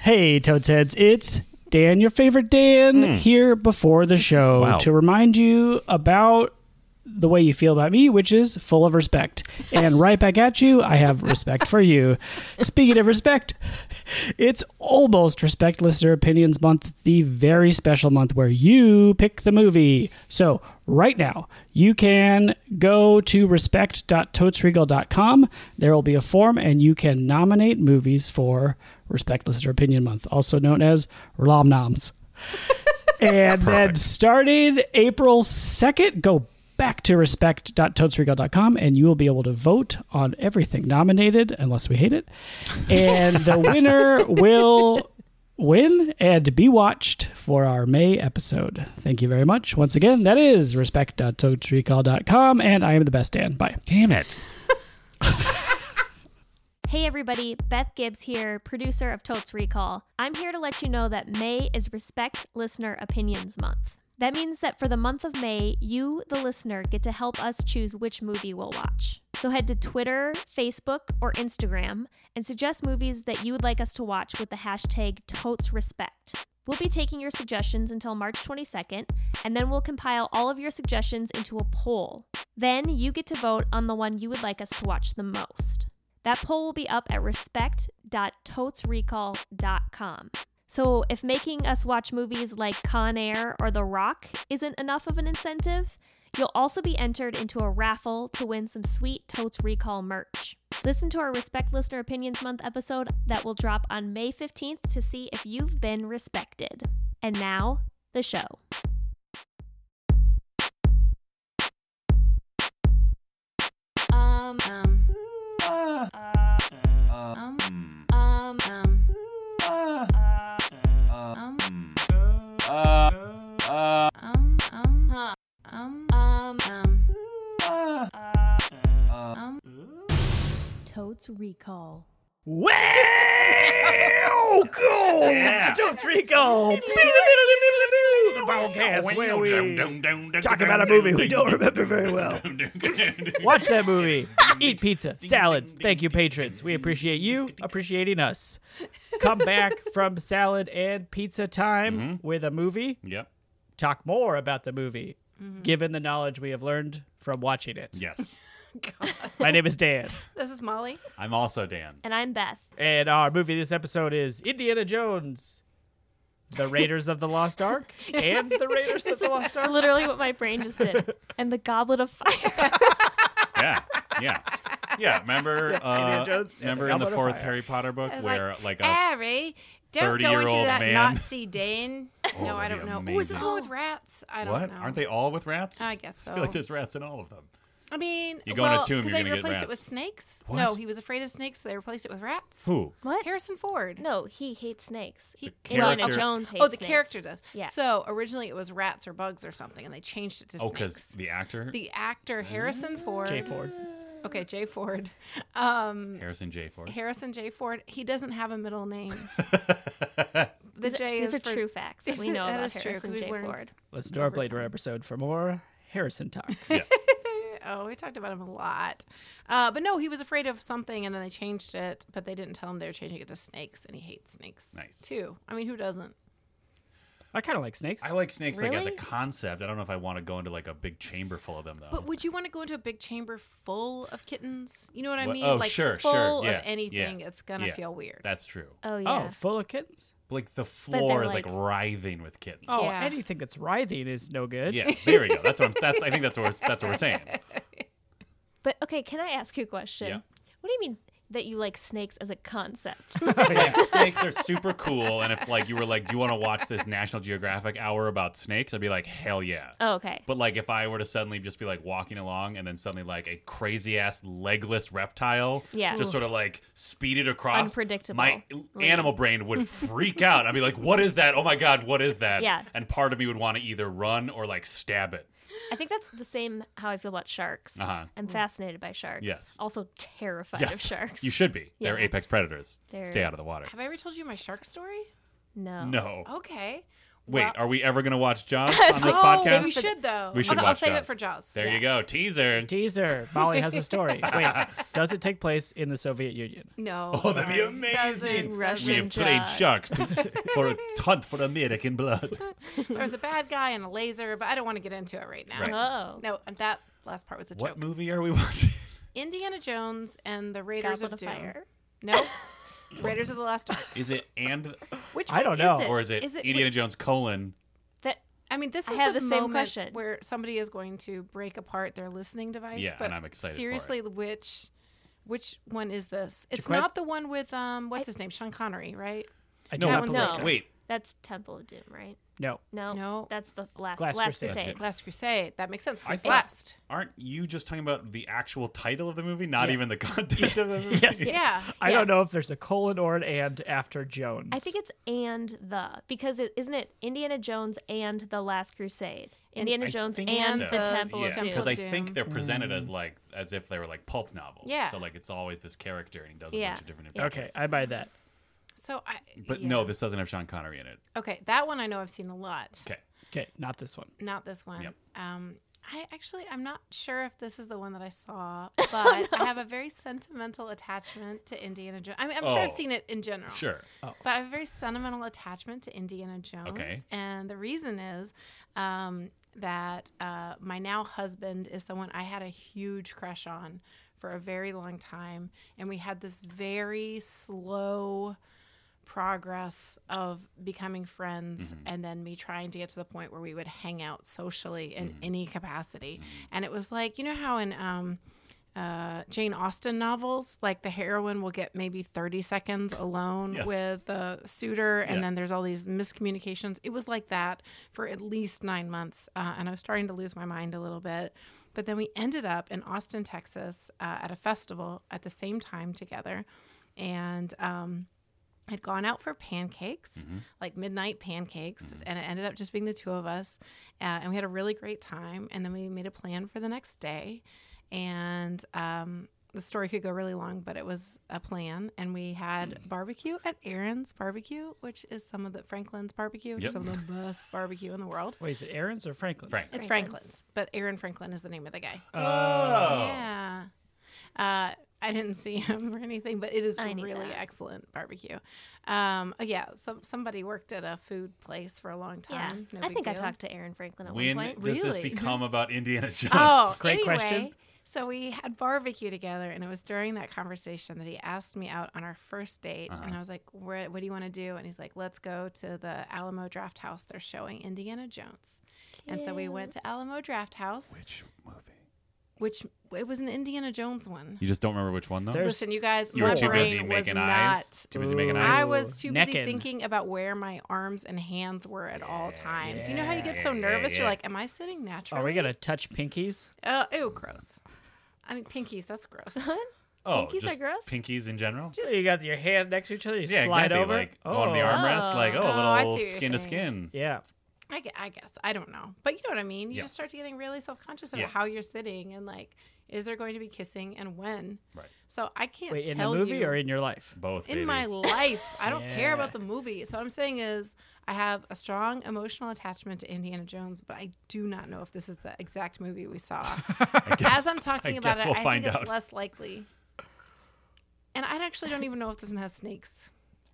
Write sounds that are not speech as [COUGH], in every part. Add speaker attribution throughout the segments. Speaker 1: Hey, Toad's Heads, it's Dan, your favorite Dan, here before the show
Speaker 2: Wow.
Speaker 1: to remind you about the way you feel about me, which is full of respect. And right back at you, I have respect for you. Speaking of respect, it's almost Respect Listener Opinions Month, the very special month where you pick the movie. So, right now, you can go to respect.totesregal.com. There will be a form, and you can nominate movies for Respect Listener Opinion Month, also known as Rom Noms. And then
Speaker 2: Perfect.
Speaker 1: starting April 2nd, go back to respect.toadsregal.com and you will be able to vote on everything nominated, unless we hate it. And
Speaker 2: [LAUGHS]
Speaker 1: the winner will win and be watched for our May episode. Thank you very much. Once again, that is respect.toadsregal.com. And I am the best Dan. Bye.
Speaker 2: Damn it.
Speaker 3: Hey everybody, Beth Gibbs here, producer of Totes Recall. I'm here to let you know that May is Respect Listener Opinions Month. That means that for the month of May, you, the listener, get to help us choose which movie we'll watch. So head to Twitter, Facebook, or Instagram and suggest movies that you would like us to watch with the hashtag TotesRespect. We'll be taking your suggestions until March 22nd, and then we'll compile all of your suggestions into a poll. Then you get to vote on the one you would like us to watch the most. That poll will be up at respect.totesrecall.com. So if making us watch movies like Con Air or The Rock isn't enough of an incentive, you'll also be entered into a raffle to win some sweet Totes Recall merch. Listen to our Respect Listener Opinions Month episode that will drop on May 15th to see if you've been respected. And now, the show. Um,
Speaker 4: Um,
Speaker 3: uh,
Speaker 4: um, um, um, um, um, um,
Speaker 3: huh,
Speaker 4: um,
Speaker 3: um,
Speaker 4: um,
Speaker 3: uh,
Speaker 4: um.
Speaker 3: Totes Recall.
Speaker 1: Welcome to Totes Rico, [LAUGHS] the podcast where we talk about a movie we don't remember very well. Watch that movie. Eat pizza, salads. Thank you, patrons. We appreciate you appreciating us. Come back from salad and pizza time with a movie.
Speaker 2: Yep.
Speaker 1: Talk more about the movie,
Speaker 2: Mm-hmm.
Speaker 1: given the knowledge we have learned from watching it.
Speaker 2: Yes.
Speaker 1: My name is Dan,
Speaker 4: This is Molly.
Speaker 2: I'm also Dan.
Speaker 3: And I'm Beth. [LAUGHS]
Speaker 1: and our movie this episode is Indiana Jones, The Raiders of the Lost Ark, and The Raiders of the Lost Ark.
Speaker 3: Literally what my brain just
Speaker 4: [LAUGHS]
Speaker 3: did. And the Goblet of Fire.
Speaker 2: Yeah. Yeah. Yeah.
Speaker 1: [LAUGHS]
Speaker 2: Remember
Speaker 1: Indiana
Speaker 2: uh,
Speaker 1: Jones and
Speaker 2: remember
Speaker 1: the
Speaker 2: in the
Speaker 1: Goblet of
Speaker 2: fourth
Speaker 1: Fire.
Speaker 2: Harry Potter book
Speaker 4: I was
Speaker 2: where
Speaker 4: like, "Eh,
Speaker 2: like a
Speaker 4: Harry, don't go into
Speaker 2: 30-year-old
Speaker 4: that
Speaker 2: man.
Speaker 4: Nazi Dane. no, I
Speaker 2: that'd
Speaker 4: don't
Speaker 2: be
Speaker 4: know. Oh, is this
Speaker 2: amazing.
Speaker 4: one with rats? I don't
Speaker 2: what?
Speaker 4: know.
Speaker 2: Aren't they all with rats?
Speaker 4: I guess so.
Speaker 2: I feel like there's rats in all of them.
Speaker 4: I mean,
Speaker 2: You go in a
Speaker 4: well,
Speaker 2: tomb,
Speaker 4: because
Speaker 2: you're
Speaker 4: they
Speaker 2: gonna get
Speaker 4: replaced it
Speaker 2: rats.
Speaker 4: with snakes.
Speaker 2: What?
Speaker 4: No, he was afraid of snakes, so they replaced it with rats.
Speaker 2: Who?
Speaker 3: [LAUGHS] what?
Speaker 4: Harrison Ford.
Speaker 3: No, he hates snakes.
Speaker 4: He,
Speaker 3: Indiana
Speaker 2: character-
Speaker 3: Jones hates
Speaker 4: oh, the
Speaker 3: snakes.
Speaker 4: character does.
Speaker 3: Yeah.
Speaker 4: So originally it was rats or bugs or something, and they changed it to
Speaker 2: Oh, because
Speaker 4: snakes.
Speaker 2: the actor
Speaker 4: The actor Harrison Ford.
Speaker 1: J Ford.
Speaker 4: Okay, J Ford. Um,
Speaker 2: Harrison J. Ford.
Speaker 4: Harrison J Ford. He doesn't have a
Speaker 2: [LAUGHS]
Speaker 4: middle name. the J
Speaker 3: These
Speaker 4: is
Speaker 3: are
Speaker 4: for
Speaker 3: true facts
Speaker 4: [LAUGHS]
Speaker 3: that
Speaker 4: Is
Speaker 3: we
Speaker 4: it-
Speaker 3: know
Speaker 4: that
Speaker 3: about
Speaker 4: is true, 'cause
Speaker 3: Harrison
Speaker 4: we've
Speaker 3: J.
Speaker 4: learned.
Speaker 3: Ford.
Speaker 1: Let's do our Blade Runner episode for more Harrison talk.
Speaker 2: yeah.
Speaker 4: Oh, we talked about him a lot. Uh, but no, he was afraid of something, and then they changed it. But they didn't tell him they were changing it to snakes, and he hates snakes.
Speaker 2: Nice.
Speaker 4: Too. I mean, who doesn't?
Speaker 1: I kind of like snakes.
Speaker 2: I like snakes like as a
Speaker 3: Really?
Speaker 2: concept. I don't know if I want to go into like a big chamber full of them though.
Speaker 4: But would you want to go into a big chamber full of kittens? You know what I
Speaker 2: Wha-
Speaker 4: mean?
Speaker 2: oh,
Speaker 4: like
Speaker 2: sure,
Speaker 4: full
Speaker 2: sure.
Speaker 4: of
Speaker 2: Yeah, yeah,
Speaker 4: anything, it's gonna
Speaker 2: yeah.
Speaker 4: feel weird.
Speaker 2: That's true.
Speaker 4: Uh,
Speaker 3: Oh,
Speaker 1: Oh,
Speaker 3: yeah.
Speaker 1: full of kittens.
Speaker 2: Like the floor is like,
Speaker 3: like-
Speaker 2: writhing with kittens.
Speaker 1: Oh,
Speaker 4: Yeah.
Speaker 1: anything that's writhing is no
Speaker 2: [LAUGHS]
Speaker 1: good.
Speaker 2: Yeah, there we go. That's what I'm. That's, I think that's what we're, that's what we're saying.
Speaker 3: But okay, can I ask you a question?
Speaker 2: Yeah.
Speaker 3: What do you mean that you like snakes as a
Speaker 4: [LAUGHS]
Speaker 3: concept?
Speaker 2: [LAUGHS] Yeah, snakes are super cool, and if like you were like, do you want to watch this National Geographic hour about snakes? I'd be like, hell yeah.
Speaker 3: oh, okay.
Speaker 2: But like, if I were to suddenly just be like walking along, and then suddenly like a crazy ass legless reptile,
Speaker 3: Yeah.
Speaker 2: just sort of like speeded across,
Speaker 3: Unpredictable.
Speaker 2: My
Speaker 3: Right.
Speaker 2: animal brain would freak out. I'd be like, what is that? Oh my god, what is that?
Speaker 3: Yeah.
Speaker 2: And part of me would want to either run or like stab it.
Speaker 3: I think that's the same how I feel about sharks.
Speaker 2: Uh-huh.
Speaker 3: I'm fascinated by sharks.
Speaker 2: Yes.
Speaker 3: Also terrified of [LAUGHS] sharks.
Speaker 2: You should be. They're
Speaker 3: Yes.
Speaker 2: apex predators.
Speaker 3: They're-
Speaker 2: Stay out of the water.
Speaker 4: Have I ever told you my shark story?
Speaker 3: No.
Speaker 2: No.
Speaker 4: Okay.
Speaker 2: Wait,
Speaker 4: Well-
Speaker 2: are we ever going to watch Jaws on this
Speaker 4: oh,
Speaker 2: podcast?
Speaker 4: we should though.
Speaker 2: We should
Speaker 4: I'll,
Speaker 2: watch
Speaker 4: I'll save
Speaker 2: Jaws.
Speaker 4: it for Jaws.
Speaker 2: There
Speaker 4: Yeah.
Speaker 2: you go. Teaser.
Speaker 1: Teaser. Molly has a story. Wait, does it take place in the Soviet Union?
Speaker 4: No.
Speaker 2: [LAUGHS] Oh, that'd be
Speaker 4: sorry.
Speaker 2: amazing.
Speaker 4: Doesn't
Speaker 3: Russian
Speaker 2: We have played
Speaker 3: Jaws.
Speaker 2: sharks to, for hunt for American blood.
Speaker 4: There was a bad guy and a laser, but I don't want to get into it right now.
Speaker 2: Right.
Speaker 3: Oh.
Speaker 4: No, and that last part was a
Speaker 2: What
Speaker 4: joke.
Speaker 2: movie are we watching?
Speaker 4: Indiana Jones and the Raiders
Speaker 3: Goblet
Speaker 4: of
Speaker 3: of
Speaker 4: Doom.
Speaker 3: Fire.
Speaker 4: Nope. [LAUGHS] Raiders of the Last Ark.
Speaker 2: [LAUGHS] Is it and
Speaker 4: Which
Speaker 1: I don't
Speaker 4: one
Speaker 1: know.
Speaker 4: Is it?
Speaker 2: or is it, Indiana Jones colon?
Speaker 3: That
Speaker 4: I mean, this
Speaker 3: I
Speaker 4: is
Speaker 3: have
Speaker 4: the,
Speaker 3: the same
Speaker 4: moment
Speaker 3: question.
Speaker 4: where somebody is going to break apart their listening device.
Speaker 2: Yeah,
Speaker 4: but
Speaker 2: and I'm excited for it.
Speaker 4: Seriously, which which one is this? It's
Speaker 1: quite-
Speaker 4: not the one with um, what's his name, Sean Connery, right?
Speaker 1: I do
Speaker 2: No,
Speaker 1: not
Speaker 4: one's
Speaker 1: believe
Speaker 3: not.
Speaker 1: so.
Speaker 2: Wait,
Speaker 3: that's Temple of Doom, right?
Speaker 1: No.
Speaker 3: No.
Speaker 4: No.
Speaker 3: That's the last
Speaker 1: Last
Speaker 3: last
Speaker 1: Crusade.
Speaker 3: crusade.
Speaker 4: Last Crusade. That makes sense. 'cause
Speaker 2: I
Speaker 4: it's
Speaker 2: thought-
Speaker 4: last.
Speaker 2: aren't you just talking about the actual title of the movie, not even [LAUGHS] the content of the movie?
Speaker 1: Yes.
Speaker 2: [LAUGHS]
Speaker 4: Yeah.
Speaker 1: I
Speaker 3: Yeah.
Speaker 1: don't know if there's a colon or an and after Jones.
Speaker 3: I think it's and the because it isn't it Indiana Jones and the Last Crusade. Indiana
Speaker 2: I
Speaker 3: Jones and,
Speaker 2: think so.
Speaker 3: the
Speaker 4: the-
Speaker 3: Temple
Speaker 2: yeah, Mm-hmm.
Speaker 3: of
Speaker 4: Temple
Speaker 3: Doom.
Speaker 2: because
Speaker 4: of
Speaker 2: I
Speaker 4: Doom.
Speaker 2: think they're presented as like as if they were like pulp novels.
Speaker 4: Yeah.
Speaker 2: So like it's always this character and he does a
Speaker 3: Yeah.
Speaker 2: bunch of different
Speaker 3: Yeah.
Speaker 1: Okay, I buy that.
Speaker 4: So I.
Speaker 2: But
Speaker 4: yeah.
Speaker 2: no, this doesn't have Sean Connery in it.
Speaker 4: Okay, that one I know I've seen a lot.
Speaker 2: Okay.
Speaker 1: Okay, not this one.
Speaker 4: Not this one.
Speaker 2: Yep.
Speaker 4: Um, I actually I'm not sure if this is the one that
Speaker 2: [LAUGHS]
Speaker 4: I saw, but I have a very sentimental attachment to Indiana Jones. I mean, I'm sure I've
Speaker 2: Oh.
Speaker 4: seen it in general.
Speaker 2: Sure.
Speaker 4: But I have a very sentimental attachment to Indiana Jones.
Speaker 2: Okay.
Speaker 4: And the reason is um, that uh, my now husband is someone I had a huge crush on for a very long time. And we had this very slow progress of becoming friends and then me trying to get to the point where we would hang out socially in any capacity. And it was like, you know how in. Um, uh, Jane Austen novels, like the heroine will get maybe 30 seconds alone
Speaker 2: Yes.
Speaker 4: with the suitor, and
Speaker 2: Yeah.
Speaker 4: then there's all these miscommunications. It was like that for at least nine months, uh, and I was starting to lose my mind a little bit. But then we ended up in Austin, Texas, uh, at a festival at the same time together, and um, had gone out for pancakes, like midnight pancakes, and it ended up just being the two of us. Uh, and we had a really great time. And then we made a plan for the next day. And um, the story could go really long, but it was a plan. And we had barbecue at Aaron's Barbecue, which is some of the Franklin's barbecue, which
Speaker 2: Yep.
Speaker 4: is some of the best barbecue in the world.
Speaker 1: Wait, is it Aaron's or Franklin's?
Speaker 2: Frank.
Speaker 4: It's
Speaker 3: Franklin's.
Speaker 4: Franklin's, but Aaron Franklin is the name of the guy.
Speaker 2: Oh.
Speaker 4: Yeah. Uh, I didn't see [LAUGHS] him or anything, but it is
Speaker 3: I need
Speaker 4: really
Speaker 3: that.
Speaker 4: excellent barbecue. Um, uh, yeah, some, somebody worked at a food place for a long
Speaker 3: Yeah.
Speaker 4: time. No
Speaker 3: I
Speaker 4: big
Speaker 3: think I
Speaker 4: deal.
Speaker 3: talked to Aaron Franklin at
Speaker 2: When
Speaker 3: one point.
Speaker 2: does this
Speaker 4: Really?
Speaker 2: become about Indiana Jones?
Speaker 4: [LAUGHS] Oh,
Speaker 1: Great
Speaker 4: anyway,
Speaker 1: question.
Speaker 4: So we had barbecue together, and it was during that conversation that he asked me out on our first date,
Speaker 1: Uh-huh.
Speaker 4: and I was like, Where, "What do you want to do?" And he's like, "Let's go to the Alamo Draft House. They're showing Indiana Jones." And so we went to Alamo Draft House,
Speaker 2: Which movie?
Speaker 4: which it was an Indiana Jones one.
Speaker 2: You just don't remember which one though.
Speaker 1: There's-
Speaker 4: Listen, you guys,
Speaker 2: you
Speaker 4: my
Speaker 2: were too busy
Speaker 4: brain was
Speaker 2: making
Speaker 4: not.
Speaker 2: eyes. Too busy making
Speaker 1: Ooh.
Speaker 2: eyes.
Speaker 4: I
Speaker 1: Ooh.
Speaker 4: was too busy
Speaker 1: Necking.
Speaker 4: thinking about where my arms and hands were at all
Speaker 2: Yeah,
Speaker 4: times. You know how you get so
Speaker 2: yeah,
Speaker 4: nervous?
Speaker 2: yeah. Oh,
Speaker 4: You're like, am I sitting naturally?
Speaker 1: Are Oh, we gonna touch pinkies?
Speaker 4: Uh, ew, gross. I mean, pinkies,
Speaker 1: [LAUGHS]
Speaker 4: that's gross.
Speaker 1: Uh-huh.
Speaker 2: oh,
Speaker 3: Pinkies are
Speaker 2: just
Speaker 3: gross?
Speaker 2: Pinkies in general.
Speaker 1: you got your hand next to each other. You
Speaker 2: yeah,
Speaker 1: slide
Speaker 2: exactly.
Speaker 1: over.
Speaker 2: Like going to the
Speaker 1: Oh.
Speaker 2: armrest. Like oh,
Speaker 4: Oh, I
Speaker 2: a
Speaker 4: see what
Speaker 2: little
Speaker 4: you're
Speaker 2: skin to
Speaker 4: saying.
Speaker 2: skin.
Speaker 1: Yeah.
Speaker 4: I, gue- I guess. I don't know. But you know what I mean? You
Speaker 2: Yes.
Speaker 4: just start getting really self conscious about
Speaker 2: Yeah.
Speaker 4: how you're sitting and like, is there going to be kissing and when?
Speaker 2: Right.
Speaker 4: So I can't
Speaker 1: Wait, in the
Speaker 4: tell
Speaker 1: movie
Speaker 4: you.
Speaker 1: or in your life?
Speaker 2: Both.
Speaker 4: in
Speaker 2: baby.
Speaker 4: my life. I don't care
Speaker 1: Yeah.
Speaker 4: about the movie. So what I'm saying is I have a strong emotional attachment to Indiana Jones, but I do not know if this is the exact movie
Speaker 2: [LAUGHS]
Speaker 4: we saw. As I'm talking
Speaker 2: I
Speaker 4: about
Speaker 2: guess
Speaker 4: it,
Speaker 2: we'll
Speaker 4: I
Speaker 2: find
Speaker 4: think
Speaker 2: out.
Speaker 4: it's less likely. And I actually don't even know if this one has snakes.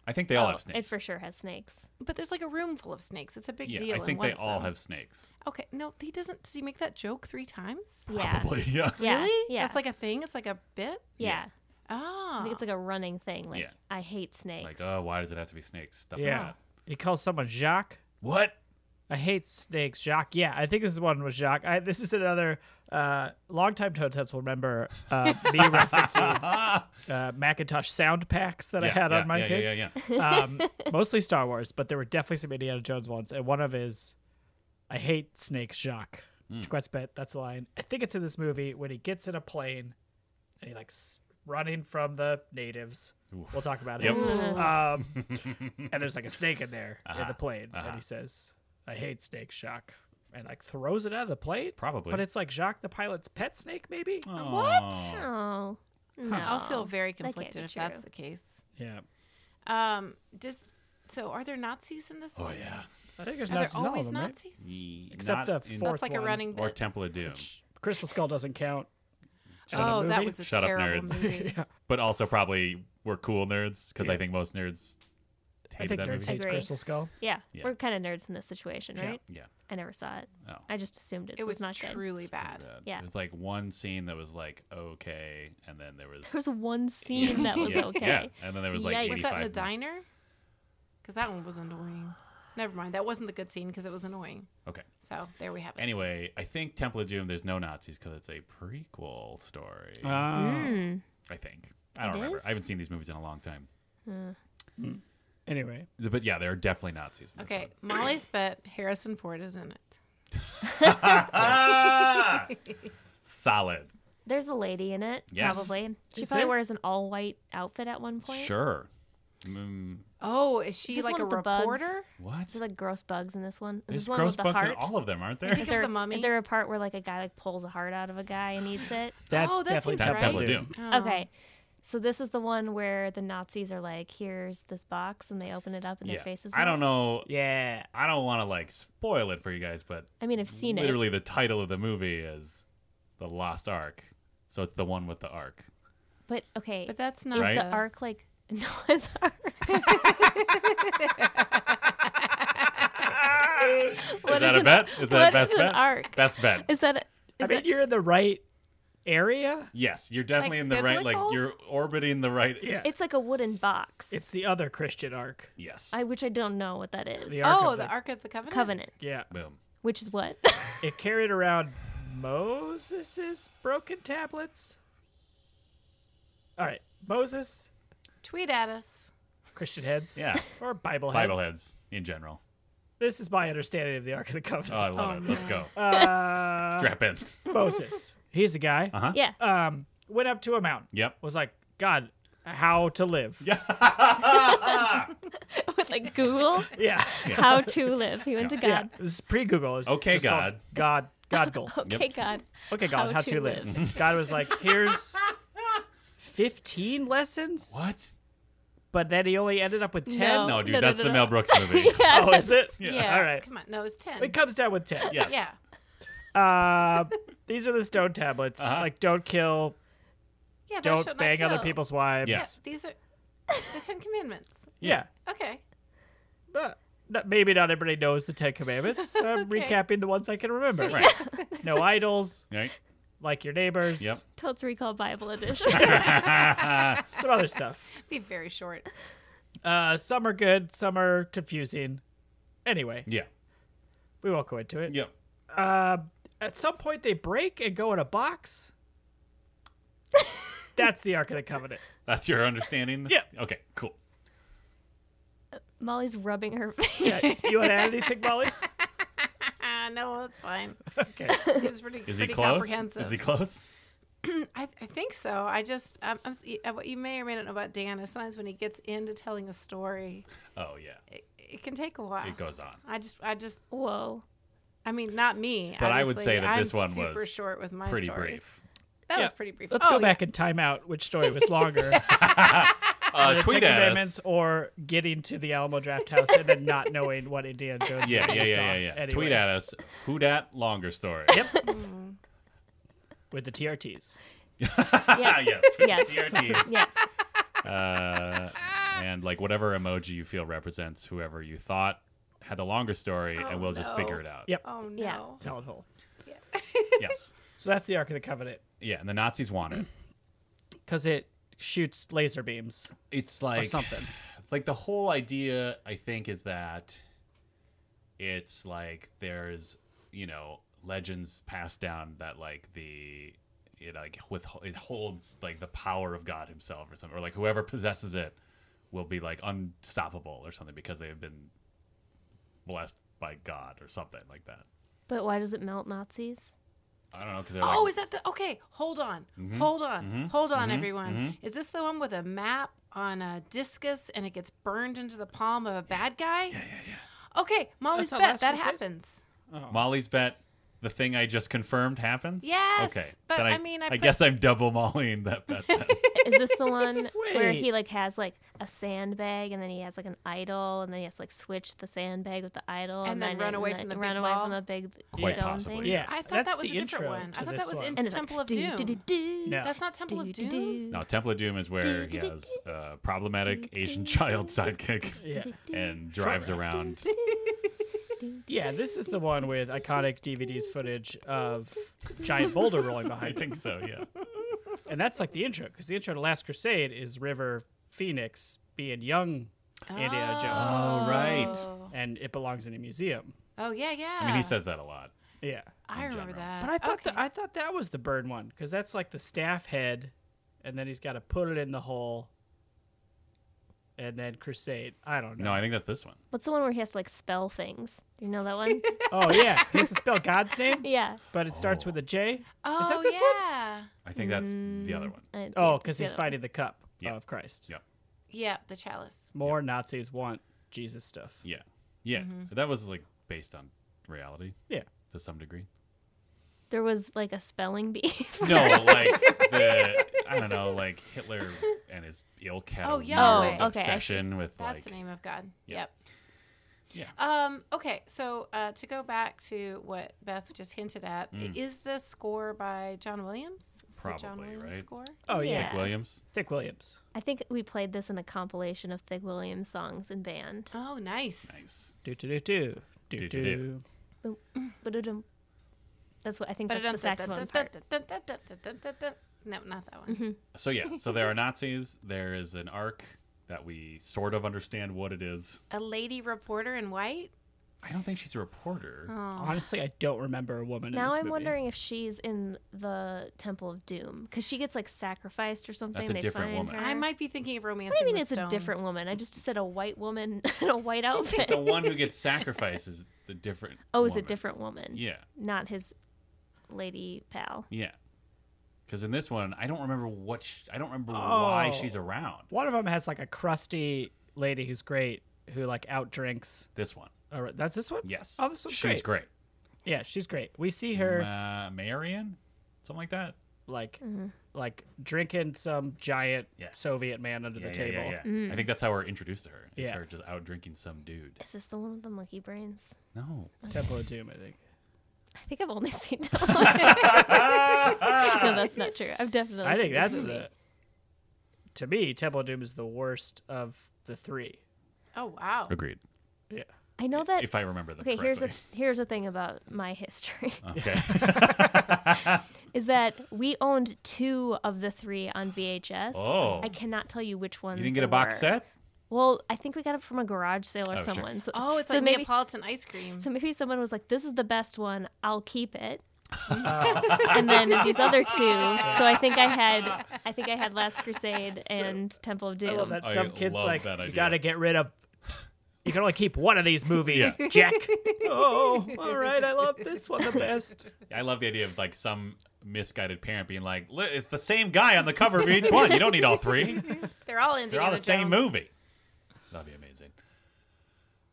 Speaker 2: I think they all
Speaker 3: Oh,
Speaker 2: have snakes.
Speaker 3: It for sure has snakes.
Speaker 4: But there's like a room full of snakes. It's a big
Speaker 2: Yeah,
Speaker 4: deal.
Speaker 2: I
Speaker 4: in
Speaker 2: think
Speaker 4: one
Speaker 2: they
Speaker 4: of
Speaker 2: all
Speaker 4: them.
Speaker 2: have snakes.
Speaker 4: Okay, no, he doesn't. Does he make that joke three times?
Speaker 3: Yeah.
Speaker 2: Probably. [LAUGHS] Yeah.
Speaker 3: Yeah.
Speaker 4: Really?
Speaker 3: Yeah.
Speaker 4: That's like a thing. It's like a bit.
Speaker 3: yeah.
Speaker 4: Oh,
Speaker 3: I think it's like a running thing. Like
Speaker 2: Yeah.
Speaker 3: I hate snakes.
Speaker 2: Like oh, why does it have to be snakes? Stuff Like
Speaker 1: Yeah.
Speaker 2: that.
Speaker 1: He calls someone Jacques.
Speaker 4: [LAUGHS]
Speaker 2: What?
Speaker 1: I hate snakes, Jacques. Yeah, I think this is one with Jacques. I, this is another uh, longtime Toad Heads will remember uh, me
Speaker 2: [LAUGHS]
Speaker 1: referencing uh, Macintosh sound packs that I
Speaker 2: yeah,
Speaker 1: had
Speaker 2: Ah! yeah,
Speaker 1: on my
Speaker 2: yeah,
Speaker 1: kid.
Speaker 2: yeah, yeah, yeah.
Speaker 1: um, [LAUGHS] mostly Star Wars, but there were definitely some Indiana Jones ones. And one of his, I hate snakes, Jacques. Quetzbet, that's the line. I think it's in this movie when he gets in a plane and he like s- running from the natives. We'll talk about it.
Speaker 2: Yep.
Speaker 4: [LAUGHS]
Speaker 2: Ooh.
Speaker 1: Um, and there's like a snake in there in the plane, and he says, "I hate snakes, Jacques," and like throws it out of the plane.
Speaker 4: [LAUGHS]
Speaker 2: Probably.
Speaker 1: but it's like Jacques the pilot's pet snake, maybe.
Speaker 2: What?
Speaker 3: Oh. No.
Speaker 4: I'll feel very
Speaker 3: can't
Speaker 4: conflicted
Speaker 3: be
Speaker 4: if that's
Speaker 3: true.
Speaker 4: the case.
Speaker 1: Yeah,
Speaker 4: Um, does So are there Nazis in this
Speaker 2: Oh
Speaker 4: one?
Speaker 2: yeah.
Speaker 1: I think there's
Speaker 4: Are there
Speaker 1: Nazis in all of
Speaker 4: always
Speaker 1: them, right?
Speaker 4: Nazis?
Speaker 1: Except
Speaker 2: Not
Speaker 1: the
Speaker 2: in-
Speaker 1: fourth
Speaker 4: That's like a
Speaker 1: one.
Speaker 4: running
Speaker 2: or
Speaker 4: bit.
Speaker 2: Temple of Doom,
Speaker 1: Crystal Skull doesn't count. as a
Speaker 4: oh, that
Speaker 1: movie.
Speaker 4: was a
Speaker 2: Shut up, [LAUGHS]
Speaker 4: terrible
Speaker 2: nerds.
Speaker 4: movie.
Speaker 2: but also probably we're cool nerds because
Speaker 1: Yeah.
Speaker 2: I think most nerds
Speaker 1: I
Speaker 2: hated
Speaker 1: think
Speaker 2: that
Speaker 1: nerds
Speaker 2: movie.
Speaker 1: hate
Speaker 3: Agree.
Speaker 1: Crystal Skull.
Speaker 3: Yeah,
Speaker 2: Yeah.
Speaker 3: we're kind of nerds in this situation,
Speaker 1: Yeah.
Speaker 3: right?
Speaker 2: Yeah.
Speaker 3: I never saw it.
Speaker 2: Oh.
Speaker 3: I just assumed it,
Speaker 4: It was
Speaker 3: not good.
Speaker 4: truly bad.
Speaker 2: Bad.
Speaker 3: Yeah.
Speaker 2: It was like one scene that was like okay, and then there was
Speaker 3: There was one scene that was
Speaker 2: yeah,
Speaker 3: okay.
Speaker 2: Yeah, and then there was like
Speaker 3: Yikes.
Speaker 4: Was
Speaker 2: 85
Speaker 4: that in the
Speaker 2: minutes.
Speaker 4: diner? Because that one was annoying. Never mind. That wasn't the good scene because it was annoying.
Speaker 2: Okay.
Speaker 4: So there we have it.
Speaker 2: Anyway, I think Temple of Doom. There's no Nazis because it's a prequel story.
Speaker 1: Uh,
Speaker 3: Mm.
Speaker 2: I think. I don't
Speaker 3: It
Speaker 2: remember.
Speaker 3: is?
Speaker 2: I haven't seen these movies in a long time.
Speaker 1: Anyway,
Speaker 2: But yeah, there are definitely Nazis. In this
Speaker 4: okay,
Speaker 3: [LAUGHS]
Speaker 2: one. [CLEARS THROAT]
Speaker 4: Molly's bet Harrison Ford is in it.
Speaker 3: [LAUGHS]
Speaker 2: Ah! Solid.
Speaker 3: There's a lady in it,
Speaker 2: Yes.
Speaker 3: probably. She
Speaker 1: Is
Speaker 3: probably
Speaker 1: there?
Speaker 3: wears an all white outfit at one point.
Speaker 2: Sure. Mm,
Speaker 4: Oh, is she
Speaker 3: this
Speaker 4: like
Speaker 3: one
Speaker 4: a
Speaker 3: with the bugs?
Speaker 4: reporter?
Speaker 2: what?
Speaker 3: There's like gross bugs in this one. Is
Speaker 2: There's
Speaker 3: this one
Speaker 2: gross
Speaker 3: with the
Speaker 2: bugs
Speaker 3: heart?
Speaker 2: in all of them, aren't there?
Speaker 4: Think
Speaker 3: is
Speaker 4: of
Speaker 3: there,
Speaker 4: the mummy.
Speaker 3: is there a part where like a guy like pulls a heart out of a guy and eats
Speaker 4: [GASPS]
Speaker 3: it?
Speaker 1: that's
Speaker 4: Oh, that
Speaker 1: definitely
Speaker 4: seems
Speaker 2: That's
Speaker 4: right.
Speaker 2: Temple of Doom.
Speaker 4: Oh.
Speaker 3: Okay. So this is the one where the Nazis are like, "Here's this box," and they open it up and
Speaker 2: Yeah.
Speaker 3: their faces.
Speaker 2: I don't know.
Speaker 1: Yeah.
Speaker 2: I don't want to like spoil it for you guys, but
Speaker 3: I mean, I've seen
Speaker 2: literally the title of the movie is The Lost Ark. So it's the one with the
Speaker 3: [LAUGHS]
Speaker 2: ark.
Speaker 3: it, but okay,
Speaker 4: But that's not
Speaker 2: Right?
Speaker 4: the
Speaker 3: the arc like [LAUGHS] Noah's Ark.
Speaker 2: Is
Speaker 3: What
Speaker 2: that
Speaker 3: is
Speaker 2: a
Speaker 3: an-
Speaker 2: bet? Is that
Speaker 3: what
Speaker 2: a best
Speaker 3: is an
Speaker 2: bet?
Speaker 3: arc?
Speaker 2: Best bet.
Speaker 3: Is that?
Speaker 1: I mean, you're in the right area.
Speaker 2: yes, you're definitely
Speaker 4: Like
Speaker 2: in the right. Like
Speaker 4: biblical?
Speaker 2: you're orbiting the right.
Speaker 1: Yeah.
Speaker 3: It's like a wooden box.
Speaker 1: It's the other Christian arc.
Speaker 2: Yes.
Speaker 3: I which I don't know what that is.
Speaker 1: The Ark
Speaker 4: Oh,
Speaker 1: of
Speaker 4: the
Speaker 1: the-
Speaker 4: Ark of the Covenant.
Speaker 3: Covenant,
Speaker 1: Yeah.
Speaker 2: Boom.
Speaker 3: which is
Speaker 2: [LAUGHS]
Speaker 3: what?
Speaker 1: It carried around Moses's broken tablets. All right. Moses,
Speaker 4: Tweet at us.
Speaker 1: Christian heads.
Speaker 2: Yeah.
Speaker 1: Or Bible heads.
Speaker 2: Bible heads in general.
Speaker 1: This is my understanding of the Ark of the
Speaker 2: Oh, I
Speaker 1: Covenant.
Speaker 2: love
Speaker 4: Oh,
Speaker 2: it. Let's
Speaker 4: no.
Speaker 2: go.
Speaker 1: Uh,
Speaker 2: Strap in.
Speaker 1: Moses. He's a guy.
Speaker 2: Uh huh.
Speaker 3: yeah.
Speaker 1: Um, went up to a mountain.
Speaker 2: Yep.
Speaker 1: Was like, God, how to live.
Speaker 2: Yeah.
Speaker 3: With like Google
Speaker 1: Yeah.
Speaker 3: how to live. He went to
Speaker 1: [LAUGHS] Yeah.
Speaker 3: God.
Speaker 1: It was pre Google.
Speaker 2: Okay, God.
Speaker 1: God. God goal.
Speaker 4: [LAUGHS]
Speaker 3: Okay, God.
Speaker 1: Okay, God, how, to, live. [LAUGHS] God was like, here's 15 lessons,
Speaker 2: What?
Speaker 1: but then he only ended up with 10.
Speaker 3: No.
Speaker 2: No, dude,
Speaker 3: no,
Speaker 2: that's
Speaker 3: no,
Speaker 2: the
Speaker 3: no.
Speaker 2: Mel Brooks movie.
Speaker 3: Yeah.
Speaker 1: [LAUGHS] [LAUGHS] Oh, is it?
Speaker 4: Yeah.
Speaker 1: All right.
Speaker 4: Come on. No, it's ten.
Speaker 1: It comes down with 10.
Speaker 2: Yeah.
Speaker 4: yeah. [LAUGHS]
Speaker 1: Uh, these are the stone tablets.
Speaker 2: Uh-huh.
Speaker 1: Like, don't kill,
Speaker 4: Yeah. thou shalt
Speaker 1: don't
Speaker 4: not
Speaker 1: bang other
Speaker 4: kill.
Speaker 1: people's wives.
Speaker 4: Yeah.
Speaker 2: Yeah.
Speaker 4: These are the Ten Commandments.
Speaker 1: Yeah.
Speaker 4: Okay.
Speaker 1: But not- maybe not everybody knows the Ten
Speaker 4: [LAUGHS]
Speaker 1: Commandments. I'm
Speaker 4: Okay.
Speaker 1: recapping the ones I can
Speaker 4: [LAUGHS]
Speaker 1: remember.
Speaker 2: Right.
Speaker 1: No idols,
Speaker 2: Right.
Speaker 1: like your neighbors.
Speaker 2: Yep.
Speaker 3: Totes Recall
Speaker 1: [LAUGHS]
Speaker 3: Bible Edition.
Speaker 1: Some other stuff.
Speaker 4: Be very short.
Speaker 1: Uh, some are good, some are confusing. Anyway,
Speaker 2: [LAUGHS] Yeah.
Speaker 1: we won't go into it.
Speaker 2: Yep.
Speaker 1: Uh, at some point, they break and go in a
Speaker 2: [LAUGHS]
Speaker 1: box. That's the Ark of the Covenant.
Speaker 2: That's your understanding?
Speaker 1: Yeah.
Speaker 2: Okay, cool.
Speaker 3: Molly's rubbing her face.
Speaker 1: Yeah, you want to add anything,
Speaker 2: [LAUGHS]
Speaker 1: Molly?
Speaker 4: Ah, no, that's fine.
Speaker 1: Okay.
Speaker 4: Seems pretty,
Speaker 2: Is he
Speaker 4: pretty
Speaker 2: close?
Speaker 4: comprehensive.
Speaker 2: Is he close?
Speaker 4: I, I think so. I just, um, I'm, s- uh, what you may or may not know about Dan is sometimes when he gets into telling a story,
Speaker 2: Oh yeah.
Speaker 4: it, it can take a while.
Speaker 2: It goes on.
Speaker 4: I just, I just,
Speaker 3: [LAUGHS]
Speaker 1: [LAUGHS]
Speaker 3: Whoa.
Speaker 4: I mean, not me.
Speaker 2: But I would
Speaker 4: obviously.
Speaker 2: say that
Speaker 4: I'm
Speaker 2: this one
Speaker 4: super
Speaker 2: was
Speaker 4: short with my
Speaker 2: Pretty
Speaker 4: stories.
Speaker 2: brief.
Speaker 4: That
Speaker 1: Yeah.
Speaker 4: was pretty brief.
Speaker 1: Let's
Speaker 4: Oh,
Speaker 1: go
Speaker 4: yeah.
Speaker 1: back and time out which story was longer, the
Speaker 2: Uh,
Speaker 1: Ten
Speaker 2: [LAUGHS] tweet at
Speaker 1: Commandments
Speaker 2: us.
Speaker 1: or getting to the Alamo Draft House and then not knowing what Indiana Jones
Speaker 2: Yeah,
Speaker 1: movie
Speaker 2: yeah, yeah,
Speaker 1: you saw
Speaker 2: yeah, yeah.
Speaker 1: anyway.
Speaker 2: Tweet at us. Who dat longer story?
Speaker 1: Yep. With the TRTs.
Speaker 2: [LAUGHS] Ah,
Speaker 3: Yeah.
Speaker 2: yes.
Speaker 3: Yeah. [LAUGHS]
Speaker 2: TRTs.
Speaker 3: yeah.
Speaker 2: Uh, and like whatever emoji you feel represents whoever you thought had the longer story,
Speaker 4: Oh,
Speaker 2: and we'll just
Speaker 4: no.
Speaker 2: figure it out.
Speaker 1: Yep.
Speaker 4: Oh no.
Speaker 3: Yeah.
Speaker 1: Talent hole.
Speaker 2: Yes.
Speaker 1: So that's the Ark of the Covenant
Speaker 2: Yeah, and the Nazis want it.
Speaker 1: because it shoots laser beams
Speaker 2: It's
Speaker 1: or
Speaker 2: like
Speaker 1: something.
Speaker 2: like the whole idea i think is that it's like there's you know legends passed down that like the it like with it holds like the power of god himself or something or like whoever possesses it will be like unstoppable or something because they have been blessed by god or something like that
Speaker 3: But why does it melt Nazis?
Speaker 2: i don't know because they're
Speaker 4: Oh,
Speaker 2: like Mm-hmm.
Speaker 4: is that the okay? Hold on, hold on, hold on, everyone. Is this the one with a map on a discus and it gets burned into the palm of a bad guy? Yeah, yeah, yeah. Okay, Molly's
Speaker 1: That's how
Speaker 4: bet
Speaker 1: Last
Speaker 4: that
Speaker 1: Crusade-
Speaker 4: happens.
Speaker 2: molly's bet the thing i just confirmed happens
Speaker 4: Yes,
Speaker 2: okay
Speaker 4: but
Speaker 2: Then
Speaker 4: I mean, I
Speaker 2: I
Speaker 4: put-
Speaker 2: guess i'm double mollying that bet then.
Speaker 1: [LAUGHS]
Speaker 3: Is this the one where
Speaker 1: Wait.
Speaker 3: he like has like a sandbag, and then he has like an idol, and then he has to like switch the sandbag with the idol,
Speaker 4: And then run away
Speaker 3: and
Speaker 4: from the
Speaker 3: run
Speaker 4: big
Speaker 3: away
Speaker 4: ball?
Speaker 3: from the big
Speaker 2: Quite
Speaker 3: stone
Speaker 2: possibly,
Speaker 3: thing.
Speaker 1: Yes,
Speaker 4: I thought
Speaker 1: that's
Speaker 4: that was
Speaker 1: the
Speaker 4: a different
Speaker 1: intro
Speaker 4: one.
Speaker 1: to
Speaker 4: I thought
Speaker 1: this
Speaker 4: that was
Speaker 1: one.
Speaker 4: in
Speaker 3: And it's
Speaker 4: Temple
Speaker 3: like,
Speaker 4: of Doom.
Speaker 3: Do, do, do, do.
Speaker 1: No.
Speaker 4: That's not Temple of
Speaker 3: Do, do,
Speaker 4: Doom.
Speaker 3: do.
Speaker 2: No, Temple of Doom is where he has a problematic Asian child sidekick
Speaker 1: Yeah.
Speaker 2: [LAUGHS] and drives around.
Speaker 1: Yeah, this is the one with iconic DVD's footage of giant boulder rolling
Speaker 2: I
Speaker 1: behind him.
Speaker 2: think so, yeah.
Speaker 1: And that's like the intro, because the intro to Last Crusade is River Phoenix being young Indiana Jones.
Speaker 2: All right.
Speaker 4: Oh.
Speaker 1: And it belongs in a museum.
Speaker 4: Oh yeah, yeah.
Speaker 2: I mean, he says that a lot.
Speaker 1: Yeah.
Speaker 4: I
Speaker 2: in
Speaker 4: remember
Speaker 2: general.
Speaker 4: that.
Speaker 1: But I thought
Speaker 4: Uh, okay.
Speaker 1: that I thought that was the bird one, because that's like the staff head, and then he's got to put it in the hole. And then Crusade. I don't know.
Speaker 2: No, I think that's this one.
Speaker 3: What's the one where he has to like spell things? Do you know that
Speaker 4: [LAUGHS]
Speaker 3: one?
Speaker 1: [LAUGHS] oh yeah, he has to spell God's name,
Speaker 3: yeah.
Speaker 1: but it starts
Speaker 2: Oh.
Speaker 1: with a J.
Speaker 4: Oh
Speaker 1: Is that this one?
Speaker 4: yeah.
Speaker 2: I think that's the other one.
Speaker 3: I-
Speaker 1: Oh,
Speaker 3: it's
Speaker 1: because
Speaker 3: the
Speaker 1: he's
Speaker 3: other one.
Speaker 1: fighting the cup
Speaker 2: Yeah.
Speaker 1: of Christ.
Speaker 2: Yeah.
Speaker 4: Yeah, the chalice.
Speaker 1: More Nazis want Jesus stuff.
Speaker 2: Yeah. Yeah. That was like based on reality
Speaker 1: Yeah.
Speaker 2: to some degree.
Speaker 3: There was like a spelling bee. [LAUGHS]
Speaker 2: No, like the I don't know, like Hitler and his ilk had
Speaker 4: Oh,
Speaker 2: a
Speaker 4: yeah.
Speaker 2: weird
Speaker 3: Oh, okay, I see.
Speaker 2: obsession with
Speaker 4: That's
Speaker 2: like
Speaker 4: the name of God.
Speaker 2: Yeah.
Speaker 1: Yeah.
Speaker 4: Yep. Yeah. Um, okay, so uh, to go back to what Beth just hinted at,
Speaker 2: Mm.
Speaker 4: is this score by John Williams? Is it a John
Speaker 2: Probably,
Speaker 4: Williams
Speaker 2: right?
Speaker 4: score?
Speaker 1: Oh
Speaker 3: Yeah.
Speaker 1: yeah.
Speaker 2: Dick Williams.
Speaker 1: Dick Williams.
Speaker 3: I think we played this in a compilation of Thig Williams songs and band.
Speaker 4: Oh, nice.
Speaker 2: Nice.
Speaker 1: Do do do do do
Speaker 2: Do-do-do.
Speaker 1: do.
Speaker 3: Ba-da-dum. That's what I think.
Speaker 4: But it
Speaker 3: That's the saxophone
Speaker 4: doesn't-
Speaker 3: part. Mm-hmm.
Speaker 4: No, not that one.
Speaker 2: So yeah, so there are Nazis, there is an arc that we sort of understand what it is.
Speaker 4: A lady reporter in white?
Speaker 2: I don't think she's a reporter.
Speaker 4: Oh.
Speaker 1: Honestly, I don't remember a woman. in
Speaker 3: Now
Speaker 1: this
Speaker 3: I'm
Speaker 1: movie.
Speaker 3: wondering if she's in the Temple of Doom because she gets like sacrificed or something.
Speaker 2: a
Speaker 3: they
Speaker 2: different
Speaker 3: find
Speaker 2: woman.
Speaker 3: Her.
Speaker 4: I might be thinking of romance.
Speaker 3: What do you mean
Speaker 4: in the
Speaker 3: it's a
Speaker 4: Stone.
Speaker 3: different woman? I just said a white woman [LAUGHS] in a white outfit.
Speaker 2: The one who gets sacrificed is the different
Speaker 3: [LAUGHS] oh, it's a
Speaker 2: woman.
Speaker 3: different woman.
Speaker 2: Yeah.
Speaker 3: Not his lady pal.
Speaker 2: Yeah. Cuz in this one, I don't remember what sh I don't remember why
Speaker 1: Oh.
Speaker 2: she's around.
Speaker 1: One of them has like a crusty lady who's great, who like outdrinks.
Speaker 2: This one.
Speaker 1: Or, that's this one.
Speaker 2: Yes.
Speaker 1: Oh, this one's
Speaker 2: she's
Speaker 1: great.
Speaker 2: great.
Speaker 1: Yeah, she's great. We see her
Speaker 2: Uh, Marion? Something like that?
Speaker 1: like
Speaker 3: Mm-hmm.
Speaker 1: like drinking some giant
Speaker 2: Mm-hmm. Yeah.
Speaker 1: Soviet man under the table.
Speaker 2: yeah, yeah.
Speaker 3: Mm.
Speaker 2: I think that's how we're introduced to her. Is
Speaker 1: Yeah.
Speaker 2: her just out drinking some dude.
Speaker 3: Is this the one with the monkey brains?
Speaker 2: No.
Speaker 1: Temple of Doom, I think.
Speaker 3: I think I've only [LAUGHS] seen Temple.
Speaker 1: [LAUGHS]
Speaker 2: [LAUGHS]
Speaker 3: [LAUGHS] no, that's not true. I've definitely.
Speaker 1: I think
Speaker 3: seen this
Speaker 1: that's
Speaker 3: movie.
Speaker 1: the. To me, Temple of Doom is the worst of the three.
Speaker 4: Oh, wow.
Speaker 2: Agreed.
Speaker 1: Yeah.
Speaker 3: I know that.
Speaker 2: if I remember that
Speaker 3: okay, here's a
Speaker 2: correctly.
Speaker 3: here's a thing about
Speaker 2: [LAUGHS]
Speaker 3: my history [LAUGHS]
Speaker 2: Okay.
Speaker 3: is that we owned two of the three on VHS.
Speaker 2: Oh.
Speaker 3: I cannot tell you which ones.
Speaker 2: you didn't get
Speaker 3: they
Speaker 2: a box
Speaker 3: were.
Speaker 2: set?
Speaker 3: Well, I think we got it from a garage sale or
Speaker 2: sure.
Speaker 3: someone. So,
Speaker 4: Oh, it's
Speaker 3: so
Speaker 4: like
Speaker 3: maybe
Speaker 4: Neapolitan ice cream.
Speaker 3: so maybe someone was like, "This is the best one. I'll
Speaker 2: [LAUGHS]
Speaker 3: keep it." and then these other two. So I think I had I think I
Speaker 2: [LAUGHS]
Speaker 3: had Last Crusade and Temple of Doom.
Speaker 1: I love that
Speaker 2: I
Speaker 1: some kids
Speaker 2: love
Speaker 1: like
Speaker 2: that
Speaker 1: you
Speaker 2: idea.
Speaker 1: gotta get rid of. You can only keep one of
Speaker 2: [LAUGHS]
Speaker 1: these movies, Jack. oh, all right. I love this one the best.
Speaker 2: I love the idea of like some misguided parent being like, "Li- it's the same guy on the cover of each one. You don't need all three.
Speaker 4: [LAUGHS] They're all Indiana
Speaker 2: They're all the same
Speaker 4: Jones.
Speaker 2: movie. That'd be amazing.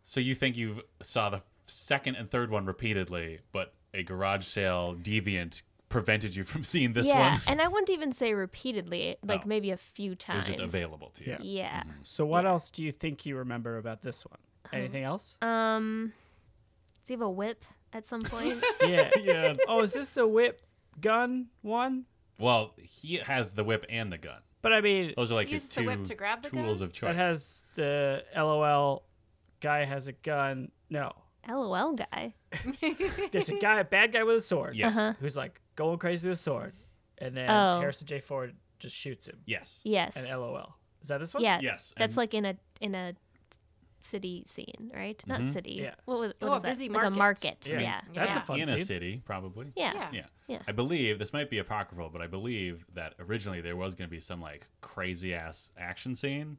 Speaker 2: So you think you saw the second and third one repeatedly, but a garage sale deviant prevented you from seeing this
Speaker 3: yeah,
Speaker 2: one?
Speaker 3: and I wouldn't even say repeatedly, like
Speaker 2: No.
Speaker 3: maybe a few
Speaker 2: It was
Speaker 3: times.
Speaker 2: just available to you.
Speaker 1: Yeah.
Speaker 3: Yeah.
Speaker 1: So, what else do you think you remember about this one? Anything else?
Speaker 3: Um, does he have a whip at some point?
Speaker 1: [LAUGHS] yeah.
Speaker 2: Yeah.
Speaker 1: Oh, is this the whip gun one?
Speaker 2: Well, he has the whip and the gun.
Speaker 1: But I mean,
Speaker 2: Those are like his
Speaker 4: Use
Speaker 2: two
Speaker 4: the whip to grab the
Speaker 2: tools
Speaker 4: gun?
Speaker 2: of Oh, choice.
Speaker 1: that has the LOL guy has a gun. No,
Speaker 3: LOL guy.
Speaker 1: there's a guy, a bad guy with a sword.
Speaker 2: Yes. Uh-huh.
Speaker 1: Who's like going crazy with a sword, and then
Speaker 3: Oh.
Speaker 1: Harrison J. Ford just shoots him.
Speaker 2: yes.
Speaker 3: Yes.
Speaker 1: And LOL. Is that this one?
Speaker 3: yeah.
Speaker 2: Yes,
Speaker 3: That's
Speaker 2: and-
Speaker 3: like in a in a city scene, right? Not city.
Speaker 1: Yeah.
Speaker 3: What was what
Speaker 4: Oh, a
Speaker 3: is that?
Speaker 4: busy
Speaker 3: like a
Speaker 4: market.
Speaker 3: market. Yeah. Yeah.
Speaker 1: That's
Speaker 4: Yeah.
Speaker 1: a fun
Speaker 2: In a
Speaker 1: scene.
Speaker 2: city, probably.
Speaker 3: Yeah.
Speaker 2: Yeah.
Speaker 3: Yeah.
Speaker 2: I believe this might be apocryphal, but I believe that originally there was going to be some like crazy ass action scene,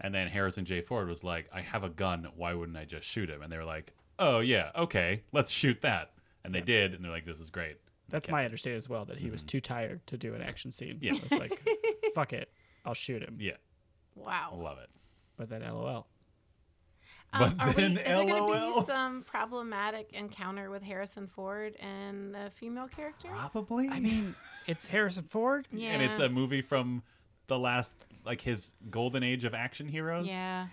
Speaker 2: and then Harrison J. Ford was like, "I have a gun. Why wouldn't I just shoot him?" And they were like, "Oh yeah, okay, let's shoot that." And they did, and they're like, "This is great."
Speaker 1: That's my understanding as well. That he was too tired to do an action scene.
Speaker 2: Mm-hmm. Yeah.
Speaker 1: It was
Speaker 3: [LAUGHS]
Speaker 1: like, fuck it, I'll shoot him.
Speaker 2: Yeah, I
Speaker 4: Wow.
Speaker 2: love it.
Speaker 1: But then LOL.
Speaker 4: Um,
Speaker 2: But
Speaker 4: are we,
Speaker 2: then
Speaker 4: is there going to
Speaker 2: LOL?
Speaker 4: be some problematic encounter with Harrison Ford and a female
Speaker 2: Ah,
Speaker 4: character?
Speaker 2: Probably.
Speaker 1: [LAUGHS] I mean, it's Harrison Ford.
Speaker 4: Yeah.
Speaker 2: and it's a movie from the last like his golden age of action heroes.
Speaker 4: Yeah.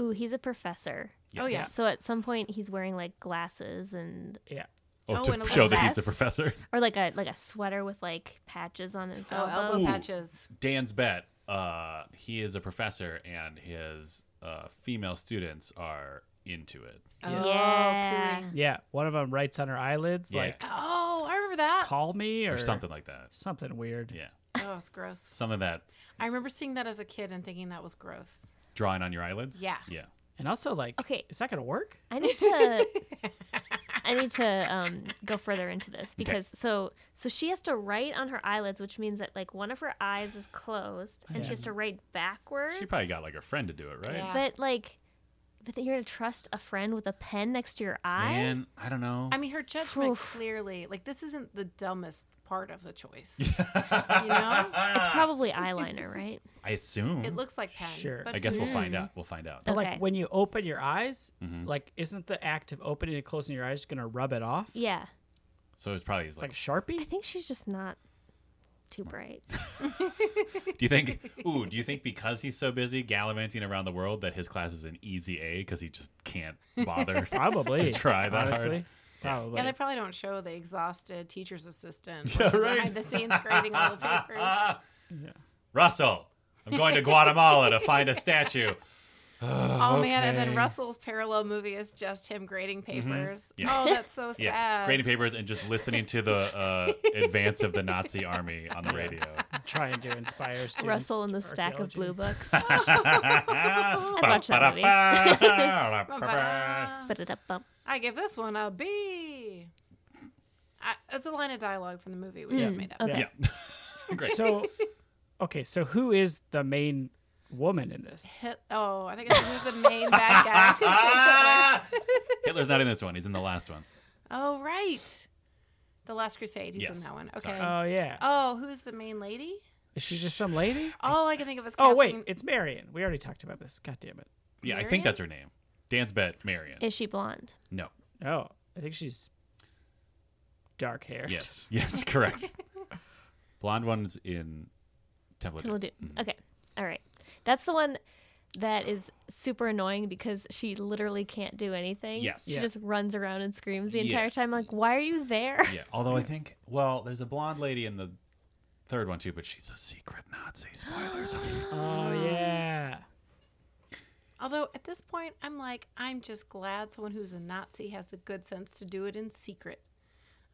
Speaker 3: Ooh, he's a professor.
Speaker 4: Oh yeah.
Speaker 2: Yes.
Speaker 3: So at some point he's wearing like glasses and
Speaker 1: Yeah.
Speaker 2: Oh,
Speaker 4: Oh,
Speaker 2: to
Speaker 4: and a
Speaker 2: show
Speaker 4: little
Speaker 2: that he's the
Speaker 3: vest.
Speaker 2: professor.
Speaker 3: or like a like a sweater with like patches on his
Speaker 4: Oh,
Speaker 3: elbows.
Speaker 4: elbow patches.
Speaker 2: Dan's bet. Uh, he is a professor, and his uh, female students are into it.
Speaker 4: Oh,
Speaker 3: Yeah.
Speaker 4: cooling.
Speaker 1: Yeah. One of them writes on her eyelids,
Speaker 2: Yeah.
Speaker 1: like,
Speaker 4: Oh, I remember that.
Speaker 1: call me or,
Speaker 2: or something like that.
Speaker 1: Something weird.
Speaker 2: Yeah,
Speaker 4: Oh, it's gross.
Speaker 2: something that
Speaker 4: I remember seeing that as a kid and thinking that was
Speaker 3: [LAUGHS]
Speaker 4: gross.
Speaker 2: drawing on your eyelids.
Speaker 4: Yeah.
Speaker 2: yeah.
Speaker 1: And also, like,
Speaker 3: Okay.
Speaker 1: is that going to work?
Speaker 3: I need to I need to um, go further into this because so so she has to write on her eyelids, which means that like one of her eyes is closed and she has to write backwards.
Speaker 2: She probably got like her friend to do it, right?
Speaker 4: Yeah.
Speaker 3: But like, but then you're gonna trust a friend with a pen next to your eye?
Speaker 2: Man, I don't know. [LAUGHS]
Speaker 4: I mean, her judgment
Speaker 3: Oof.
Speaker 4: clearly, like, this isn't the dumbest part of the
Speaker 2: [LAUGHS]
Speaker 4: choice. you know?
Speaker 3: It's
Speaker 2: ah.
Speaker 3: probably eyeliner, right?
Speaker 2: I assume.
Speaker 4: It looks like pen.
Speaker 1: Sure.
Speaker 4: but
Speaker 2: I guess
Speaker 4: who
Speaker 2: we'll find
Speaker 4: knows?
Speaker 2: out. We'll find out.
Speaker 1: But
Speaker 3: Okay.
Speaker 1: like when you open your eyes,
Speaker 2: Mhm.
Speaker 1: like isn't the act of opening and closing your eyes going to rub it off?
Speaker 3: Yeah,
Speaker 2: So it's probably
Speaker 1: It's
Speaker 2: like,
Speaker 1: like Sharpie.
Speaker 3: I think she's just not too bright.
Speaker 2: do you think?
Speaker 4: [LAUGHS]
Speaker 2: Ooh, do you think because he's so busy gallivanting around the world that his class is an easy A because he just can't
Speaker 4: [LAUGHS]
Speaker 2: bother?
Speaker 1: Probably.
Speaker 2: [LAUGHS] To try that hard.
Speaker 1: honestly. Probably.
Speaker 4: Yeah, they probably don't show the exhausted teacher's assistant
Speaker 2: [LAUGHS] Yeah,
Speaker 4: working
Speaker 2: right.
Speaker 4: behind the scenes
Speaker 2: [LAUGHS]
Speaker 4: grading all the papers.
Speaker 2: Russell, I'm going to Guatemala to find a
Speaker 4: [LAUGHS]
Speaker 2: statue.
Speaker 4: oh man, and then
Speaker 2: okay. Mm-hmm.
Speaker 4: Russell's parallel movie is just him grading papers.
Speaker 2: Yeah.
Speaker 4: Oh, that's so
Speaker 2: [LAUGHS]
Speaker 4: sad.
Speaker 2: Yeah, grading papers and just listening to the uh, advance of the Nazi army on the radio. [LAUGHS]
Speaker 1: Trying to inspire students.
Speaker 3: [LAUGHS] Russell in the
Speaker 1: for
Speaker 3: stack of
Speaker 1: archaeology.
Speaker 2: [LAUGHS]
Speaker 3: blue books.
Speaker 2: I'd
Speaker 3: watch that movie.
Speaker 4: Ba-ba-da.
Speaker 3: Ba-da-da-bum.
Speaker 4: Oh, I give this one a B. I, that's a line of dialogue from the movie
Speaker 3: Hmm.
Speaker 4: we just made up.
Speaker 1: Yeah.
Speaker 2: Yeah. [LAUGHS] Great.
Speaker 1: So, okay, so who is the main woman in this?
Speaker 4: Hit- oh, I think it's who's the main bad
Speaker 2: [LAUGHS]
Speaker 4: guy. [LAUGHS] Who's the
Speaker 2: Ah! [LAUGHS] Hitler's not in this one. He's in the last one.
Speaker 4: Hitler? Oh, right. The Last Crusade. He's in
Speaker 2: Yes.
Speaker 4: that one. Okay.
Speaker 2: Sorry.
Speaker 1: Oh yeah,
Speaker 4: oh, who's the main lady?
Speaker 1: is she just some lady?
Speaker 4: All I can think of is
Speaker 1: Oh wait,
Speaker 4: Kathleen-
Speaker 1: it's Marion. We already talked about this. God damn it.
Speaker 2: Yeah, I
Speaker 4: Marion?
Speaker 2: think that's her name. Dan's bet Marion.
Speaker 3: Is she blonde?
Speaker 2: no.
Speaker 1: Oh, I think she's dark haired.
Speaker 2: Yes. Yes,
Speaker 4: [LAUGHS]
Speaker 2: correct. Blonde one's in Temple. of
Speaker 3: Will
Speaker 2: Doom.
Speaker 3: do. Okay. All right. That's the one that is super annoying because she literally can't do anything.
Speaker 2: Yes.
Speaker 3: She
Speaker 1: Yeah.
Speaker 3: just runs around and screams the
Speaker 2: Yeah.
Speaker 3: entire time. Like, why are you there?
Speaker 2: Yeah. Although I think, well, there's a blonde lady in the third one too, but she's a secret Nazi.
Speaker 4: [GASPS]
Speaker 2: Spoilers.
Speaker 1: Oh yeah.
Speaker 4: Although at this point, I'm like, I'm just glad someone who's a Nazi has the good sense to do it in secret.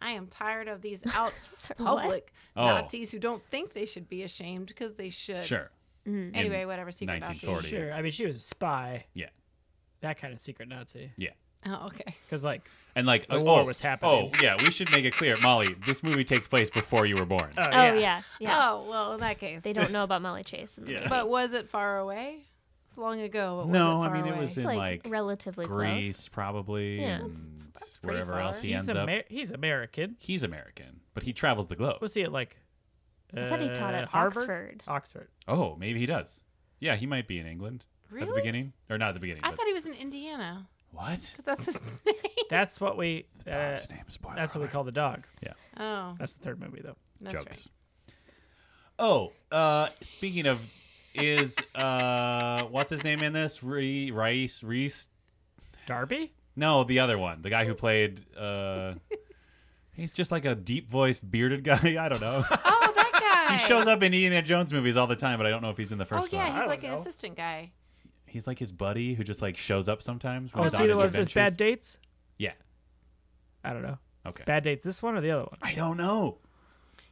Speaker 4: I am tired of these out
Speaker 3: [LAUGHS] Sorry, what?
Speaker 4: public
Speaker 2: Oh.
Speaker 4: Nazis who don't think they should be ashamed because they should.
Speaker 2: sure.
Speaker 3: [LAUGHS] Mm.
Speaker 4: Anyway, whatever. Secret Nazi.
Speaker 2: 1940.
Speaker 1: Sure. I mean, she was a spy.
Speaker 2: Yeah.
Speaker 1: That kind of secret Nazi.
Speaker 2: Yeah.
Speaker 4: Oh, okay.
Speaker 1: Because like,
Speaker 2: And like,
Speaker 1: The
Speaker 2: oh,
Speaker 1: war
Speaker 2: oh,
Speaker 1: was happening.
Speaker 2: Oh, yeah. We should make it clear, Molly. This movie takes place before you were born.
Speaker 1: oh,
Speaker 3: Oh,
Speaker 1: yeah.
Speaker 3: yeah. Yeah.
Speaker 4: Oh well, in that case.
Speaker 2: [LAUGHS]
Speaker 3: They don't know about Molly Chase. In the
Speaker 2: Yeah.
Speaker 3: movie.
Speaker 4: But was it far away? It's long ago. But
Speaker 2: no,
Speaker 4: was it
Speaker 2: I
Speaker 4: far
Speaker 2: mean
Speaker 4: away?
Speaker 2: it was in
Speaker 3: It's like,
Speaker 2: like,
Speaker 3: relatively
Speaker 2: Greece,
Speaker 3: close.
Speaker 2: probably,
Speaker 3: Yeah.
Speaker 2: and
Speaker 4: that's pretty
Speaker 2: wherever
Speaker 4: far.
Speaker 2: else he
Speaker 1: He's
Speaker 2: ends up.
Speaker 1: Amer- he's American.
Speaker 2: He's American, but he travels the globe.
Speaker 1: Was he at like?
Speaker 3: I thought he taught
Speaker 1: uh,
Speaker 3: at
Speaker 1: Harvard?
Speaker 3: Oxford.
Speaker 1: Oxford.
Speaker 2: Oh, maybe he does. Yeah, he might be in England at the
Speaker 4: Really?
Speaker 2: beginning, or not at the beginning.
Speaker 4: I
Speaker 2: but-
Speaker 4: thought he was in Indiana
Speaker 2: what?
Speaker 4: [LAUGHS] because that's his name.
Speaker 1: That's what we.
Speaker 2: The
Speaker 1: Uh,
Speaker 2: dog's name. Spoiler
Speaker 1: that's what we
Speaker 2: alert.
Speaker 1: call the dog.
Speaker 4: Oh,
Speaker 1: That's the third movie though.
Speaker 4: that's
Speaker 2: jokes. Oh, uh, speaking of, is uh, what's his name in this? Re- Rice Reese?
Speaker 1: Darby.
Speaker 2: No, the other one, the guy who played. Uh, he's just like a deep voiced, bearded guy. [LAUGHS] I don't know.
Speaker 4: right. Oh, that
Speaker 2: [LAUGHS]
Speaker 4: guy.
Speaker 2: he shows up in Indiana Jones movies all the time, but I don't know if he's in the
Speaker 4: Oh
Speaker 2: first
Speaker 4: yeah,
Speaker 2: one.
Speaker 1: I
Speaker 4: he's like
Speaker 1: don't
Speaker 4: an
Speaker 1: know.
Speaker 4: assistant guy.
Speaker 2: He's like his buddy who just like shows up sometimes. When
Speaker 1: Oh,
Speaker 2: he's
Speaker 1: so
Speaker 2: on
Speaker 1: he
Speaker 2: his
Speaker 1: loves his
Speaker 2: adventures.
Speaker 1: bad dates.
Speaker 2: Yeah,
Speaker 1: I don't know. Is
Speaker 2: Okay.
Speaker 1: Bad dates. This one or the other one?
Speaker 2: I don't know.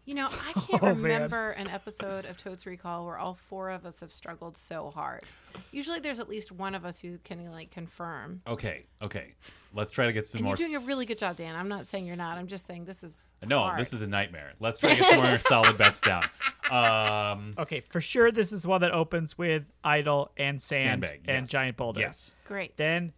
Speaker 4: You
Speaker 2: [LAUGHS]
Speaker 4: know, I can't
Speaker 1: Oh, man.
Speaker 4: remember an episode of Totes Recall where all four of us have struggled so hard. Usually, there's at least one of us who can like confirm.
Speaker 2: Okay, okay, let's try to get some
Speaker 4: And
Speaker 2: more.
Speaker 4: you're doing a really good job, Dan. I'm not saying you're not. I'm just saying this is
Speaker 2: No,
Speaker 4: hard.
Speaker 2: this is a nightmare. Let's try to get some
Speaker 4: [LAUGHS]
Speaker 2: more solid bets down. Um,
Speaker 1: Okay, for sure. This is the one that opens with idol and sand
Speaker 2: sandbag
Speaker 1: and
Speaker 2: yes.
Speaker 1: giant boulder.
Speaker 2: Yes,
Speaker 4: great.
Speaker 1: Then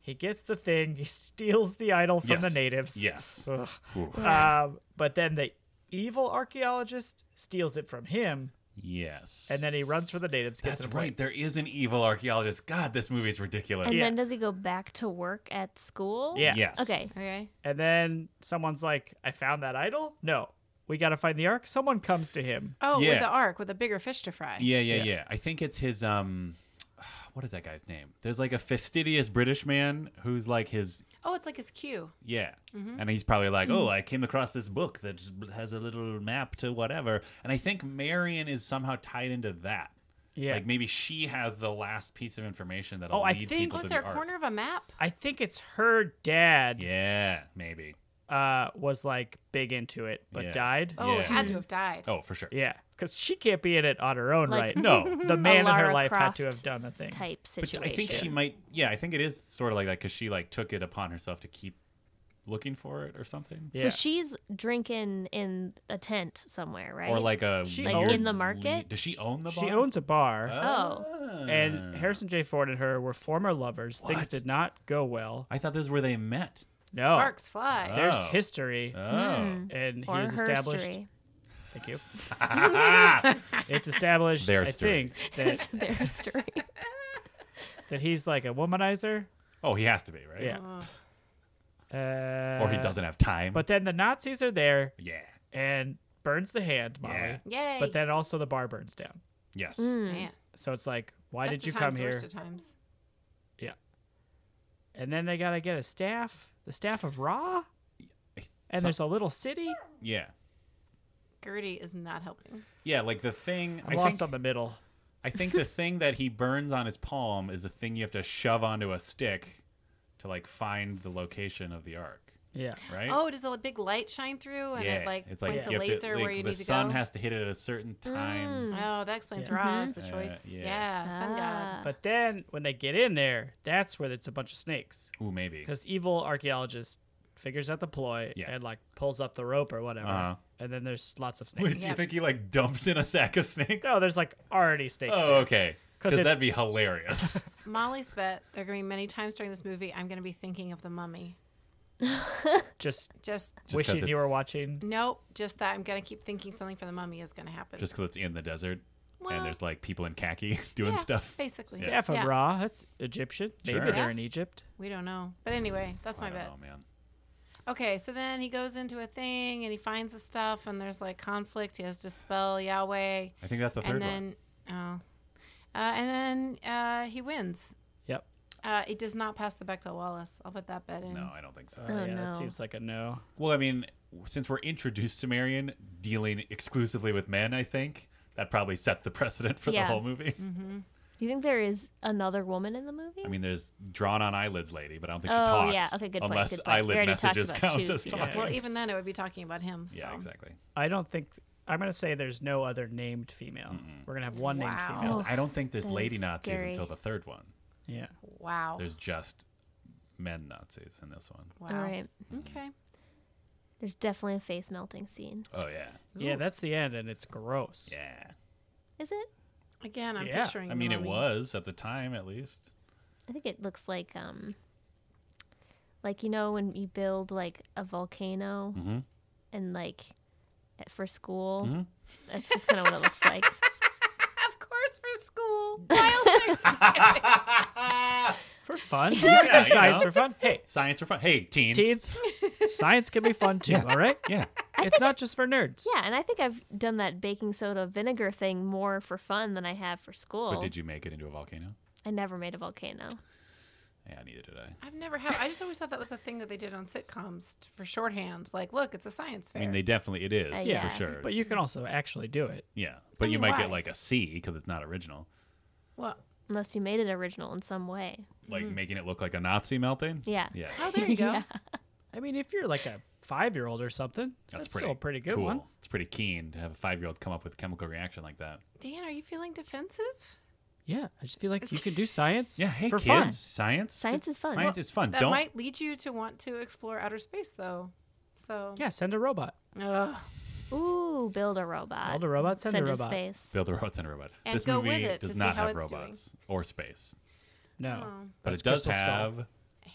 Speaker 1: he gets the thing. He steals the idol from the
Speaker 2: Yes.
Speaker 1: natives.
Speaker 2: yes.
Speaker 1: Ugh.
Speaker 2: Ooh.
Speaker 1: Um, but then the evil archaeologist steals it from him,
Speaker 2: Yes.
Speaker 1: and then he runs for the natives. Gets
Speaker 2: That's
Speaker 1: it
Speaker 2: right. There is an evil archaeologist. God, this movie's ridiculous.
Speaker 3: And
Speaker 1: Yeah.
Speaker 3: then does he go back to work at school?
Speaker 1: Yeah.
Speaker 2: Yes.
Speaker 3: Okay.
Speaker 4: Okay.
Speaker 1: And then someone's like, "I found that idol." No, we got to find the ark. Someone comes to him.
Speaker 4: Oh,
Speaker 2: Yeah.
Speaker 4: with the arc, with a bigger fish to fry.
Speaker 2: Yeah, yeah,
Speaker 1: Yeah.
Speaker 2: yeah, I think it's his um [SIGHS] what is that guy's name? There's like a fastidious British man who's like his
Speaker 4: Oh, it's like his cue.
Speaker 2: yeah.
Speaker 4: Mm-hmm.
Speaker 2: And he's probably like, "Oh,
Speaker 1: Mm.
Speaker 2: I came across this book that has a little map to whatever." And I think Marion is somehow tied into that.
Speaker 1: Yeah.
Speaker 2: Like maybe she has the last piece of information that'll
Speaker 1: Oh, I
Speaker 2: lead
Speaker 1: think-
Speaker 2: people
Speaker 4: Was
Speaker 2: to
Speaker 4: there
Speaker 2: the
Speaker 4: a
Speaker 2: arc.
Speaker 4: corner of a map?
Speaker 1: I think it's her dad
Speaker 2: Yeah, maybe.
Speaker 1: uh, was like big into it, but
Speaker 2: Yeah.
Speaker 1: died.
Speaker 4: Oh,
Speaker 2: Yeah.
Speaker 4: it had to have died.
Speaker 2: Oh, for sure.
Speaker 1: Yeah, because she can't be in it on her own right. [LAUGHS]
Speaker 3: Like- [LAUGHS]
Speaker 2: No.
Speaker 1: The man in her
Speaker 3: Lara
Speaker 1: life had to
Speaker 3: Croft
Speaker 1: have done a thing.
Speaker 3: type
Speaker 2: But
Speaker 3: situation.
Speaker 2: I think she might Yeah, I think it is sort of like that cuz she like took it upon herself to keep looking for it or something.
Speaker 1: Yeah.
Speaker 3: So she's drinking in a tent somewhere, right?
Speaker 2: Or like a
Speaker 1: She
Speaker 2: weird
Speaker 1: owns-
Speaker 3: in the
Speaker 2: le-
Speaker 3: market?
Speaker 2: Does she own the bar? Ah.
Speaker 1: she owns a bar.
Speaker 3: Oh.
Speaker 1: and Harrison J. Ford and her were former lovers. Things
Speaker 2: What?
Speaker 1: did not go well.
Speaker 2: I thought this is where they met.
Speaker 1: No,
Speaker 4: Sparks fly.
Speaker 1: there's
Speaker 2: Oh.
Speaker 1: history,
Speaker 2: Oh.
Speaker 1: and he
Speaker 3: or
Speaker 1: was
Speaker 3: her
Speaker 1: established.
Speaker 3: story.
Speaker 1: Thank you.
Speaker 2: Ah,
Speaker 1: [LAUGHS] it's established.
Speaker 2: Their
Speaker 1: I
Speaker 2: story.
Speaker 1: think that,
Speaker 3: [LAUGHS]
Speaker 2: [LAUGHS]
Speaker 3: Their story.
Speaker 1: that he's like a womanizer.
Speaker 2: Oh, he has to be, right?
Speaker 1: Yeah.
Speaker 4: Oh.
Speaker 1: Uh,
Speaker 2: Or he doesn't have time.
Speaker 1: But then the Nazis are there
Speaker 2: yeah.
Speaker 1: and burns the hand, Molly.
Speaker 2: Yeah.
Speaker 4: Yay.
Speaker 1: But then also the bar burns down.
Speaker 2: Yes.
Speaker 1: Hmm.
Speaker 3: Hmm. Mm.
Speaker 4: Man,
Speaker 1: So it's like, why did
Speaker 4: best of
Speaker 1: you come
Speaker 4: times,
Speaker 1: here?
Speaker 4: worst of times.
Speaker 1: And then they gotta get a staff, the staff of Ra. And
Speaker 2: So-
Speaker 1: there's a little city.
Speaker 2: Yeah.
Speaker 4: Gertie is not helping.
Speaker 2: Yeah, like the thing
Speaker 1: I'm
Speaker 2: I
Speaker 1: lost
Speaker 2: think,
Speaker 1: on the middle.
Speaker 2: I think the thing that he burns on his palm is the thing you have to shove onto a stick to like find the location of the arc,
Speaker 1: Yeah.
Speaker 2: right?
Speaker 4: Oh, does a big light shine through and
Speaker 2: yeah.
Speaker 4: it like
Speaker 2: it's like
Speaker 4: points
Speaker 2: you
Speaker 4: a
Speaker 2: have to-
Speaker 4: laser
Speaker 2: like,
Speaker 4: where you
Speaker 2: the
Speaker 4: need to
Speaker 2: sun
Speaker 4: go?
Speaker 2: has to hit it at a certain time.
Speaker 4: Oh, that explains
Speaker 1: Mm-hmm. Yeah.
Speaker 4: Ra is the
Speaker 2: Mhm.
Speaker 4: choice.
Speaker 2: Uh,
Speaker 4: yeah.
Speaker 2: yeah.
Speaker 4: sun god.
Speaker 3: Ah.
Speaker 1: But then when they get in there, that's where it's a bunch of snakes.
Speaker 4: Mm.
Speaker 2: Ooh, maybe.
Speaker 1: Because evil archaeologist figures out the ploy
Speaker 2: Yeah.
Speaker 1: and like pulls up the rope or whatever.
Speaker 2: Uh-huh.
Speaker 1: And then there's lots of snakes.
Speaker 2: Wait, do [LAUGHS]
Speaker 4: Yeah.
Speaker 2: you think he like dumps in a sack of snakes?
Speaker 1: No, there's like already snakes.
Speaker 2: Oh,
Speaker 1: there.
Speaker 2: okay.
Speaker 1: 'Cause
Speaker 2: Because
Speaker 1: it's-
Speaker 2: that'd be hilarious.
Speaker 4: [LAUGHS] Molly's bet there are going to be many times during this movie I'm going to be thinking of the mummy.
Speaker 1: Just,
Speaker 4: Just,
Speaker 2: Just 'cause
Speaker 1: wishing you
Speaker 2: it's-
Speaker 1: were watching.
Speaker 4: nope, just that I'm going to keep thinking something for the mummy is going to happen.
Speaker 2: Just because it's in the desert
Speaker 4: Well,
Speaker 2: and there's like people in khaki [LAUGHS] doing
Speaker 4: yeah,
Speaker 2: stuff.
Speaker 4: Basically.
Speaker 1: Staff of
Speaker 4: Yeah.
Speaker 1: Ra. That's Egyptian. Maybe
Speaker 2: Sure.
Speaker 1: they're
Speaker 4: Yeah.
Speaker 1: in Egypt.
Speaker 4: We don't know. But anyway, that's
Speaker 2: I
Speaker 4: my
Speaker 2: don't
Speaker 4: bet.
Speaker 2: know, man.
Speaker 4: Okay, so then he goes into a thing and he finds the stuff and there's like conflict. He has to spell Yahweh.
Speaker 2: I think that's the third
Speaker 4: and
Speaker 2: one.
Speaker 4: then, oh. Uh, and then uh, he wins.
Speaker 1: Yep.
Speaker 4: Uh, it does not pass the Bechtel Wallace. I'll put that bet in.
Speaker 2: No, I don't think so.
Speaker 4: uh,
Speaker 1: Oh,
Speaker 3: Oh,
Speaker 1: yeah, that
Speaker 3: no.
Speaker 1: seems like a no.
Speaker 2: Well, I mean, since we're introduced to Marion dealing exclusively with men, I think that probably sets the precedent for
Speaker 3: Yeah.
Speaker 2: the whole movie.
Speaker 4: Mm-hmm.
Speaker 3: You think there is another woman in the movie?
Speaker 2: I mean, there's drawn on eyelids lady, but I don't think she
Speaker 3: Oh,
Speaker 2: talks.
Speaker 3: yeah. Okay, good point,
Speaker 2: Unless
Speaker 3: good point. We
Speaker 2: eyelid
Speaker 3: already talked
Speaker 2: messages
Speaker 3: about
Speaker 2: count
Speaker 3: two
Speaker 2: as
Speaker 3: people.
Speaker 2: talking.
Speaker 4: Well, even then, it would be talking about him. So.
Speaker 2: yeah, exactly.
Speaker 1: I don't think I'm gonna say there's no other named female.
Speaker 2: Mm-hmm.
Speaker 1: We're gonna have one
Speaker 4: Wow. Oh.
Speaker 1: named female.
Speaker 2: I don't think there's
Speaker 3: oh, that
Speaker 2: lady
Speaker 3: is
Speaker 2: Nazis
Speaker 3: scary.
Speaker 2: until the third one.
Speaker 1: Yeah.
Speaker 4: Wow.
Speaker 2: There's just men Nazis in this one.
Speaker 4: wow.
Speaker 3: All right.
Speaker 4: Okay.
Speaker 3: There's definitely a face melting scene.
Speaker 2: Oh yeah,
Speaker 1: Yeah, that's the end, and it's gross.
Speaker 2: yeah.
Speaker 3: Is it?
Speaker 4: Again, I'm
Speaker 1: Yeah.
Speaker 4: picturing.
Speaker 2: I
Speaker 4: the
Speaker 2: mean, it
Speaker 4: mummy.
Speaker 2: was at the time, at least.
Speaker 3: I think it looks like um like you know when you build like a volcano
Speaker 2: Mhm.
Speaker 3: and like at- for school.
Speaker 2: Mm-hmm.
Speaker 3: That's just kind of what it looks like. [LAUGHS]
Speaker 4: Of course,
Speaker 2: [LAUGHS]
Speaker 4: for school. Why else are-
Speaker 1: For
Speaker 2: [LAUGHS]
Speaker 1: fun. You can
Speaker 2: Yeah,
Speaker 1: do
Speaker 2: you
Speaker 1: science
Speaker 2: know.
Speaker 1: for fun.
Speaker 2: [LAUGHS]
Speaker 1: Hey,
Speaker 2: Science for fun. Hey, teens.
Speaker 1: teens, science can be fun too, all
Speaker 4: [LAUGHS]
Speaker 1: right?
Speaker 2: Yeah.
Speaker 1: It's not just for nerds.
Speaker 3: Yeah, and I think I've done that baking soda vinegar thing more for fun than I have for school.
Speaker 2: But did you make it into a volcano?
Speaker 3: I never made a volcano.
Speaker 2: Yeah, neither did I.
Speaker 4: I've never had. I just always thought that was a thing that they did on sitcoms t- for shorthand. Like, look, it's a science
Speaker 2: I
Speaker 4: fair.
Speaker 2: mean, they definitely it is
Speaker 3: Uh,
Speaker 2: for
Speaker 3: yeah.
Speaker 2: sure.
Speaker 1: But you can also actually do it.
Speaker 2: yeah, but you
Speaker 4: mean,
Speaker 2: might
Speaker 4: why?
Speaker 2: get like a C because it's not original.
Speaker 4: well,
Speaker 3: Unless you made it original in some way.
Speaker 2: Like making it look like a Nazi melting.
Speaker 3: [LAUGHS] Yeah.
Speaker 2: Yeah,
Speaker 4: oh, there you go.
Speaker 1: I mean, if you're like a five year old or something, that's,
Speaker 2: that's, pretty
Speaker 1: still a pretty good
Speaker 2: cool.
Speaker 1: one.
Speaker 2: It's pretty keen to have a five-year-old come up with a chemical reaction like that.
Speaker 4: Dan, are you feeling defensive?
Speaker 1: Yeah. I just feel like you can do science
Speaker 2: Yeah, hey
Speaker 1: for
Speaker 2: kids,
Speaker 1: fun.
Speaker 2: science.
Speaker 3: Science is fun.
Speaker 2: Science is fun.
Speaker 4: That
Speaker 2: Don't
Speaker 4: might lead you to want to explore outer space, though. So,
Speaker 1: Yeah, send a robot.
Speaker 4: Ugh.
Speaker 3: Ooh, build a
Speaker 4: Uh,
Speaker 3: robot.
Speaker 1: Build a robot, send a
Speaker 3: to
Speaker 1: robot.
Speaker 3: space.
Speaker 2: build a robot, send a robot.
Speaker 4: And
Speaker 2: this
Speaker 4: go with
Speaker 2: movie
Speaker 4: it to
Speaker 2: does
Speaker 4: see
Speaker 2: not
Speaker 4: how
Speaker 2: have
Speaker 4: it's doing.
Speaker 2: robots or space,
Speaker 1: No.
Speaker 4: Oh.
Speaker 2: but
Speaker 1: That's
Speaker 2: it does
Speaker 1: Crystal Skull.
Speaker 2: have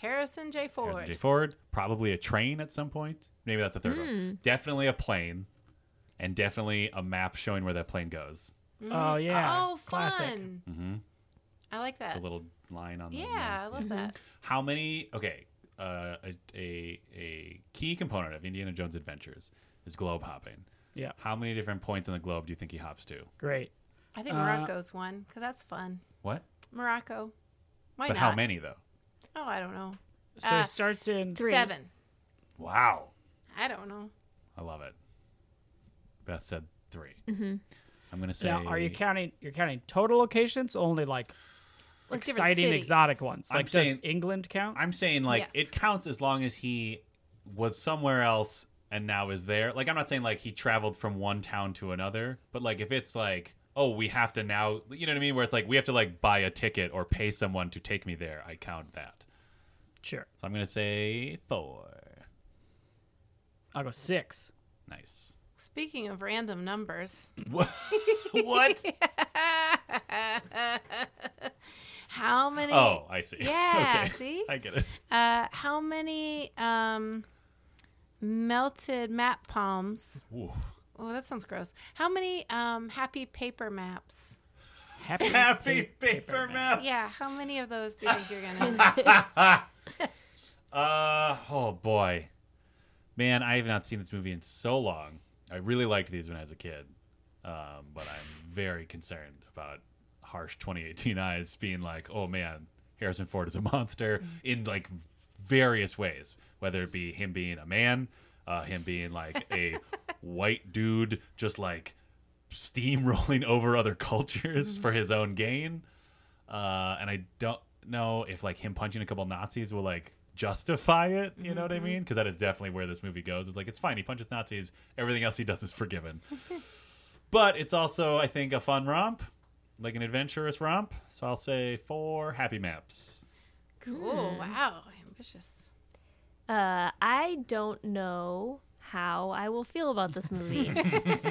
Speaker 4: Harrison J. Ford. Hmm.
Speaker 2: Harrison J. Ford, probably a train at some point. Maybe that's the third one. Definitely a plane, and definitely a map showing where that plane goes.
Speaker 1: Oh, yeah.
Speaker 4: Oh,
Speaker 1: Classic.
Speaker 4: fun. Mm-hmm. I like that.
Speaker 2: The little line on the
Speaker 4: Uh, yeah, I love
Speaker 3: Mm-hmm.
Speaker 4: that.
Speaker 2: How many? Okay, uh, a, a a key component of Indiana Jones Adventures is globe hopping.
Speaker 1: Yeah.
Speaker 2: How many different points in the globe do you think he hops to?
Speaker 1: Great.
Speaker 4: I
Speaker 1: Uh,
Speaker 4: think Morocco's one because that's fun.
Speaker 2: What?
Speaker 4: Morocco. Why
Speaker 2: but
Speaker 4: not?
Speaker 2: how many though?
Speaker 4: Oh, I don't know.
Speaker 1: So
Speaker 4: Uh,
Speaker 1: it starts in
Speaker 3: Three.
Speaker 4: Seven.
Speaker 2: Wow.
Speaker 4: I don't know.
Speaker 2: I love it. Beth said 3
Speaker 4: Mm-hmm.
Speaker 2: I'm gonna say.
Speaker 1: Now, are you counting? You're counting total locations, only like,
Speaker 4: Like different
Speaker 1: exciting,
Speaker 4: cities.
Speaker 1: exotic ones.
Speaker 2: I'm
Speaker 1: Like, does
Speaker 2: saying-
Speaker 1: England count?
Speaker 2: I'm saying like
Speaker 4: Yes.
Speaker 2: it counts as long as he was somewhere else and now is there. Like I'm not saying like he traveled from one town to another, but like if it's like oh we have to now you know what I mean where it's like we have to like buy a ticket or pay someone to take me there. I count that.
Speaker 1: sure.
Speaker 2: So I'm gonna say four.
Speaker 1: I'll go six.
Speaker 2: Nice.
Speaker 4: Speaking of random numbers, [LAUGHS]
Speaker 2: what?
Speaker 4: how many?
Speaker 2: Oh, I see. [LAUGHS]
Speaker 4: Yeah,
Speaker 2: okay.
Speaker 4: see?
Speaker 2: I get it.
Speaker 4: Uh, how many um, melted map palms?
Speaker 2: Ooh.
Speaker 4: Oh, that sounds gross. How many um, happy paper maps?
Speaker 1: Happy.
Speaker 2: [LAUGHS] Happy paper map.
Speaker 4: Yeah, how many of those do you think you're
Speaker 1: [LAUGHS]
Speaker 4: gonna?
Speaker 2: Uh oh boy. Man, I have not seen this movie in so long. I really liked these when I was a kid. Um, but I'm very concerned about harsh 2018 eyes being like, oh man, Harrison Ford is a monster in like various ways, whether it be him being a man, uh, him being like a white dude, just like steamrolling over other cultures for his own gain. Uh, and I don't know if like him punching a couple Nazis will like justify it. You know what I mean? Because that is definitely where this movie goes. It's like it's fine. He punches Nazis. Everything else he does is forgiven. but it's also, I think, a fun romp, like an adventurous romp. So I'll say four happy maps.
Speaker 4: cool. Wow, ambitious.
Speaker 3: Uh, I don't know how I will feel about this
Speaker 2: [LAUGHS]
Speaker 3: movie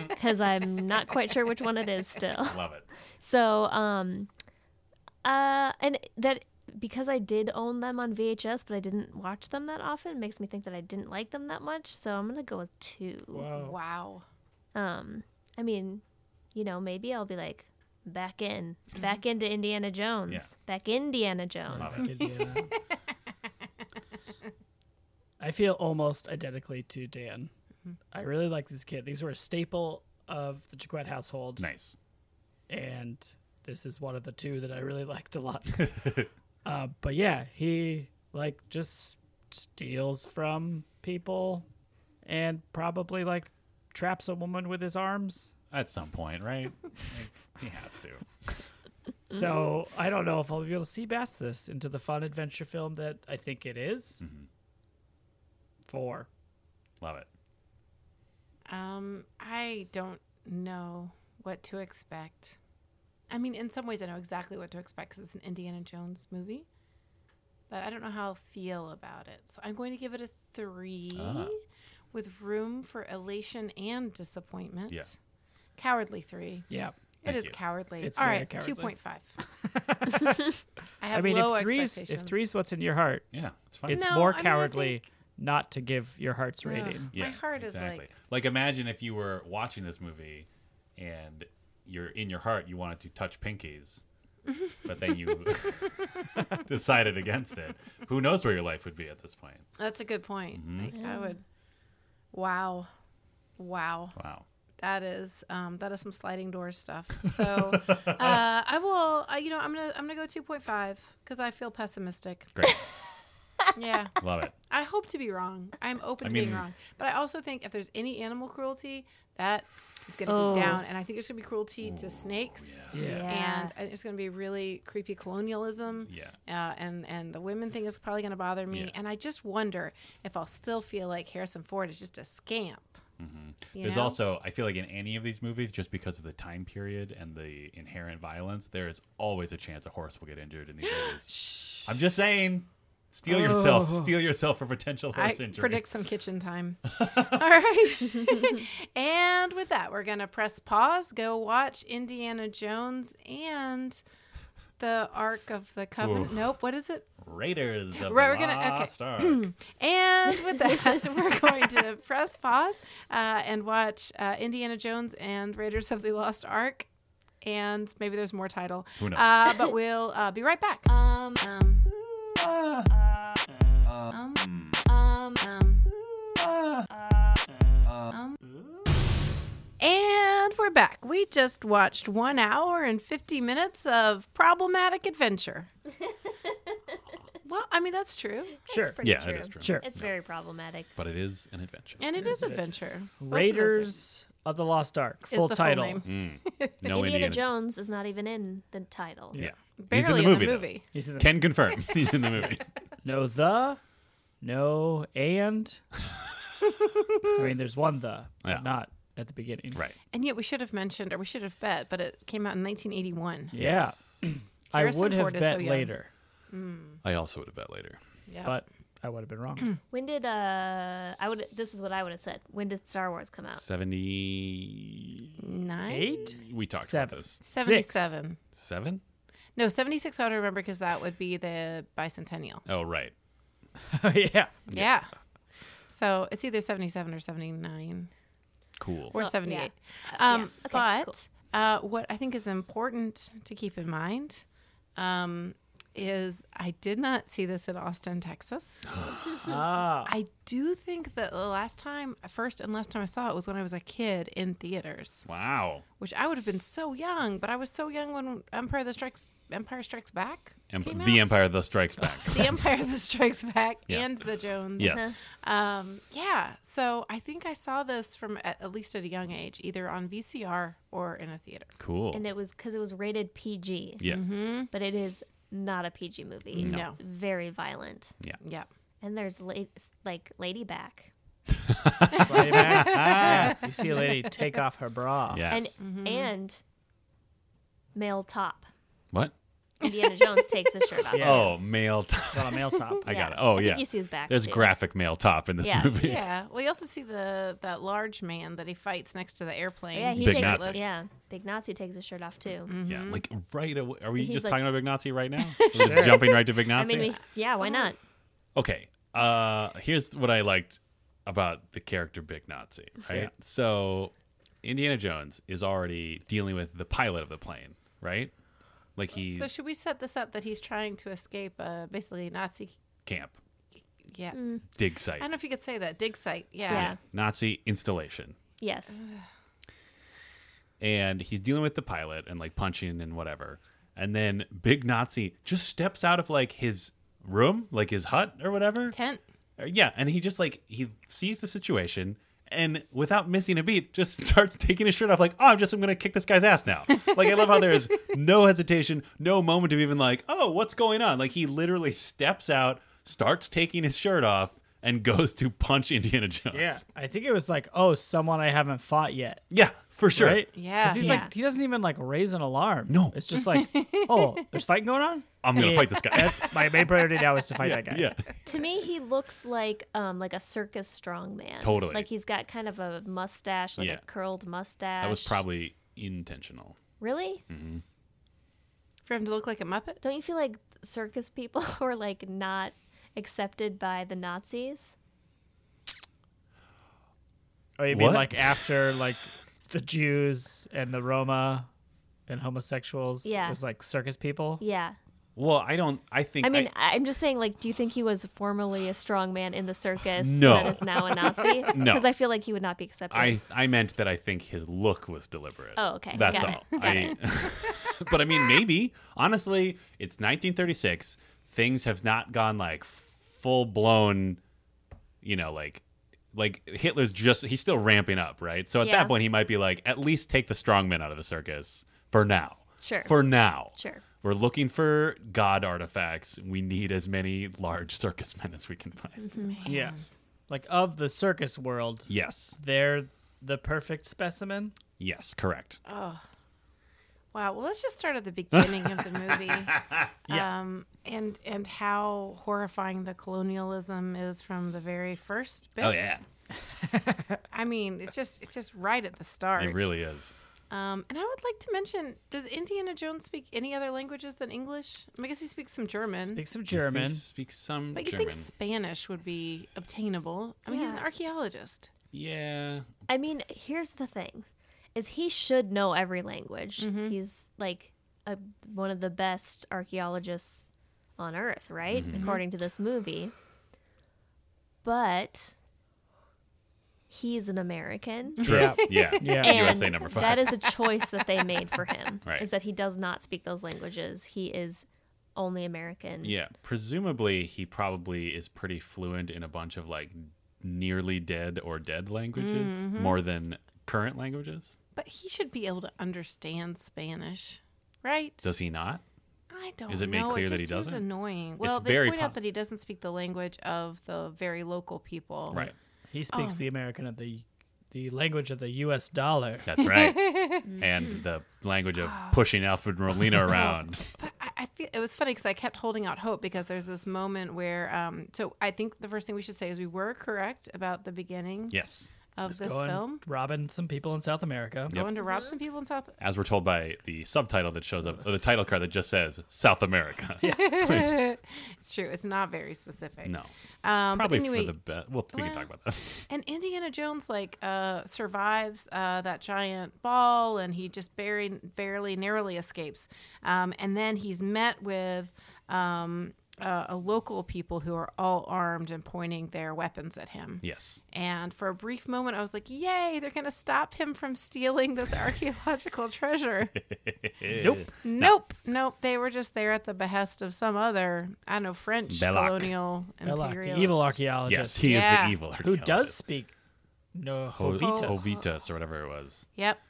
Speaker 3: because I'm not quite sure which one it is still.
Speaker 2: Love it.
Speaker 3: So, um, uh, and that because I did own them on VHS, but I didn't watch them that often, makes me think that I didn't like them that much. So I'm gonna go with two.
Speaker 1: Whoa.
Speaker 4: Wow.
Speaker 3: Um, I mean, you know, maybe I'll be like back in, back into Indiana Jones,
Speaker 2: Mm-hmm. Yeah.
Speaker 3: back Indiana Jones.
Speaker 2: Love it.
Speaker 1: Give you that.
Speaker 4: [LAUGHS]
Speaker 1: I feel almost identically to Dan.
Speaker 4: Mm-hmm.
Speaker 1: I really like this kid. These were a staple of the Jaquette household,
Speaker 2: Nice.
Speaker 1: and this is one of the two that I really [LAUGHS] liked a
Speaker 2: [LAUGHS]
Speaker 1: lot. uh, but yeah, he like just steals from people, and probably like traps a woman with his arms.
Speaker 2: At some point, right? Like, he has to.
Speaker 1: So I don't know if I'll be able to see past this into the fun adventure film that I think it is.
Speaker 2: Mm-hmm.
Speaker 1: Four.
Speaker 2: Love it.
Speaker 4: Um, I don't know what to expect. I mean, in some ways, I know exactly what to expect because it's an Indiana Jones movie, but I don't know how I'll feel about it. So I'm going to give it a three
Speaker 2: Ah.
Speaker 4: with room for elation and disappointment.
Speaker 2: Yeah.
Speaker 4: Cowardly three.
Speaker 1: Yeah.
Speaker 2: Thank
Speaker 4: it is
Speaker 2: you.
Speaker 4: cowardly.
Speaker 1: It's
Speaker 4: All
Speaker 1: very
Speaker 4: right,
Speaker 1: cowardly. [LAUGHS]
Speaker 4: 2.5. I have
Speaker 1: I mean,
Speaker 4: low
Speaker 1: if three's if
Speaker 4: expectations.
Speaker 1: three's what's in your heart,
Speaker 2: Yeah, it's fine.
Speaker 1: it's
Speaker 4: No,
Speaker 1: more
Speaker 4: I mean, I
Speaker 1: cowardly
Speaker 4: think-
Speaker 1: not to give your heart's
Speaker 4: Ugh,
Speaker 1: rating.
Speaker 2: Yeah,
Speaker 4: my heart is
Speaker 2: exactly.
Speaker 4: like,
Speaker 2: imagine if you were watching this movie, and you're in your heart you wanted to touch
Speaker 4: [LAUGHS]
Speaker 2: pinkies, but then you [LAUGHS] decided against it. Who knows where your life would be at this point?
Speaker 4: that's a good point.
Speaker 2: Mm-hmm.
Speaker 4: Like, I would, wow. Wow.
Speaker 2: Wow.
Speaker 4: that is um, that is some sliding door stuff. So uh, I will, uh, you know, I'm gonna I'm gonna go 2.5 because I feel pessimistic. [LAUGHS]
Speaker 2: Great.
Speaker 4: Yeah,
Speaker 2: Love it.
Speaker 4: I hope to be wrong. I'm open
Speaker 2: I
Speaker 4: to being
Speaker 2: mean-
Speaker 4: wrong, but I also think if there's any animal cruelty, that is gonna
Speaker 3: Oh.
Speaker 4: be down, and I think there's gonna be cruelty to snakes,
Speaker 2: Yeah.
Speaker 1: Yeah.
Speaker 4: and I think it's gonna be really creepy colonialism.
Speaker 2: Yeah.
Speaker 4: Uh, and and the women thing is probably going to bother me,
Speaker 2: Yeah.
Speaker 4: and I just wonder if I'll still feel like Harrison Ford is just a scamp. You
Speaker 2: Mm-hmm. There's
Speaker 4: know?
Speaker 2: also, I feel like in any of these movies, just because of the time period and the inherent violence, there is always a chance a horse will get injured
Speaker 4: [GASPS]
Speaker 2: in these movies. I'm just saying, steal yourself, steal yourself for potential
Speaker 4: Oh. I
Speaker 2: horse injury.
Speaker 4: predict some
Speaker 2: [LAUGHS]
Speaker 4: kitchen time. All right. and with that, we're going to press pause, go watch Indiana Jones and the Ark of the Covenant.
Speaker 2: Oof.
Speaker 4: Nope. What is it?
Speaker 2: Raiders of the
Speaker 4: Right, we're gonna- okay.
Speaker 2: Lost
Speaker 4: [CLEARS THROAT]
Speaker 2: Ark.
Speaker 4: And with that, [LAUGHS] we're going to press pause uh, and watch uh, Indiana Jones and Raiders of the Lost Ark. And maybe there's more title.
Speaker 2: Who knows?
Speaker 4: Uh, but we'll uh, be right back.
Speaker 3: Um,
Speaker 4: Um, um,
Speaker 3: um,
Speaker 4: um, um. We just watched one hour and 50 minutes of problematic adventure. well, I mean, that's true.
Speaker 5: Sure.
Speaker 3: It's pretty
Speaker 2: Yeah, it
Speaker 3: true.
Speaker 2: is true.
Speaker 5: Sure.
Speaker 3: It's very problematic.
Speaker 2: But it is an adventure.
Speaker 4: And it is adventure. Both of those are-
Speaker 1: Raiders of the Lost Ark,
Speaker 4: is
Speaker 1: full
Speaker 4: the
Speaker 1: title.
Speaker 4: name.
Speaker 2: Mm.
Speaker 3: [LAUGHS]
Speaker 2: No
Speaker 3: Indiana,
Speaker 2: Indiana.
Speaker 3: Jones is not even in the title.
Speaker 2: Yeah.
Speaker 4: Barely
Speaker 2: He's in the movie. though.
Speaker 1: He's in the,
Speaker 2: Can
Speaker 3: [LAUGHS]
Speaker 2: confirm. He's in the movie.
Speaker 1: no the, no and.
Speaker 2: [LAUGHS]
Speaker 1: I mean, there's one the, but
Speaker 2: Yeah.
Speaker 1: not at the beginning.
Speaker 2: Right.
Speaker 4: And yet we should have mentioned, or we should have bet, but it came out in 1981.
Speaker 1: Yeah, I
Speaker 4: Harrison
Speaker 1: would have
Speaker 4: Ford is so
Speaker 1: bet
Speaker 4: young.
Speaker 1: later,
Speaker 2: [CLEARS THROAT] I also would have bet later.
Speaker 4: Yeah.
Speaker 1: but I would have been
Speaker 4: [CLEARS THROAT]
Speaker 1: wrong.
Speaker 3: When did uh I would this is what I would have said. When did Star Wars come out?
Speaker 2: 70.
Speaker 4: Nine?
Speaker 2: [LAUGHS]
Speaker 1: Eight.
Speaker 2: We talked
Speaker 1: Seven.
Speaker 2: about this.
Speaker 4: 77.
Speaker 2: Seven?
Speaker 4: No, 76 I would remember because that would be the bicentennial.
Speaker 2: Oh, right.
Speaker 1: yeah.
Speaker 4: Yeah. So it's either 77 or 79
Speaker 2: Cool.
Speaker 4: or
Speaker 3: So, yeah.
Speaker 4: 78.
Speaker 3: Uh,
Speaker 4: Um,
Speaker 3: yeah. Okay, cool.
Speaker 4: but uh, what I think is important to keep in mind um, is I did not see this in
Speaker 3: [GASPS]
Speaker 4: Austin, Texas.
Speaker 1: Ah,
Speaker 4: I do think that the last time, first and last time I saw it was when I was a kid in theaters,
Speaker 2: Wow.
Speaker 4: which I would have been so young, but I was so young when Empire the Strikes Empire Strikes Back.
Speaker 2: Em-
Speaker 4: came
Speaker 2: the
Speaker 4: out.
Speaker 2: Empire that Strikes
Speaker 3: [LAUGHS]
Speaker 2: Back.
Speaker 4: [LAUGHS] The Empire that Strikes Back
Speaker 2: Yeah.
Speaker 4: and the Jones.
Speaker 2: yes.
Speaker 4: Um, yeah. So I think I saw this from at, at least at a young age, either on VCR or in a theater.
Speaker 2: Cool.
Speaker 3: And mm-hmm. it was cuz it was rated PG.
Speaker 2: yeah.
Speaker 3: But it is not a PG movie.
Speaker 4: No.
Speaker 3: It's very violent.
Speaker 4: Yeah.
Speaker 3: And there's la- like Lady Back.
Speaker 1: slide it back. [LAUGHS] Yeah, you see a lady take off her bra.
Speaker 2: Yes.
Speaker 3: And and male top.
Speaker 2: what?
Speaker 3: Indiana Jones takes his
Speaker 2: [LAUGHS]
Speaker 3: shirt off.
Speaker 1: Yeah.
Speaker 2: Oh, male top.
Speaker 1: Got a male top.
Speaker 2: I got
Speaker 3: Yeah.
Speaker 2: it. Oh,
Speaker 3: I
Speaker 2: yeah.
Speaker 3: think you see his back,
Speaker 2: There's
Speaker 3: too.
Speaker 2: graphic male top in this
Speaker 3: Yeah.
Speaker 2: movie.
Speaker 4: Yeah. Well, you also see the that large man that he fights next to the airplane.
Speaker 3: Yeah, he
Speaker 2: Big
Speaker 3: takes
Speaker 2: Nazi.
Speaker 3: yeah. Big Nazi takes his shirt off too.
Speaker 2: [LAUGHS] Yeah, like right away. Are we
Speaker 3: Mm-hmm. He's
Speaker 2: just
Speaker 3: like-
Speaker 2: talking about Big Nazi right
Speaker 3: [LAUGHS]
Speaker 2: now? We're just jumping right to Big
Speaker 3: I
Speaker 2: Nazi.
Speaker 3: mean, we, yeah, why not?
Speaker 2: okay. Uh, here's what I liked about the character Big Nazi. Right. So Indiana Jones is already dealing with the pilot of the plane, right? Like he
Speaker 4: So should we set this up that he's trying to escape uh, basically Nazi?
Speaker 2: camp
Speaker 4: Yeah.
Speaker 2: dig
Speaker 4: I
Speaker 2: site,
Speaker 4: don't know if you could say that dig site. Yeah.
Speaker 3: Mm. Yeah.
Speaker 2: Nazi installation,
Speaker 3: Yes.
Speaker 2: and he's dealing with the pilot and like punching and whatever. And then Big Nazi just steps out of like his room, like his hut or whatever.
Speaker 4: Tent.
Speaker 2: Uh, Yeah, and he just like he sees the situation and without missing a beat, just [LAUGHS] starts taking his shirt off, like, oh, I'm just I'm gonna kick this guy's ass now. Like I love how there's no hesitation, no moment of even like, oh, what's going on? Like he literally steps out, starts taking his shirt off, and goes to punch Indiana Jones.
Speaker 1: Yeah, I think it was like, oh, someone I haven't fought yet.
Speaker 2: Yeah, for sure.
Speaker 1: Right?
Speaker 4: Yeah.
Speaker 1: 'Cause he's
Speaker 3: Yeah.
Speaker 1: like, he doesn't even like raise an alarm.
Speaker 2: No.
Speaker 1: it's just
Speaker 3: [LAUGHS]
Speaker 1: like, oh, there's fighting going on.
Speaker 2: I'm gonna
Speaker 1: Yeah.
Speaker 2: fight this guy.
Speaker 1: That's my main priority now is to fight that guy.
Speaker 2: [LAUGHS] yeah.
Speaker 3: To me, he looks like um like a circus strongman.
Speaker 2: Totally.
Speaker 3: Like he's got kind of a mustache, like
Speaker 2: Yeah.
Speaker 3: a curled mustache.
Speaker 2: That was Hmm. probably intentional.
Speaker 3: really.
Speaker 4: For him to look like a Muppet.
Speaker 3: Don't you feel like circus people [LAUGHS] were like not accepted by the Nazis?
Speaker 1: Or you
Speaker 2: What?
Speaker 1: mean like after like the Jews and the Roma and homosexuals
Speaker 3: Yeah.
Speaker 1: was like circus people?
Speaker 3: Yeah.
Speaker 2: Well, I don't I think
Speaker 3: I mean, I, am just saying, like, do you think he was formerly a strongman in the circus
Speaker 2: No.
Speaker 3: that is now a Nazi?
Speaker 2: [LAUGHS] No.
Speaker 3: Because I feel like he would not be accepted.
Speaker 2: I I meant that I think his look was deliberate.
Speaker 3: Oh, okay.
Speaker 2: That's
Speaker 3: Got
Speaker 2: all.
Speaker 3: it. [LAUGHS] Got
Speaker 2: I, [LAUGHS] but I mean, maybe honestly, it's 1936. Things have not gone like full blown. You know, like like Hitler's just he's still ramping up, right? So at
Speaker 3: Yeah.
Speaker 2: that point, he might be like, at least take the strongmen out of the circus for now.
Speaker 3: Sure.
Speaker 2: For now.
Speaker 3: Sure.
Speaker 2: We're looking for God artifacts. We need as many large circus men as we can find.
Speaker 3: Mm-hmm.
Speaker 1: Yeah, like of the circus world,
Speaker 2: Yes.
Speaker 1: they're the perfect specimen.
Speaker 2: Yes. Correct.
Speaker 3: Oh,
Speaker 2: Oh,
Speaker 4: Wow. Well, let's
Speaker 2: [LAUGHS]
Speaker 4: just start at the beginning of the movie.
Speaker 1: Yeah.
Speaker 4: Um, and and how horrifying the colonialism is from the very first bit.
Speaker 2: Oh yeah.
Speaker 4: I mean, it's just it's just right at the start.
Speaker 2: It really is.
Speaker 4: Um, and I would like to mention: Does Indiana Jones speak any other languages than English? I guess he speaks some German.
Speaker 1: Speaks of
Speaker 2: He
Speaker 1: German.
Speaker 2: speaks some
Speaker 4: but you
Speaker 2: German.
Speaker 4: think Spanish would be obtainable? I mean, he's an
Speaker 3: Yeah.
Speaker 4: archaeologist.
Speaker 2: Yeah.
Speaker 3: I mean, here's the thing: is he should know every language.
Speaker 2: Mm-hmm.
Speaker 3: He's like a, one of the best archaeologists on Earth,
Speaker 2: Mm-hmm.
Speaker 3: right? According to this movie. But he's an
Speaker 2: [LAUGHS]
Speaker 3: American.
Speaker 2: True. Yeah. Yeah.
Speaker 5: Yeah.
Speaker 2: USA
Speaker 3: And
Speaker 2: number five.
Speaker 3: That is a choice that they made for him.
Speaker 2: [LAUGHS] Right.
Speaker 3: Is that he does not speak those languages. He is only American.
Speaker 2: Yeah, presumably he probably is pretty fluent in a bunch of like nearly dead or dead languages
Speaker 4: Mm-hmm.
Speaker 2: more than current languages.
Speaker 4: But he should be able to understand Spanish, right?
Speaker 2: Does he not?
Speaker 4: I don't.
Speaker 2: Is it made
Speaker 4: know.
Speaker 2: clear that
Speaker 4: just
Speaker 2: he
Speaker 4: seems
Speaker 2: doesn't?
Speaker 4: Annoying. Well, they
Speaker 2: very
Speaker 4: point
Speaker 2: po-
Speaker 4: out that he doesn't speak the language of the very local people.
Speaker 2: Right.
Speaker 1: He
Speaker 4: Oh.
Speaker 1: speaks the American of the the language of the U.S. dollar.
Speaker 2: That's right.
Speaker 4: [LAUGHS]
Speaker 2: and the language
Speaker 4: [GASPS]
Speaker 2: of pushing Alfred Molina around.
Speaker 4: But I, I feel it was funny because I kept holding out hope because there's this moment where. Um, so I think the first thing we should say is we were correct about the beginning
Speaker 2: yes.
Speaker 4: of this
Speaker 1: Going
Speaker 4: film.
Speaker 1: robbing some people in South America.
Speaker 4: Going to rob some people in South.
Speaker 2: As we're told by the subtitle that shows up, or the title card that just says South
Speaker 4: [LAUGHS]
Speaker 2: America. [LAUGHS]
Speaker 4: It's true. It's not very specific.
Speaker 2: No.
Speaker 4: Um,
Speaker 2: Probably
Speaker 4: but anyway,
Speaker 2: for the best. Well, we can
Speaker 4: Well-
Speaker 2: talk about that. [LAUGHS]
Speaker 4: And Indiana Jones like uh, survives uh, that giant ball, and he just barely, barely, narrowly escapes. Um, and then he's met with um, uh, a local people who are all armed and pointing their weapons at him.
Speaker 2: yes.
Speaker 4: And for a brief moment, I was like, "Yay! They're gonna stop him from stealing this archaeological treasure."
Speaker 2: Nope.
Speaker 4: nope, nope. They were just there at the behest of some other, I don't know, French
Speaker 2: Belloc.
Speaker 4: colonial
Speaker 1: Belloc,
Speaker 4: imperialist.
Speaker 1: the evil archaeologist
Speaker 2: Yes, he is
Speaker 4: Yeah.
Speaker 2: the evil
Speaker 1: who
Speaker 2: archaeologist.
Speaker 1: does speak no
Speaker 2: Ho-
Speaker 1: Hovitas,
Speaker 2: Hovitas or whatever it was.
Speaker 4: Yep.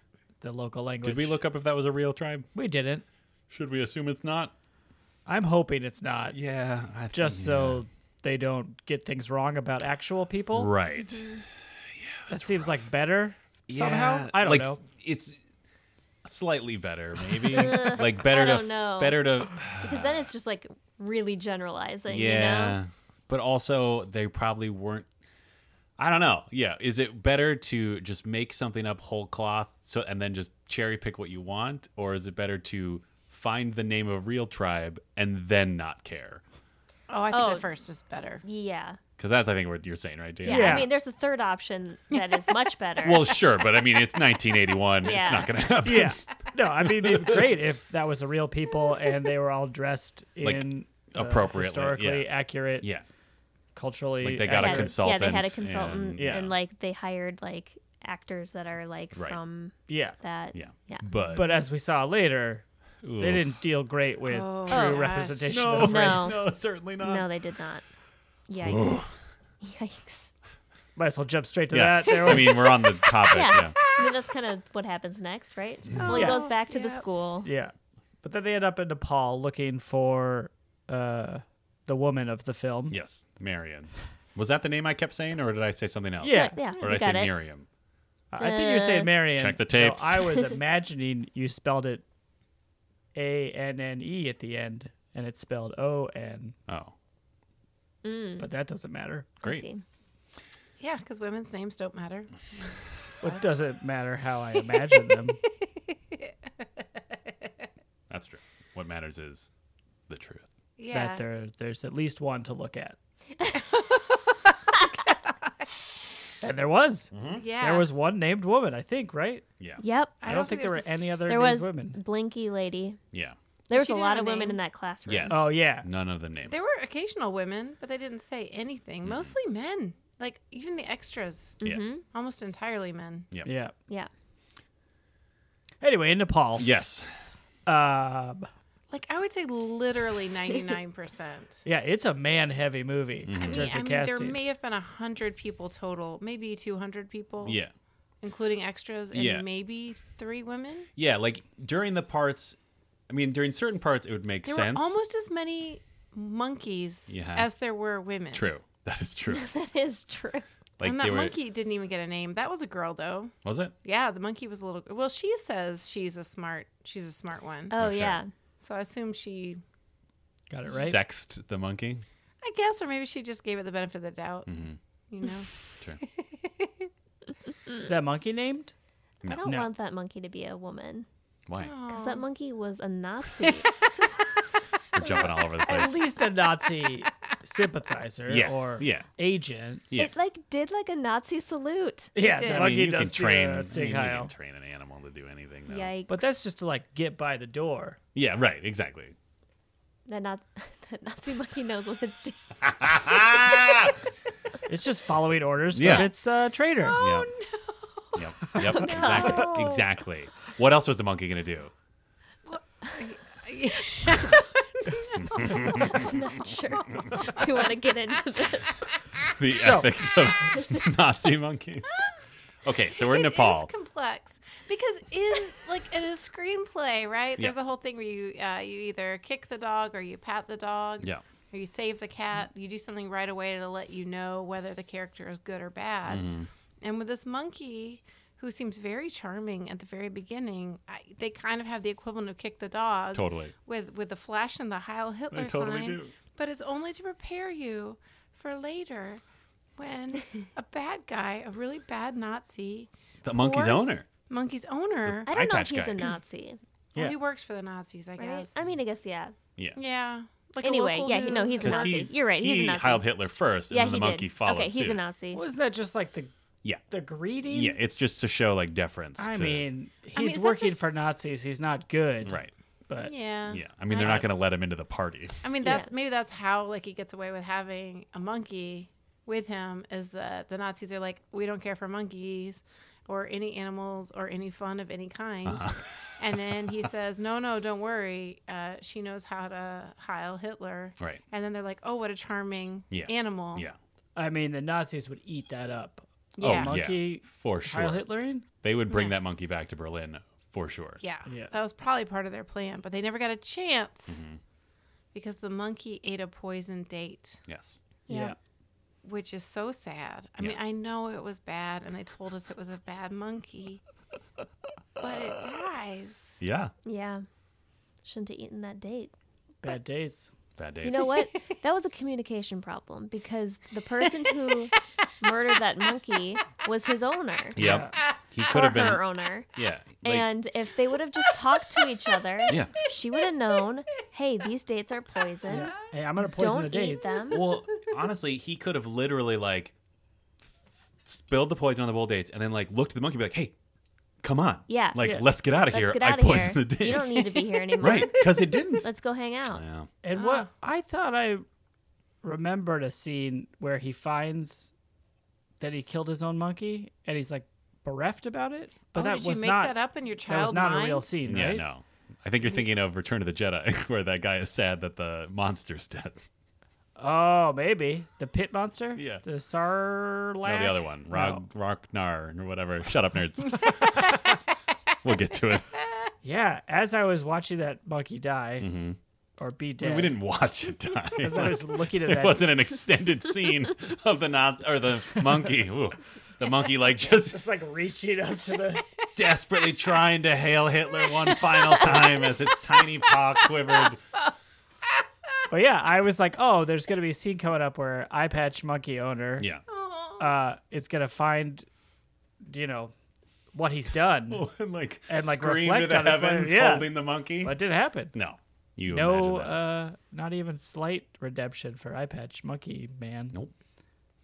Speaker 1: the local language.
Speaker 2: Did we look up if that was a real tribe?
Speaker 1: We didn't.
Speaker 2: Should we assume it's not?
Speaker 1: I'm hoping it's not.
Speaker 2: Yeah, I
Speaker 1: Just so they don't get things wrong about actual people.
Speaker 2: right.
Speaker 1: that seems like better somehow. I don't
Speaker 2: like,
Speaker 1: know.
Speaker 2: It's slightly better, [LAUGHS] maybe.
Speaker 3: [LAUGHS]
Speaker 2: like better
Speaker 3: I
Speaker 2: to
Speaker 3: don't know.
Speaker 2: better to
Speaker 3: Because then it's just like
Speaker 2: [SIGHS]
Speaker 3: really generalizing.
Speaker 2: yeah.
Speaker 3: You know?
Speaker 2: But also, they probably weren't. I don't know. Yeah, is it better to just make something up whole cloth so and then just cherry pick what you want, or is it better to find the name of a real tribe and then not care?
Speaker 4: Oh, I think
Speaker 3: Oh.
Speaker 4: the first is better.
Speaker 3: Yeah.
Speaker 2: Because that's I think what you're saying, right, Dan?
Speaker 3: Yeah.
Speaker 1: Yeah.
Speaker 3: I mean, there's a third option that is
Speaker 1: [LAUGHS]
Speaker 3: much better.
Speaker 2: Well, sure, but I mean, it's 1981.
Speaker 3: Yeah.
Speaker 2: It's not going to
Speaker 1: [LAUGHS]
Speaker 2: happen.
Speaker 1: Yeah. No, I mean, it'd be great if that was a real people and they were all dressed
Speaker 2: Like,
Speaker 1: in uh,
Speaker 2: appropriately,
Speaker 1: historically
Speaker 2: yeah.
Speaker 1: accurate,
Speaker 2: Yeah.
Speaker 1: culturally.
Speaker 2: Like, they got a
Speaker 1: accurate-
Speaker 2: cons-
Speaker 3: Yeah, they had a
Speaker 2: consultants
Speaker 3: consultant,
Speaker 2: and-
Speaker 3: and,
Speaker 1: Yeah.
Speaker 3: like they hired like actors that are like
Speaker 2: Right.
Speaker 3: from
Speaker 1: Yeah.
Speaker 3: that.
Speaker 2: Yeah.
Speaker 3: Yeah.
Speaker 2: But,
Speaker 1: But as we saw later, they didn't deal great with
Speaker 4: Oh,
Speaker 1: true
Speaker 4: gosh.
Speaker 1: representation
Speaker 2: No.
Speaker 1: of race.
Speaker 3: No.
Speaker 2: no, certainly not.
Speaker 3: No, they did not. Yikes. [LAUGHS] Yikes.
Speaker 1: Might as well jump straight to
Speaker 2: yeah.
Speaker 1: that. There
Speaker 2: I
Speaker 1: was,
Speaker 2: mean, we're on the topic.
Speaker 3: Yeah.
Speaker 2: yeah.
Speaker 3: I mean, that's kind of what happens next, right? Well, he
Speaker 1: Yeah.
Speaker 3: goes back to the
Speaker 4: Yep.
Speaker 3: school.
Speaker 1: yeah. But then they end up in Nepal looking for uh, the woman of the film.
Speaker 2: Yes, Marion. Was that the name I kept saying, or did I say something else?
Speaker 1: Yeah.
Speaker 3: Yeah,
Speaker 2: Or
Speaker 3: you
Speaker 2: did I
Speaker 3: got
Speaker 2: say
Speaker 3: it.
Speaker 2: Miriam?
Speaker 1: I I think you're
Speaker 3: Uh,
Speaker 1: saying Marion.
Speaker 2: Check the
Speaker 1: so
Speaker 2: tapes.
Speaker 1: I
Speaker 2: [LAUGHS]
Speaker 1: was imagining you spelled it A N N E at the end, and it's spelled O N,
Speaker 2: Oh,
Speaker 3: Hmm.
Speaker 1: but that doesn't matter.
Speaker 3: I
Speaker 2: great.
Speaker 3: see.
Speaker 4: Yeah, because women's names don't matter.
Speaker 1: It doesn't matter how I imagine them.
Speaker 2: That's true. What matters is the truth.
Speaker 4: Yeah.
Speaker 1: That there, there's at least one to look
Speaker 4: [LAUGHS]
Speaker 1: at. and there was.
Speaker 2: Mm-hmm.
Speaker 4: yeah.
Speaker 1: Hmm? There was one named woman, I think, right?
Speaker 2: Yeah.
Speaker 3: Yep.
Speaker 1: I, don't, think there were
Speaker 4: there's a-
Speaker 1: any other
Speaker 3: There
Speaker 1: named
Speaker 3: was
Speaker 1: women.
Speaker 3: Blinky Lady.
Speaker 2: Yeah.
Speaker 3: There was
Speaker 4: She
Speaker 3: a
Speaker 4: didn't
Speaker 3: lot
Speaker 4: have
Speaker 3: of
Speaker 4: a
Speaker 3: women
Speaker 4: name.
Speaker 3: in that classroom.
Speaker 2: Yes.
Speaker 1: Oh yeah.
Speaker 2: None of the names.
Speaker 4: There were occasional women, but they didn't say
Speaker 1: Mm-hmm.
Speaker 4: anything. Mostly men. Like even the extras,
Speaker 2: Yeah.
Speaker 4: almost entirely men.
Speaker 2: Yeah.
Speaker 1: Yeah.
Speaker 3: Yeah. [LAUGHS]
Speaker 1: Anyway, in Nepal.
Speaker 2: Yes.
Speaker 1: Um,
Speaker 4: Like I would
Speaker 1: [LAUGHS]
Speaker 4: say, literally ninety nine percent.
Speaker 1: yeah, it's a man-heavy movie
Speaker 2: Mm-hmm.
Speaker 4: I
Speaker 1: in
Speaker 4: mean,
Speaker 1: terms
Speaker 4: I
Speaker 1: of
Speaker 4: mean there
Speaker 1: casting.
Speaker 4: may have been hundred people total, maybe two hundred people,
Speaker 2: Yeah.
Speaker 4: including extras and
Speaker 2: Yeah.
Speaker 4: maybe three women.
Speaker 2: Yeah. Like during the parts, I mean, during certain parts, it would make
Speaker 4: There
Speaker 2: sense.
Speaker 4: were almost as many monkeys
Speaker 2: Yeah.
Speaker 4: as there were women.
Speaker 2: true. That is true.
Speaker 3: That is true.
Speaker 2: Like
Speaker 4: and
Speaker 2: they
Speaker 4: that
Speaker 2: were.
Speaker 4: monkey didn't even get a name. That was a girl though.
Speaker 2: Was it?
Speaker 4: Yeah, the monkey was a little. Well, she says she's a smart. She's a smart one.
Speaker 3: Oh,
Speaker 2: Oh, sure.
Speaker 3: yeah.
Speaker 4: So I assume she.
Speaker 1: Got it right.
Speaker 2: Sexed the monkey.
Speaker 4: I guess, or maybe she just gave it the benefit of the doubt. You
Speaker 2: Mm-hmm.
Speaker 4: know.
Speaker 2: True.
Speaker 1: Is that monkey named?
Speaker 3: I don't
Speaker 1: No.
Speaker 3: want that monkey to be a woman
Speaker 2: Why?
Speaker 3: because that monkey was a Nazi.
Speaker 1: [LAUGHS]
Speaker 2: We're jumping all
Speaker 3: [LAUGHS]
Speaker 2: over the
Speaker 1: At
Speaker 2: place.
Speaker 1: least a
Speaker 4: [LAUGHS]
Speaker 1: Nazi sympathizer
Speaker 2: Yeah,
Speaker 1: or
Speaker 2: yeah.
Speaker 1: agent.
Speaker 2: Yeah.
Speaker 3: It like did like a Nazi salute.
Speaker 1: Yeah,
Speaker 4: did.
Speaker 1: the
Speaker 2: I
Speaker 4: I mean,
Speaker 2: mean,
Speaker 1: monkey
Speaker 2: you can
Speaker 1: does
Speaker 2: train.
Speaker 1: do
Speaker 2: I
Speaker 1: a
Speaker 2: mean,
Speaker 1: Sig
Speaker 2: you
Speaker 1: Heil.
Speaker 2: can train an animal to do anything. Though.
Speaker 3: Yikes!
Speaker 1: But that's just to like get by the door.
Speaker 2: Yeah. Right. Exactly.
Speaker 3: [LAUGHS] that, not, that Nazi monkey knows what it's doing.
Speaker 2: Ah!
Speaker 1: It's
Speaker 2: [LAUGHS]
Speaker 1: just following orders
Speaker 2: Yeah.
Speaker 1: from its uh, trader.
Speaker 4: Oh,
Speaker 3: Oh,
Speaker 2: yep. Yep.
Speaker 3: [LAUGHS]
Speaker 2: Yep. Exactly. Exactly. What else was the monkey gonna do? [LAUGHS]
Speaker 3: I'm not sure we want to get into this.
Speaker 2: The ethics of [LAUGHS] Nazi monkeys. Okay, so we're in
Speaker 4: It
Speaker 2: Nepal.
Speaker 4: is complex because in like in a screenplay, right? There's
Speaker 2: Yeah.
Speaker 4: a whole thing where you uh, you either kick the dog or you pat the dog,
Speaker 2: Yeah. Mm-hmm.
Speaker 4: or you save the cat. You do something right away to let you know whether the character is good or bad.
Speaker 2: Mm-hmm.
Speaker 4: And with this monkey, who seems very charming at the very beginning, I, they kind of have the equivalent of kick the dog,
Speaker 2: Totally.
Speaker 4: with with the flash and the Heil Hitler
Speaker 2: They totally
Speaker 4: sign.
Speaker 2: do.
Speaker 4: But it's only to prepare you for later
Speaker 3: [LAUGHS]
Speaker 4: when a bad guy, a really bad Nazi,
Speaker 2: The monkey's
Speaker 4: pours-
Speaker 2: owner.
Speaker 4: monkey's owner,
Speaker 3: I don't
Speaker 2: Eye
Speaker 3: know if
Speaker 2: patch
Speaker 3: he's
Speaker 2: guy.
Speaker 3: a Nazi,
Speaker 4: well,
Speaker 1: Yeah.
Speaker 4: he works for the Nazis, I
Speaker 3: right?
Speaker 4: guess.
Speaker 3: I mean, I guess yeah.
Speaker 2: Yeah.
Speaker 4: yeah. Like a
Speaker 3: Anyway,
Speaker 4: local
Speaker 3: yeah, he-
Speaker 4: who-
Speaker 3: no, he's a
Speaker 4: who-
Speaker 2: Because
Speaker 3: Nazi.
Speaker 2: he's
Speaker 3: You're right, he's a
Speaker 2: he
Speaker 3: Nazi.
Speaker 2: heiled Hitler first, and
Speaker 3: Yeah,
Speaker 2: then the
Speaker 3: he
Speaker 2: monkey
Speaker 3: did.
Speaker 2: followed.
Speaker 3: okay, he's
Speaker 2: suit.
Speaker 3: a Nazi.
Speaker 1: Wasn't that just like the
Speaker 2: Yeah.
Speaker 1: the greedy?
Speaker 2: Yeah, it's just to show like deference.
Speaker 1: I
Speaker 2: to-
Speaker 1: mean, he's
Speaker 4: I mean, is that
Speaker 1: working
Speaker 4: just-
Speaker 1: for Nazis. He's not good,
Speaker 2: right.
Speaker 1: But
Speaker 3: uh,
Speaker 4: Yeah.
Speaker 2: uh, Yeah. I mean, they're not going to let him into the party.
Speaker 4: I mean, that's
Speaker 3: Yeah.
Speaker 4: maybe that's how like he gets away with having a monkey with him is that the Nazis are like, we don't care for monkeys or any animals or any fun of any kind.
Speaker 2: Uh-huh.
Speaker 4: and then he says, no, no, don't worry. Uh, she knows how to Heil Hitler.
Speaker 2: Right.
Speaker 4: And then they're like, oh, what a charming
Speaker 2: Yeah.
Speaker 4: animal.
Speaker 2: Yeah.
Speaker 1: I mean, the Nazis would eat that up.
Speaker 2: Oh,
Speaker 4: Yeah.
Speaker 1: Monkey
Speaker 2: For
Speaker 1: Heil
Speaker 2: sure.
Speaker 1: Hitlering?
Speaker 2: They would bring
Speaker 4: Yeah.
Speaker 2: that monkey back to Berlin for sure.
Speaker 4: Yeah.
Speaker 1: Yeah.
Speaker 4: That was probably part of their plan, but they never got a chance
Speaker 2: Mm-hmm.
Speaker 4: because the monkey ate a poisoned date,
Speaker 2: Yes.
Speaker 3: Yeah.
Speaker 4: which is so sad. I mean,
Speaker 2: Yes.
Speaker 4: I know it was bad and they told us it was a bad monkey, but it dies.
Speaker 2: Yeah.
Speaker 3: Yeah. Shouldn't have eaten that date.
Speaker 1: Bad days.
Speaker 2: Bad day.
Speaker 3: You know what? That was a communication problem because the person
Speaker 4: [LAUGHS]
Speaker 3: who murdered that monkey was his owner.
Speaker 2: [LAUGHS] Yep. He could
Speaker 3: Or
Speaker 2: have been.
Speaker 3: her [LAUGHS] owner.
Speaker 2: Yeah. like-
Speaker 3: [LAUGHS] and if they would have just talked to each other,
Speaker 2: [LAUGHS] Yeah.
Speaker 3: she would have known, hey, these dates are
Speaker 4: Uh,
Speaker 3: poison.
Speaker 1: Hey, I'm gonna poison
Speaker 3: Don't
Speaker 1: the
Speaker 3: eat
Speaker 1: dates.
Speaker 3: them.
Speaker 2: well, honestly, he could have literally like spilled the poison on the bowl dates and then like looked at the monkey and be like, "Hey, come on,
Speaker 3: Yeah.
Speaker 2: like
Speaker 1: Yeah.
Speaker 2: let's get out of
Speaker 3: Let's
Speaker 2: here.
Speaker 3: get
Speaker 2: I
Speaker 3: out of
Speaker 2: poisoned the
Speaker 3: here.
Speaker 2: dates,
Speaker 3: You
Speaker 2: [LAUGHS]
Speaker 3: don't need to be here anymore.
Speaker 2: right? Because it didn't.
Speaker 3: Let's go hang out.
Speaker 2: yeah.
Speaker 1: And
Speaker 4: Uh.
Speaker 1: what I thought I remembered a scene where he finds that he killed his own monkey, and he's like bereft about it. But
Speaker 4: oh,
Speaker 1: that
Speaker 4: did
Speaker 1: was
Speaker 4: you make
Speaker 1: not
Speaker 4: that up in your
Speaker 1: that was
Speaker 4: child
Speaker 1: not
Speaker 4: mind?
Speaker 1: a real scene,
Speaker 2: yeah,
Speaker 1: right?
Speaker 2: no. I think you're thinking of Return of the Jedi, [LAUGHS] where that guy is sad that the monster's dead.
Speaker 1: Oh, maybe the pit monster.
Speaker 2: Yeah.
Speaker 1: the Sarlacc.
Speaker 2: No, the other one, Rog, Rocknar or whatever. Shut
Speaker 1: [LAUGHS]
Speaker 2: up, nerds. we'll get to it.
Speaker 1: Yeah, as I was watching that monkey die
Speaker 2: Mm-hmm.
Speaker 1: or be
Speaker 2: I
Speaker 1: dead,
Speaker 2: mean, we didn't
Speaker 1: [LAUGHS]
Speaker 2: watch it die.
Speaker 1: As I was
Speaker 2: [LAUGHS]
Speaker 1: looking at
Speaker 2: It
Speaker 1: that,
Speaker 2: wasn't an extended scene of the Nazi or the monkey. Ooh. The monkey like just
Speaker 1: just like reaching up to
Speaker 2: [LAUGHS]
Speaker 1: the.
Speaker 2: desperately trying to hail Hitler one final time as its tiny paw quivered.
Speaker 1: But yeah, I was like, oh, there's gonna be a scene coming up where eye patch monkey owner
Speaker 2: Yeah.
Speaker 1: uh, is gonna find, you know, what he's
Speaker 2: [LAUGHS]
Speaker 1: done.
Speaker 2: and like
Speaker 1: Oh, And, like,
Speaker 2: scream to
Speaker 1: reflect
Speaker 2: the
Speaker 1: on this
Speaker 2: heavens
Speaker 1: later, yeah.
Speaker 2: holding the monkey.
Speaker 1: But it didn't happen.
Speaker 2: No. You imagine
Speaker 1: No,
Speaker 2: that.
Speaker 1: uh, not even slight redemption for eye patch monkey man.
Speaker 2: Nope.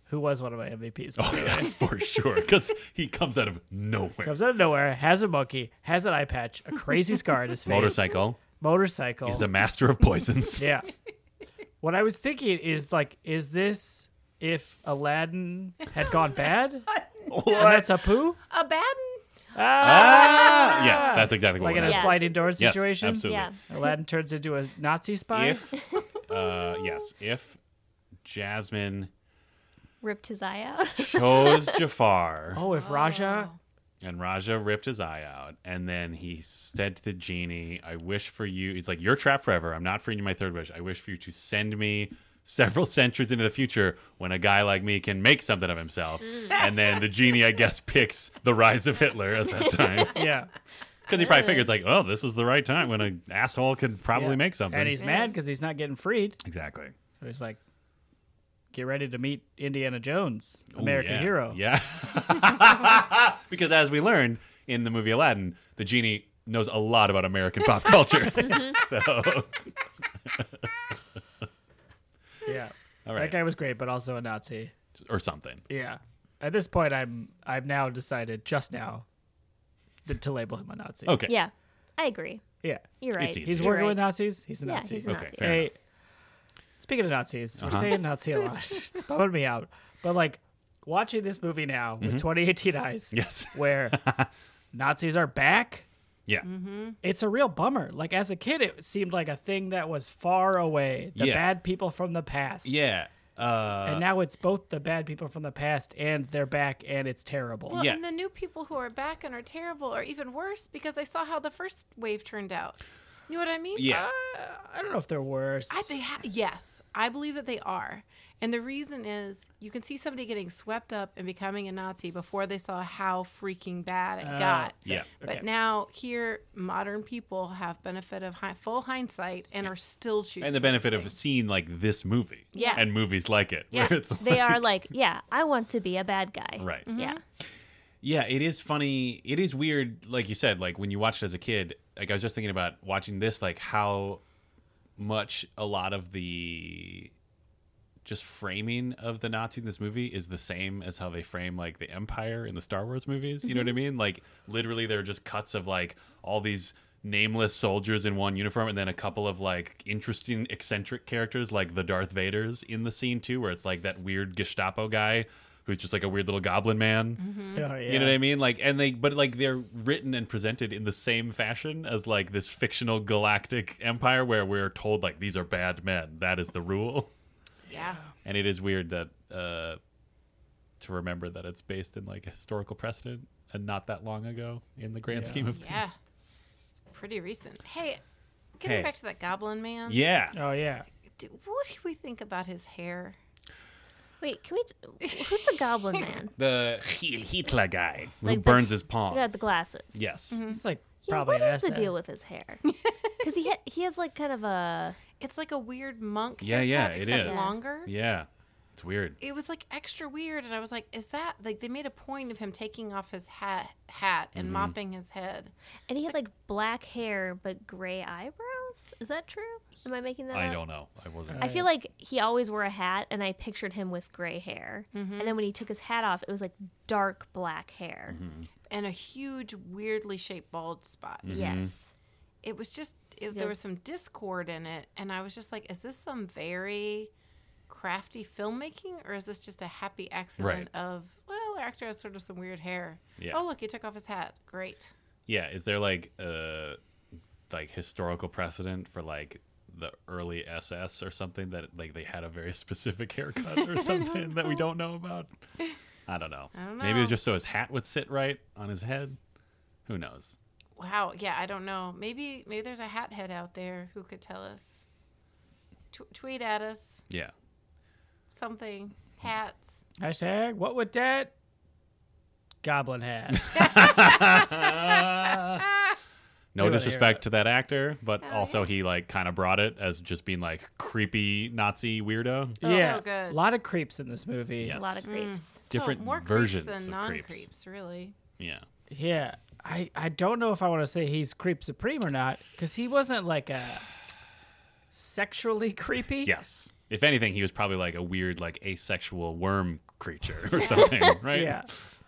Speaker 1: Who was one of my MVPs? by
Speaker 2: Oh,
Speaker 1: the way.
Speaker 2: yeah, for sure. Because he comes out of nowhere.
Speaker 1: Comes out of nowhere, has a monkey, has an eye patch, a crazy scar
Speaker 2: [LAUGHS]
Speaker 1: in his face,
Speaker 2: Motorcycle.
Speaker 1: motorcycle.
Speaker 2: He's a master of poisons.
Speaker 1: Yeah. What I was thinking is like, is this if Aladdin had gone bad? And
Speaker 2: [LAUGHS] what?
Speaker 1: that's a poo?
Speaker 4: A bad
Speaker 1: Ah,
Speaker 2: Ah! Yes, that's exactly what
Speaker 1: like in
Speaker 2: we're
Speaker 1: a
Speaker 3: Yeah.
Speaker 1: sliding door
Speaker 2: Yes,
Speaker 1: situation?
Speaker 2: absolutely.
Speaker 3: Yeah.
Speaker 1: Aladdin turns into a Nazi spy?
Speaker 2: If,
Speaker 1: [LAUGHS]
Speaker 2: uh, yes, if Jasmine
Speaker 3: Ripped his
Speaker 2: [LAUGHS]
Speaker 3: eye out.
Speaker 1: [LAUGHS]
Speaker 2: chose Jafar
Speaker 1: oh, if Raja.
Speaker 2: and Raja ripped his eye out, and then he said to the genie, I wish for you, he's like, You're trapped forever. I'm not freeing you my third wish. I wish for you to send me several [LAUGHS] centuries into the future when a guy like me can make something of himself.
Speaker 1: Mm.
Speaker 2: and then the genie, I guess, picks the rise of Hitler at
Speaker 1: [LAUGHS]
Speaker 2: that time.
Speaker 1: Yeah.
Speaker 2: Because he probably figures, like, Oh, this is the right time when an asshole can probably
Speaker 1: Mm. Yeah.
Speaker 2: make something.
Speaker 1: And he's mad because he's not getting freed.
Speaker 2: exactly.
Speaker 1: So he's like, get ready to meet Indiana Jones,
Speaker 2: Ooh,
Speaker 1: American
Speaker 2: yeah.
Speaker 1: hero.
Speaker 2: Yeah. [LAUGHS] because as we learned in the movie Aladdin, the genie knows a lot about
Speaker 1: [LAUGHS]
Speaker 2: American pop culture.
Speaker 1: Mm-hmm.
Speaker 2: [LAUGHS] so,
Speaker 1: Yeah.
Speaker 2: all right.
Speaker 1: That guy was great, but also a Nazi.
Speaker 2: Or something.
Speaker 1: Yeah. At this point, I'm I've now decided just now that, to label him a Nazi.
Speaker 2: Okay.
Speaker 3: yeah. I agree.
Speaker 1: Yeah.
Speaker 3: You're right.
Speaker 2: easy.
Speaker 1: He's
Speaker 2: You're
Speaker 1: working
Speaker 3: right.
Speaker 1: with Nazis. He's a
Speaker 3: Yeah,
Speaker 1: Nazi.
Speaker 3: he's a
Speaker 2: Okay,
Speaker 3: Nazi.
Speaker 2: fair enough. Uh-huh.
Speaker 3: [LAUGHS]
Speaker 1: Hey, speaking of Nazis, we're saying Nazi a lot. it's bumming me out. But like watching this movie now
Speaker 2: Mm-hmm.
Speaker 1: with 2018 eyes,
Speaker 2: Yes. [LAUGHS]
Speaker 1: where Nazis are back,
Speaker 2: Yeah.
Speaker 1: Mm-hmm. it's a real bummer. Like as a kid, it seemed like a thing that was far away. The
Speaker 2: Yeah.
Speaker 1: bad people from the past.
Speaker 2: Yeah. Uh,
Speaker 1: And now it's both the bad people from the past and they're back and it's terrible.
Speaker 4: Well,
Speaker 2: Yeah.
Speaker 4: and the new people who are back and are terrible or even worse because they saw how the first wave turned out. You know what I mean?
Speaker 2: yeah.
Speaker 1: Uh, I don't know if they're worse.
Speaker 4: I, they ha- yes, I believe that they are. And the reason is you can see somebody getting swept up and becoming a Nazi before they saw how freaking bad it got.
Speaker 2: Uh, yeah.
Speaker 4: But now here, modern people have benefit of hi- full hindsight and are still choosing.
Speaker 2: and the benefit
Speaker 4: this
Speaker 2: of
Speaker 4: thing.
Speaker 2: seeing like this movie.
Speaker 4: Yeah.
Speaker 2: And movies like it.
Speaker 4: Yeah.
Speaker 2: Where it's like, [LAUGHS]
Speaker 3: They are like, yeah, I want to be a bad guy.
Speaker 2: Right.
Speaker 3: Yeah.
Speaker 1: Mm-hmm.
Speaker 2: Yeah, it is funny. It is weird, like you said, like when you watched it as a kid. Like I was just thinking about watching this, like how much a lot of the just framing of the Nazi in this movie is the same as how they frame like the Empire in the Star Wars movies. You know what I mean? Like literally, they're just cuts of like all these nameless soldiers in one uniform, and then a couple of like interesting eccentric characters like the Darth Vaders in the scene too, where it's like that weird Gestapo guy who's just like a weird little goblin man.
Speaker 1: Oh,
Speaker 2: You know
Speaker 1: yeah.
Speaker 2: what I mean? Like, and they, but like they're written and presented in the same fashion as like this fictional galactic empire where we're told like these are bad men. That is the rule. [LAUGHS]
Speaker 4: yeah,
Speaker 2: And it is weird that, uh, to remember that it's based in like historical precedent and not that long ago in the grand scheme of
Speaker 4: yeah,
Speaker 2: things.
Speaker 4: it's pretty recent. Hey, getting
Speaker 2: Hey.
Speaker 4: back to that Goblin
Speaker 3: Um,
Speaker 4: Man.
Speaker 2: Yeah.
Speaker 1: Oh yeah.
Speaker 4: Do- what do we think about his hair?
Speaker 3: Wait, can we? T- who's the Goblin
Speaker 2: [LAUGHS]
Speaker 3: Man?
Speaker 2: The Hitler guy who
Speaker 3: Like the- Mm-hmm.
Speaker 2: burns his palm.
Speaker 3: He had the glasses.
Speaker 2: Yes.
Speaker 1: It's like
Speaker 3: Hmm. Yeah,
Speaker 1: probably
Speaker 3: what is the
Speaker 1: an
Speaker 3: deal with his hair?
Speaker 2: [LAUGHS]
Speaker 3: Because he ha- he has like kind of a
Speaker 4: It's like a weird monk.
Speaker 2: Yeah, yeah,
Speaker 4: haircut,
Speaker 2: it
Speaker 4: except
Speaker 2: is.
Speaker 4: longer.
Speaker 2: Yeah. It's weird.
Speaker 4: it was like extra weird and i was like is that like they made a point of him taking off his hat hat and
Speaker 2: Mm-hmm.
Speaker 4: mopping his head
Speaker 3: and he had like black hair but gray eyebrows. Is that true? Am I making that?
Speaker 2: I
Speaker 3: up?
Speaker 2: don't know. I wasn't.
Speaker 3: I feel like he always wore a hat, and I pictured him with gray hair. And then when he took his hat off, it was like dark black hair.
Speaker 4: and a huge weirdly shaped bald spot
Speaker 2: Mm.
Speaker 3: Yes.
Speaker 4: it was just it, there
Speaker 3: Yes.
Speaker 4: was some discord in it and i was just like is this some very crafty filmmaking or is this just a happy accident
Speaker 2: Right.
Speaker 4: of well our actor has sort of some weird hair
Speaker 2: Yeah.
Speaker 4: oh look he took off his hat great
Speaker 2: Yeah, is there like uh like historical precedent for like the early SS or something that like they had a very [LAUGHS] specific haircut or something that we don't know about? I don't know.
Speaker 4: I don't
Speaker 2: Maybe it was
Speaker 4: know.
Speaker 2: just so his hat would sit right on his head. Who knows?
Speaker 4: wow yeah i don't know maybe maybe there's a hat head out there who could tell us Tw- tweet at us
Speaker 2: Yeah.
Speaker 4: something hats
Speaker 1: Hashtag what would that goblin hat?
Speaker 2: Uh, No
Speaker 1: Maybe they hear
Speaker 2: disrespect to that actor, but also he like kind of brought it as just being like creepy Nazi weirdo.
Speaker 4: [LAUGHS] Oh,
Speaker 1: yeah.
Speaker 4: so good.
Speaker 1: A lot of creeps in this movie.
Speaker 2: Yes.
Speaker 3: A lot of creeps.
Speaker 2: Different
Speaker 4: more creeps
Speaker 2: versions
Speaker 4: than
Speaker 2: of
Speaker 4: non-creeps,
Speaker 2: creeps.
Speaker 4: really.
Speaker 2: Yeah.
Speaker 1: Yeah. I, I don't know if I want to say he's creep supreme or not because he wasn't like a sexually creepy.
Speaker 2: Yes. If anything, he was probably like a weird like asexual worm creature or something, right?
Speaker 1: Yeah.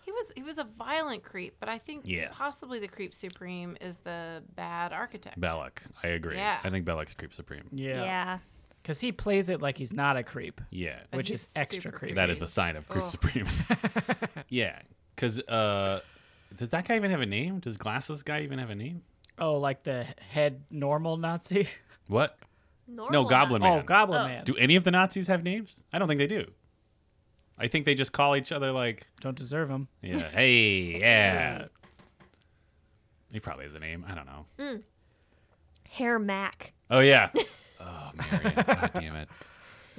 Speaker 4: He was he was a violent creep, but I think
Speaker 2: Yeah.
Speaker 4: possibly the creep supreme is the bad architect.
Speaker 2: Belloc. I agree.
Speaker 4: Yeah.
Speaker 2: I think Belloc's creep supreme.
Speaker 3: Yeah.
Speaker 1: Yeah. Because he plays it like he's not a creep,
Speaker 2: Yeah.
Speaker 4: But
Speaker 1: which
Speaker 4: he's
Speaker 1: is extra
Speaker 4: super
Speaker 1: creepy.
Speaker 2: That is the sign of creep
Speaker 4: Ugh.
Speaker 2: supreme. [LAUGHS] yeah. Because uh, does that guy even have a name? Does glasses guy even have a name?
Speaker 1: oh, like the head normal Nazi?
Speaker 2: What?
Speaker 3: Normal
Speaker 2: Goblin
Speaker 3: Nazi.
Speaker 2: Man.
Speaker 1: Oh, Goblin
Speaker 3: Oh.
Speaker 1: Man.
Speaker 2: Do any of the Nazis have names? I don't think they do. I think they just call each other like,
Speaker 1: Don't deserve him.
Speaker 2: yeah, hey, yeah. He probably has a name. I don't know.
Speaker 3: Hair Mac.
Speaker 2: Oh yeah. oh, Marion. God damn it.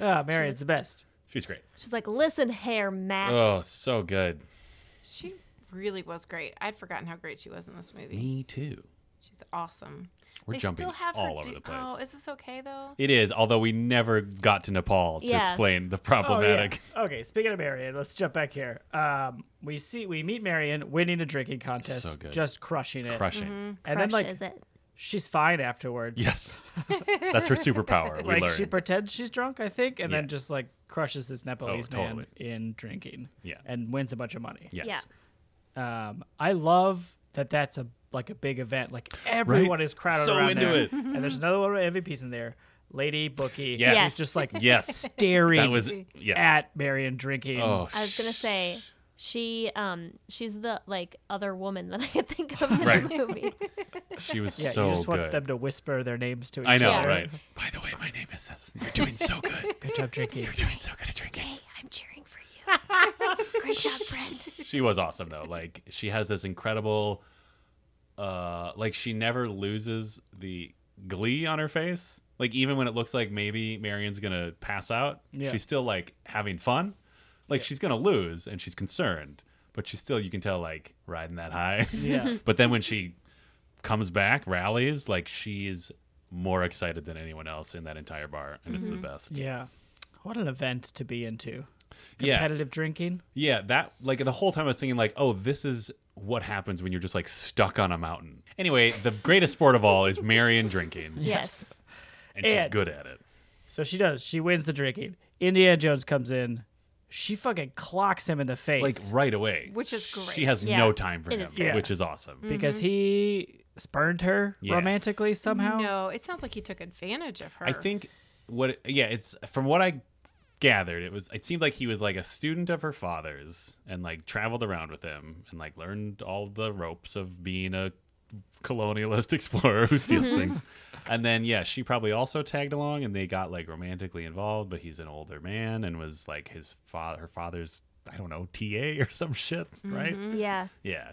Speaker 1: Ah, Marion's the best.
Speaker 2: She's great.
Speaker 3: She's like, listen, Hair Mac.
Speaker 2: Oh, so good.
Speaker 4: She really was great. I'd forgotten how great she was in this movie.
Speaker 2: Me too.
Speaker 4: She's awesome.
Speaker 2: We're
Speaker 4: they
Speaker 2: jumping
Speaker 4: still have
Speaker 2: all
Speaker 4: her
Speaker 2: over
Speaker 4: do-
Speaker 2: the place.
Speaker 4: Oh, is this okay though?
Speaker 2: It is, although we never got to Nepal to
Speaker 3: Yeah.
Speaker 2: explain the
Speaker 1: Oh, yeah.
Speaker 3: [LAUGHS]
Speaker 2: problematic.
Speaker 1: Okay, speaking of Marion, let's jump back here. Um, we see we meet Marion winning a drinking contest,
Speaker 2: good.
Speaker 1: just crushing it,
Speaker 2: Crushing.
Speaker 3: Mm-hmm.
Speaker 1: and then like
Speaker 3: Crushes it.
Speaker 1: she's fine afterwards.
Speaker 3: [LAUGHS]
Speaker 2: Yes. That's her superpower. We
Speaker 1: like
Speaker 2: learned.
Speaker 1: she pretends she's drunk, I think, and
Speaker 2: Yeah.
Speaker 1: then just like crushes this Nepalese
Speaker 2: Oh,
Speaker 1: man
Speaker 2: totally.
Speaker 1: in drinking,
Speaker 2: Yeah.
Speaker 1: and wins a bunch of money.
Speaker 2: yes.
Speaker 3: Yeah.
Speaker 1: Um, I love that. That's a like a big event. Like everyone is crowded
Speaker 2: So
Speaker 1: around
Speaker 2: into
Speaker 1: there. [LAUGHS]
Speaker 2: it.
Speaker 1: and there's another one of MVPs in there. lady bookie
Speaker 2: Yes.
Speaker 3: Yes.
Speaker 1: is just like
Speaker 2: Yes.
Speaker 1: staring
Speaker 2: That was yeah.
Speaker 1: at Marion drinking.
Speaker 2: Oh,
Speaker 3: I was gonna say she um she's the like other woman that I could think of in
Speaker 2: Right.
Speaker 3: the movie.
Speaker 1: [LAUGHS]
Speaker 2: she was
Speaker 1: yeah,
Speaker 2: so
Speaker 1: you just
Speaker 2: good.
Speaker 1: want them to whisper their names to each
Speaker 2: I know,
Speaker 3: Yeah.
Speaker 1: other. [LAUGHS]
Speaker 2: right? By the way, my name is. this. You're doing so good.
Speaker 3: [LAUGHS]
Speaker 1: Good job drinking.
Speaker 2: [LAUGHS] You're doing so good at drinking.
Speaker 3: Hey, I'm cheering for you. Great job, friend.
Speaker 2: She was awesome though. Like she has this incredible, uh, like she never loses the glee on her face. Like even when it looks like maybe Marion's gonna pass out,
Speaker 1: Yeah.
Speaker 2: she's still like having fun. Like she's gonna lose and she's concerned, but she's still you can tell like riding that high.
Speaker 1: [LAUGHS] Yeah.
Speaker 2: [LAUGHS] but then when she comes back, rallies, like she is more excited than anyone else in that entire bar, and
Speaker 1: Mm-hmm.
Speaker 2: it's the best.
Speaker 1: Yeah. What an event to be into.
Speaker 2: yeah.
Speaker 1: Competitive drinking.
Speaker 2: Yeah, that like the whole time I was thinking like, oh, this is what happens when you're just like stuck on a mountain. Anyway, the greatest sport of all is Marion drinking,
Speaker 3: Yes.
Speaker 2: and she's
Speaker 1: And-
Speaker 2: good at it.
Speaker 1: So she does. She wins the drinking. Indiana Jones comes in. She fucking clocks him in the face.
Speaker 2: Like right away,
Speaker 4: Which is great.
Speaker 2: She has
Speaker 3: Yeah,
Speaker 2: no time for
Speaker 3: it
Speaker 2: him,
Speaker 3: is
Speaker 1: great.
Speaker 2: which is awesome.
Speaker 1: because
Speaker 3: Mm-hmm.
Speaker 1: he spurned her
Speaker 2: Yeah.
Speaker 1: romantically somehow.
Speaker 4: No, it sounds like he took advantage of her.
Speaker 2: I think what yeah, it's from what I gathered, it was it seemed like he was like a student of her father's and like traveled around with him and like learned all the ropes of being a colonialist [LAUGHS] explorer who steals
Speaker 1: Mm-hmm.
Speaker 2: things. And then yeah, she probably also tagged along and they got like romantically involved, but he's an older man and was like his father her father's I don't know, TA or [LAUGHS] some shit, right?
Speaker 1: Mm-hmm.
Speaker 3: Yeah.
Speaker 2: Yeah.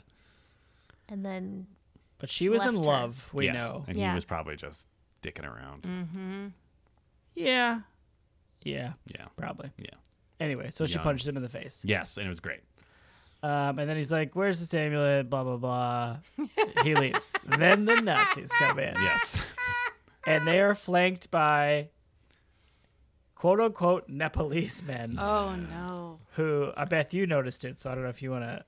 Speaker 3: And then [LAUGHS]
Speaker 1: But she was in
Speaker 3: Left her.
Speaker 1: love, we
Speaker 2: yes.
Speaker 1: know. Mm.
Speaker 2: And
Speaker 3: Yeah.
Speaker 2: he was probably just dicking around.
Speaker 1: Yeah. Yeah,
Speaker 2: Yeah.
Speaker 1: probably.
Speaker 2: Yeah.
Speaker 1: Anyway, so she
Speaker 2: Young.
Speaker 1: punches him in the face.
Speaker 2: Yes, and it was great.
Speaker 1: Um, and then he's like, Where's this amulet? Blah, blah, blah.
Speaker 3: [LAUGHS]
Speaker 1: he leaves. Then the Nazis come in.
Speaker 2: Yes.
Speaker 1: [LAUGHS] And they are flanked by quote unquote Nepalese men
Speaker 3: Uh.
Speaker 4: Oh no.
Speaker 1: who I bet you noticed it. So I don't know if you want to.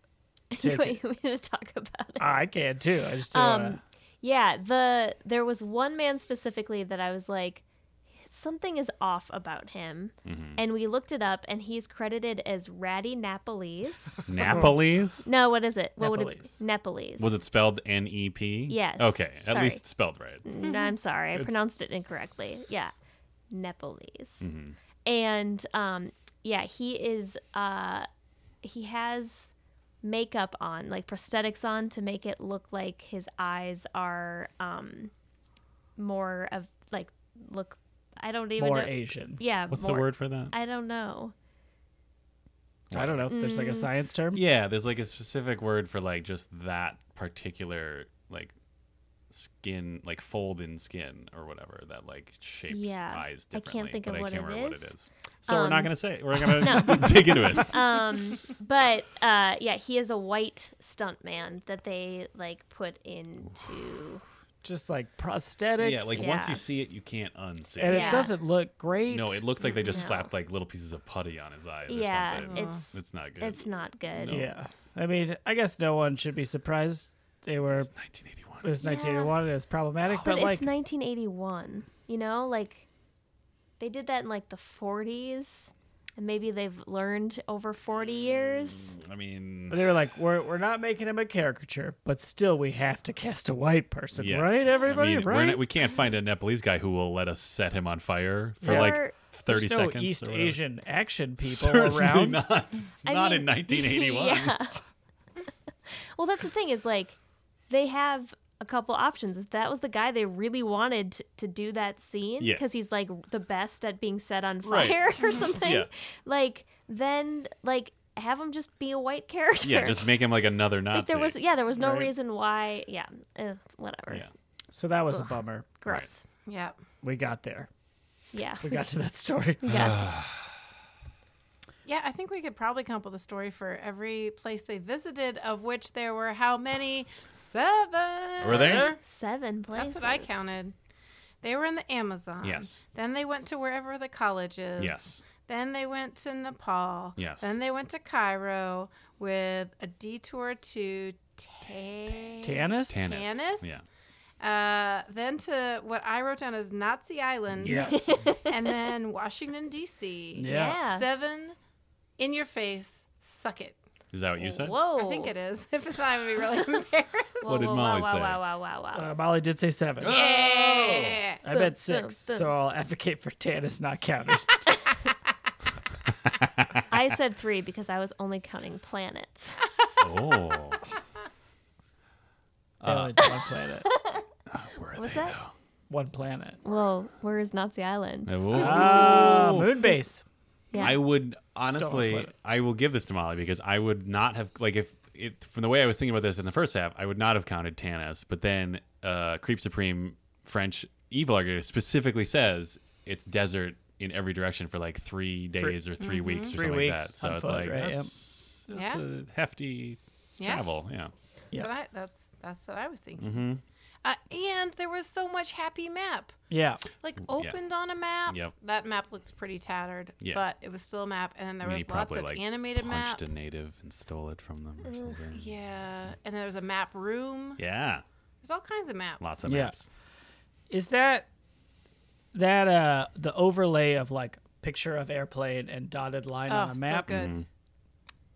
Speaker 3: you
Speaker 1: Take
Speaker 3: know, you want to talk about it.
Speaker 1: I can too. I just don't
Speaker 3: Um,
Speaker 1: wanna-
Speaker 3: Yeah, the there was one man specifically that I was like, something is off about him,
Speaker 2: Mm-hmm.
Speaker 3: and we looked it up, and he's credited as Ratty Napolese.
Speaker 2: Napoli's
Speaker 3: no, what is it? What would it
Speaker 1: Nepalese.
Speaker 3: be? Nepalese?
Speaker 2: Was it spelled N E P?
Speaker 3: Yes.
Speaker 2: Okay, at
Speaker 3: Sorry.
Speaker 2: least spelled right.
Speaker 3: Mm, I'm sorry, I pronounced it incorrectly. Yeah, Nepalese,
Speaker 2: Mm-hmm.
Speaker 3: and um, yeah, he is. Uh, he has makeup on, like prosthetics on, to make it look like his eyes are um, more of like look. I don't even
Speaker 1: more
Speaker 3: know.
Speaker 1: Asian.
Speaker 3: Yeah,
Speaker 2: What's
Speaker 3: more-
Speaker 2: the word for that?
Speaker 3: I don't know.
Speaker 1: I don't know. There's
Speaker 3: Mm.
Speaker 1: like a science term.
Speaker 2: yeah, there's like a specific word for like just that particular like skin, like fold in skin or whatever that like shapes
Speaker 3: Yeah.
Speaker 2: eyes
Speaker 3: I can't
Speaker 2: differently.
Speaker 3: think of
Speaker 2: but
Speaker 3: what
Speaker 2: I can't
Speaker 3: it
Speaker 2: remember
Speaker 3: is.
Speaker 2: what it is. So we're not
Speaker 3: Um,
Speaker 2: gonna say. It. We're
Speaker 3: [LAUGHS]
Speaker 2: gonna [LAUGHS] dig into it. [LAUGHS]
Speaker 3: Um, but uh, yeah, he is a white stunt man that they like put into.
Speaker 1: Just like prosthetics.
Speaker 2: yeah, like once
Speaker 3: Yeah.
Speaker 2: you see it, you can't unsee
Speaker 1: and
Speaker 2: it.
Speaker 4: Yeah.
Speaker 1: it doesn't look great.
Speaker 2: No, it looks like they just
Speaker 3: No.
Speaker 2: slapped like little pieces of putty on his eyes.
Speaker 3: Yeah,
Speaker 2: or something.
Speaker 3: it's
Speaker 2: it's not good.
Speaker 3: it's not good.
Speaker 2: No.
Speaker 1: Yeah, I mean, I guess no one should be surprised. They were. It
Speaker 2: 1981.
Speaker 1: was 1981. It was problematic,
Speaker 3: Oh, But,
Speaker 1: but, like,
Speaker 3: it's 1981. You know, like they did that in like the 40s, and maybe they've learned over 40 years.
Speaker 2: I mean,
Speaker 1: they were like, we're we're not making him a caricature, but still, we have to cast a white person,
Speaker 2: Yeah.
Speaker 1: right? Everybody,
Speaker 2: I mean, we're
Speaker 1: right?
Speaker 2: not- we can't find a Nepalese guy who will let us set him on fire for
Speaker 1: Yeah.
Speaker 2: like
Speaker 3: Or-
Speaker 2: 30
Speaker 1: There's no
Speaker 2: seconds.
Speaker 1: East
Speaker 2: or whatever. [LAUGHS]
Speaker 1: Asian action people
Speaker 2: Certainly
Speaker 1: around.
Speaker 2: Not,
Speaker 3: I
Speaker 2: not
Speaker 3: mean, [LAUGHS]
Speaker 2: in 1981.
Speaker 3: yeah. well, that's the thing is like they have a couple options. If that was the guy they really wanted t- to do that scene
Speaker 2: Yeah.
Speaker 3: because he's like the best at being set on
Speaker 2: Right.
Speaker 3: fire
Speaker 2: [LAUGHS]
Speaker 3: or something,
Speaker 2: Yeah.
Speaker 3: like then like have him just be a white character.
Speaker 2: Yeah, just make him like another Nazi.
Speaker 3: [LAUGHS] like there was yeah, there was no
Speaker 1: Right.
Speaker 3: reason why yeah, eh, whatever.
Speaker 2: Yeah.
Speaker 1: So that was a bummer.
Speaker 3: Gross.
Speaker 4: Yeah.
Speaker 1: We got there.
Speaker 3: Yeah.
Speaker 1: We
Speaker 3: [LAUGHS]
Speaker 1: got to that story.
Speaker 2: [SIGHS]
Speaker 3: Yeah.
Speaker 4: Yeah, I think we could probably come up with a story for every place they visited, of which there were how many? Seven.
Speaker 2: Were there?
Speaker 3: Seven places.
Speaker 4: That's what I counted. They were in the Amazon.
Speaker 2: Yes.
Speaker 4: Then they went to wherever the college is.
Speaker 2: Yes.
Speaker 4: Then they went to Nepal.
Speaker 2: Yes.
Speaker 4: Then they went to Cairo with a detour to Ta-
Speaker 1: Tanis?
Speaker 2: Tanis.
Speaker 4: Tanis?
Speaker 2: Yeah.
Speaker 4: Uh, then to what I wrote down as Nazi Island.
Speaker 1: Yes.
Speaker 4: [LAUGHS] and then Washington D.C.
Speaker 1: Yeah.
Speaker 3: Yeah.
Speaker 4: Seven, in your face, suck it.
Speaker 2: Is that what you said?
Speaker 3: [LAUGHS] Whoa.
Speaker 4: I think it is. [LAUGHS] If it's not, I'm gonna be really embarrassed.
Speaker 3: Whoa,
Speaker 2: What did
Speaker 3: whoa,
Speaker 2: Molly
Speaker 3: wow,
Speaker 2: say?
Speaker 3: Wow, wow, wow, wow, wow.
Speaker 1: Uh, Molly did say
Speaker 2: Oh,
Speaker 1: seven.
Speaker 4: yeah.
Speaker 1: I
Speaker 3: Dun,
Speaker 1: bet six,
Speaker 3: dun, dun.
Speaker 1: so I'll advocate for Tannis not [LAUGHS] counted.
Speaker 3: I said three because I was only counting planets.
Speaker 2: Oh,
Speaker 1: No, it's one planet.
Speaker 2: where are
Speaker 3: What's
Speaker 2: they
Speaker 3: that?
Speaker 1: One planet.
Speaker 3: Whoa, where is Nazi Island?
Speaker 2: though? Oh.
Speaker 1: Ah, moon base.
Speaker 3: Yeah.
Speaker 2: I would
Speaker 1: Still
Speaker 2: honestly,
Speaker 1: unemployed.
Speaker 2: I will give this to Molly because I would not have like if it from the way I was thinking about this in the first half, I would not have counted Tanis, but then uh, Creep Supreme French Evil Argument specifically says it's desert in every direction for like three days or 3 weeks
Speaker 1: Three
Speaker 2: or something
Speaker 1: weeks
Speaker 2: like that. So
Speaker 1: on
Speaker 2: it's
Speaker 1: foot,
Speaker 2: like
Speaker 1: right, yep.
Speaker 2: that's, that's
Speaker 4: Mm-hmm. Yeah.
Speaker 2: a hefty
Speaker 4: Yeah.
Speaker 2: travel. Yeah. Mm-hmm.
Speaker 1: Yeah.
Speaker 4: That's, what I, that's that's what I was thinking. Uh, and there was so much happy map.
Speaker 1: Yeah.
Speaker 4: Like opened on a map.
Speaker 2: Mm, Yep.
Speaker 4: That map looks pretty tattered,
Speaker 2: Yeah.
Speaker 4: but it was still a map. And then there
Speaker 2: I mean,
Speaker 4: was
Speaker 2: he
Speaker 4: lots
Speaker 2: probably
Speaker 4: of
Speaker 2: like
Speaker 4: animated
Speaker 2: punched
Speaker 4: map. Uh,
Speaker 2: a native and stole it from them or something.
Speaker 4: Yeah. And there was a map room.
Speaker 2: Yeah.
Speaker 4: There's all kinds of maps.
Speaker 2: Lots of
Speaker 1: Yeah.
Speaker 2: maps.
Speaker 1: Is that that uh the overlay of like picture of airplane and dotted line
Speaker 4: Oh,
Speaker 1: on a
Speaker 4: so
Speaker 1: map?
Speaker 4: good.
Speaker 2: Mm-hmm.